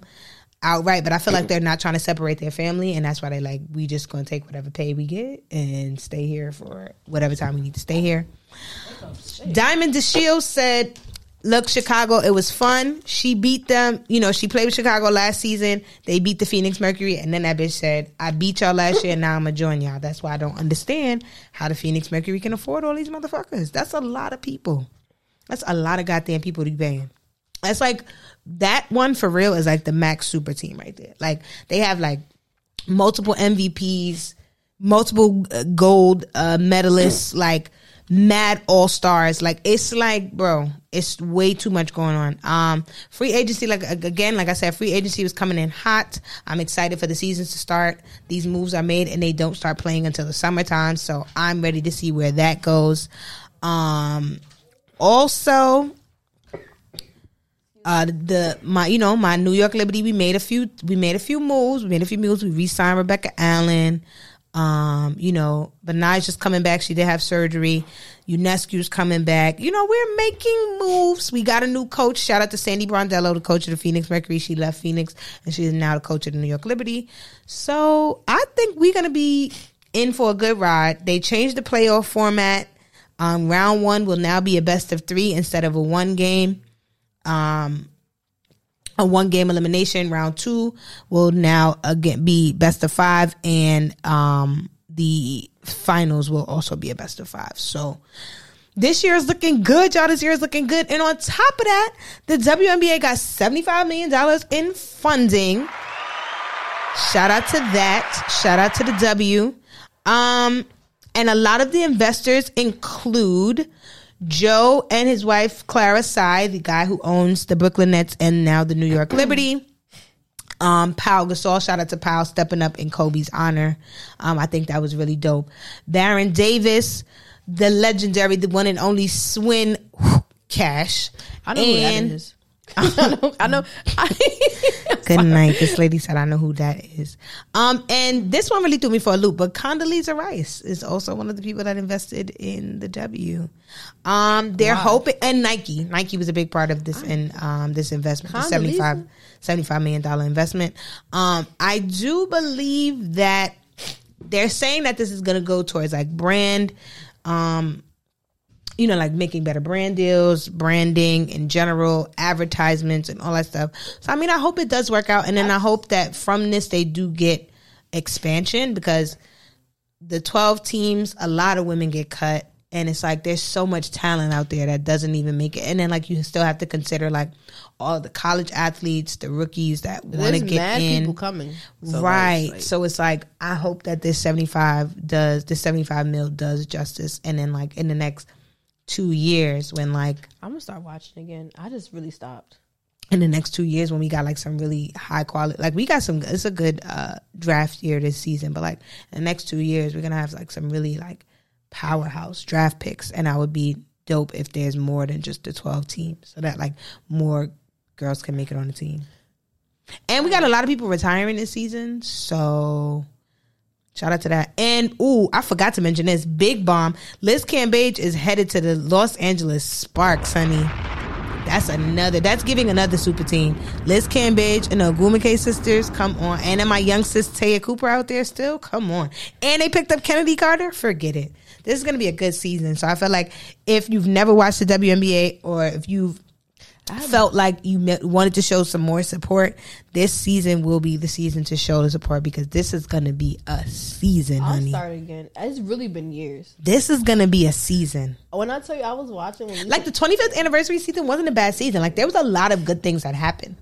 outright, but I feel like they're not trying to separate their family, and that's why they like we just gonna take whatever pay we get and stay here for whatever time we need to stay here. Diamond DeShields said, "Look, Chicago, it was fun. She beat them. You know, she played with Chicago last season. They beat the Phoenix Mercury, and then that bitch said, "I beat y'all last year, and now I'm gonna join y'all." That's why I don't understand how the Phoenix Mercury can afford all these motherfuckers. That's a lot of people. That's a lot of goddamn people to be paying. That's like that one for real is like the max super team right there. Like they have like multiple MVPs, multiple uh, gold uh, medalists. Like mad all stars. Like it's like, bro, it's way too much going on. Um, free agency, like ag- again, like I said, free agency was coming in hot. I'm excited for the seasons to start. These moves are made, and they don't start playing until the summertime. So I'm ready to see where that goes. Um, also, uh, the my you know my New York Liberty. We made a few we made a few moves. We made a few moves. We re-signed Rebecca Allen. Um, you know, Benai's just coming back. She did have surgery. UNESCO's coming back. You know, we're making moves. We got a new coach. Shout out to Sandy Brondello, the coach of the Phoenix Mercury. She left Phoenix and she's now the coach of the New York Liberty. So I think we're gonna be in for a good ride. They changed the playoff format. Um, round one will now be a best of three instead of a one game um a one game elimination round two will now again be best of five and um the finals will also be a best of five so this year is looking good y'all this year is looking good and on top of that the WNBA got 75 million dollars in funding shout out to that shout out to the W um and a lot of the investors include Joe and his wife Clara Sy, the guy who owns the Brooklyn Nets and now the New York Liberty. Um, Pau Gasol, shout out to Pau stepping up in Kobe's honor. Um, I think that was really dope. Baron Davis, the legendary, the one and only Swin Cash.
I know who that
And-
is. I know. I know. I,
Good night. This lady said, I know who that is. Um, and this one really threw me for a loop, but Condoleezza Rice is also one of the people that invested in the W. Um, they're hoping, and Nike. Nike was a big part of this in um, this investment, the
Condoleezza?
75, $75 million dollar investment. Um, I do believe that they're saying that this is going to go towards like brand. Um, you know, like making better brand deals, branding in general, advertisements, and all that stuff. So, I mean, I hope it does work out. And then I hope that from this, they do get expansion because the 12 teams, a lot of women get cut. And it's like there's so much talent out there that doesn't even make it. And then, like, you still have to consider like all the college athletes, the rookies that want to
there's
get
mad
in
people coming. So, like,
right.
like,
so it's like I hope that this seventy five does this seventy five mil does justice, and then like in the next two years, when like
I'm gonna start watching again. I just really stopped.
in the next two years when we got like some really high quality, like we got some. It's a good uh, draft year this season, but like the next two years, we're gonna have like some really like powerhouse draft picks, and I would be dope if there's more than just the twelve teams, so that like more girls can make it on the team. And we got a lot of people retiring this season, so shout out to that. And ooh, I forgot to mention this big bomb. Liz Cambage is headed to the Los Angeles Sparks, honey. That's another. That's giving another super team. Liz Cambage and the Ogumake sisters, come on. And then my young sis Taya Cooper out there still, come on. And they picked up Kennedy Carter. Forget it. This is going to be a good season. So I feel like if you've never watched the WNBA or if you've felt like you me- wanted to show some more support, this season will be the season to show the support because this is going to be a season,
I'll
honey.
start again. It's really been years.
This is going to be a season.
When I tell you, I was watching. When we
like the 25th anniversary season wasn't a bad season. Like there was a lot of good things that happened.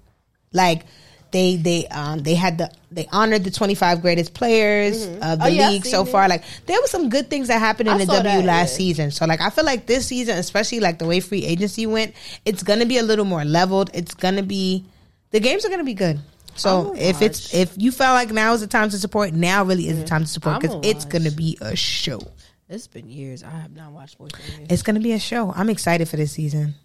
Like they they um they had the they honored the 25 greatest players of the
Oh, yeah, I
league
seen
so
it.
far. Like there was some good things that happened in
I
the
saw
W
that,
last
yeah.
season. So like I feel like this season, especially like the way free agency went, it's gonna be a little more leveled. It's gonna be the games are gonna be good. So
I'ma
if it's
watch.
if you felt like now is the time to support, now really is the time to support because
I'ma
it's
watch.
gonna be a show.
It's been years. I have not watched Boys in Years.
It's gonna be a show. I'm excited for this season.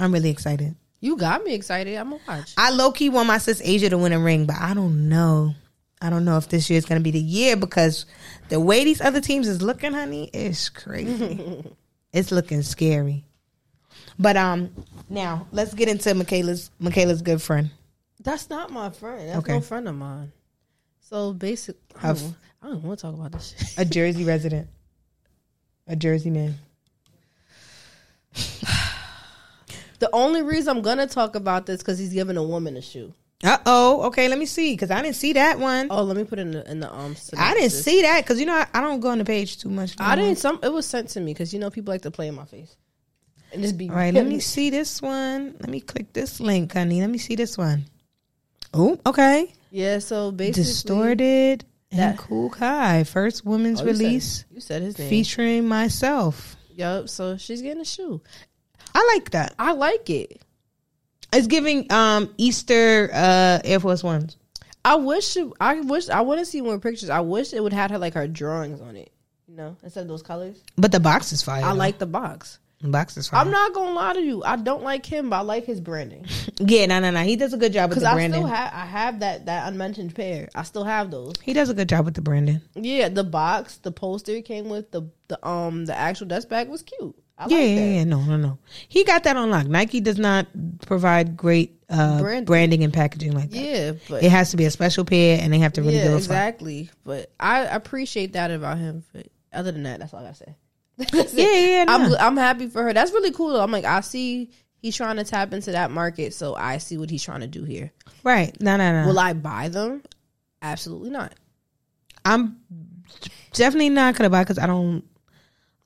I'm really excited.
You got me excited. I'm gonna watch.
I low key want my sis Asia to win a ring, but I don't know. I don't know if this year is going to be the year because the way these other teams is looking, honey, it's crazy. it's looking scary. But um, now let's get into Michaela's Michaela's good friend.
That's not my friend. That's
Okay.
no friend of mine. So basically, I
Have-
don't, I don't want to talk about this shit.
a Jersey resident, a Jersey man.
The only reason I'm gonna talk about this because he's giving a woman a shoe.
Uh oh. Okay, let me see because I didn't see that one.
Oh, let me put it in the in the um.
I didn't
synopsis.
see that because you know I, I don't go on the page too much.
I didn't. Some it was sent to me because you know people like to play in my face and just be
All right, let me see this one. Let me click this link, honey. Let me see this one. Oh, okay.
Yeah. So basically,
Distorted and
that-
Cool Kai. First women's
Oh, you said-
release
You said his name.
featuring myself.
Yup. So she's getting a shoe.
I like that.
I like it.
It's giving um Easter uh Air Force Ones.
I wish. It, I wish. I want to see more pictures. I wish it would have her like her drawings on it. You know, instead of those colors.
But the box is fire.
I
though.
like the box.
the box is fire.
I'm not gonna lie to you. I don't like him, but I like his branding
yeah, no, no, no. He does a good job with
because
the
I
branding.
still have. I have that that unmentioned pair. I still have those.
he does a good job with the branding.
Yeah, the box, the poster it came with the the um the actual dust bag was cute. I
yeah,
like
yeah,
that.
yeah. No, no, no. He got that on lock. Nike does not provide great uh,
Branding.
branding. and packaging like that.
Yeah, but
It has to be a special pair, and they have to really
yeah,
go
exactly. But I appreciate that about him. But other than that, that's all I gotta say. That's it.
Yeah, yeah, nah.
I'm I'm happy for her. That's really cool. though. I'm like I see he's trying to tap into that market, so I see what he's trying to do here.
right. No, no, no.
Will I buy them? Absolutely not.
I'm definitely not gonna buy because I don't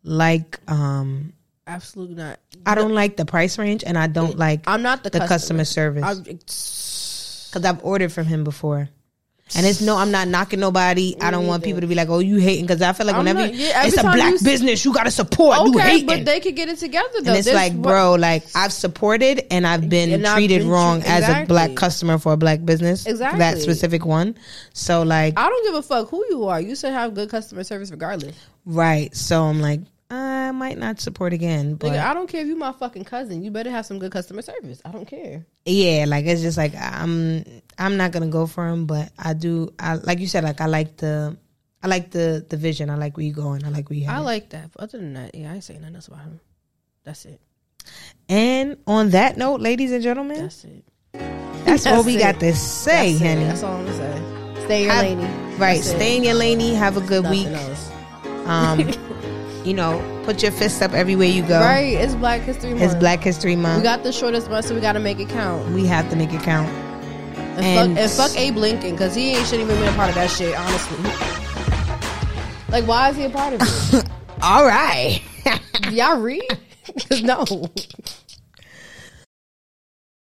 like um
Absolutely not.
I don't like the price range, and I don't like
I'm not the,
the
customer.
customer service
I'm-
because I've ordered from him before. And it's no, I'm not knocking nobody. I don't want people to be like, "Oh, you hating," because I feel like
I'm
whenever
not-
you-
yeah, every
it's a
time
black
you s-
business, you gotta support. you
okay,
hating,
but they could get it together though.
and it's
This
like,
what-
bro, like I've supported and I've been
And I've
treated
been tre-
wrong as a
Exactly.
black customer for a black business, that
Exactly.
specific one. So like,
I don't give a fuck who you are. You should have good customer service regardless.
right? So I'm like, I might not support again, but
Nigga, I don't care if you my fucking cousin. You better have some good customer service. I don't care.
yeah like it's just like i'm i'm not gonna go for him but i do i like you said like i like the i like the the vision i like where you going i like where you
I
headed.
like that. But other than that, yeah, I ain't saying nothing else about him. That's it.
and on that note ladies and gentlemen
That's it.
that's, what we
it.
got to say
That's it.
honey
That's all I'm gonna say. Stay your
Have-
lady.
right
That's it.
stay in your laney have a good
Nothing
week
else.
um you know put your fists up everywhere you go
Right? It's Black History Month.
it's black history
We
month
got the shortest month, so we gotta make it count.
we have to make it count And-
And, fuck, and fuck Abe Lincoln, because he ain't shouldn't even been a part of that shit. Honestly, like why is he a part of it?
all right
Y'all read? 'Cause no.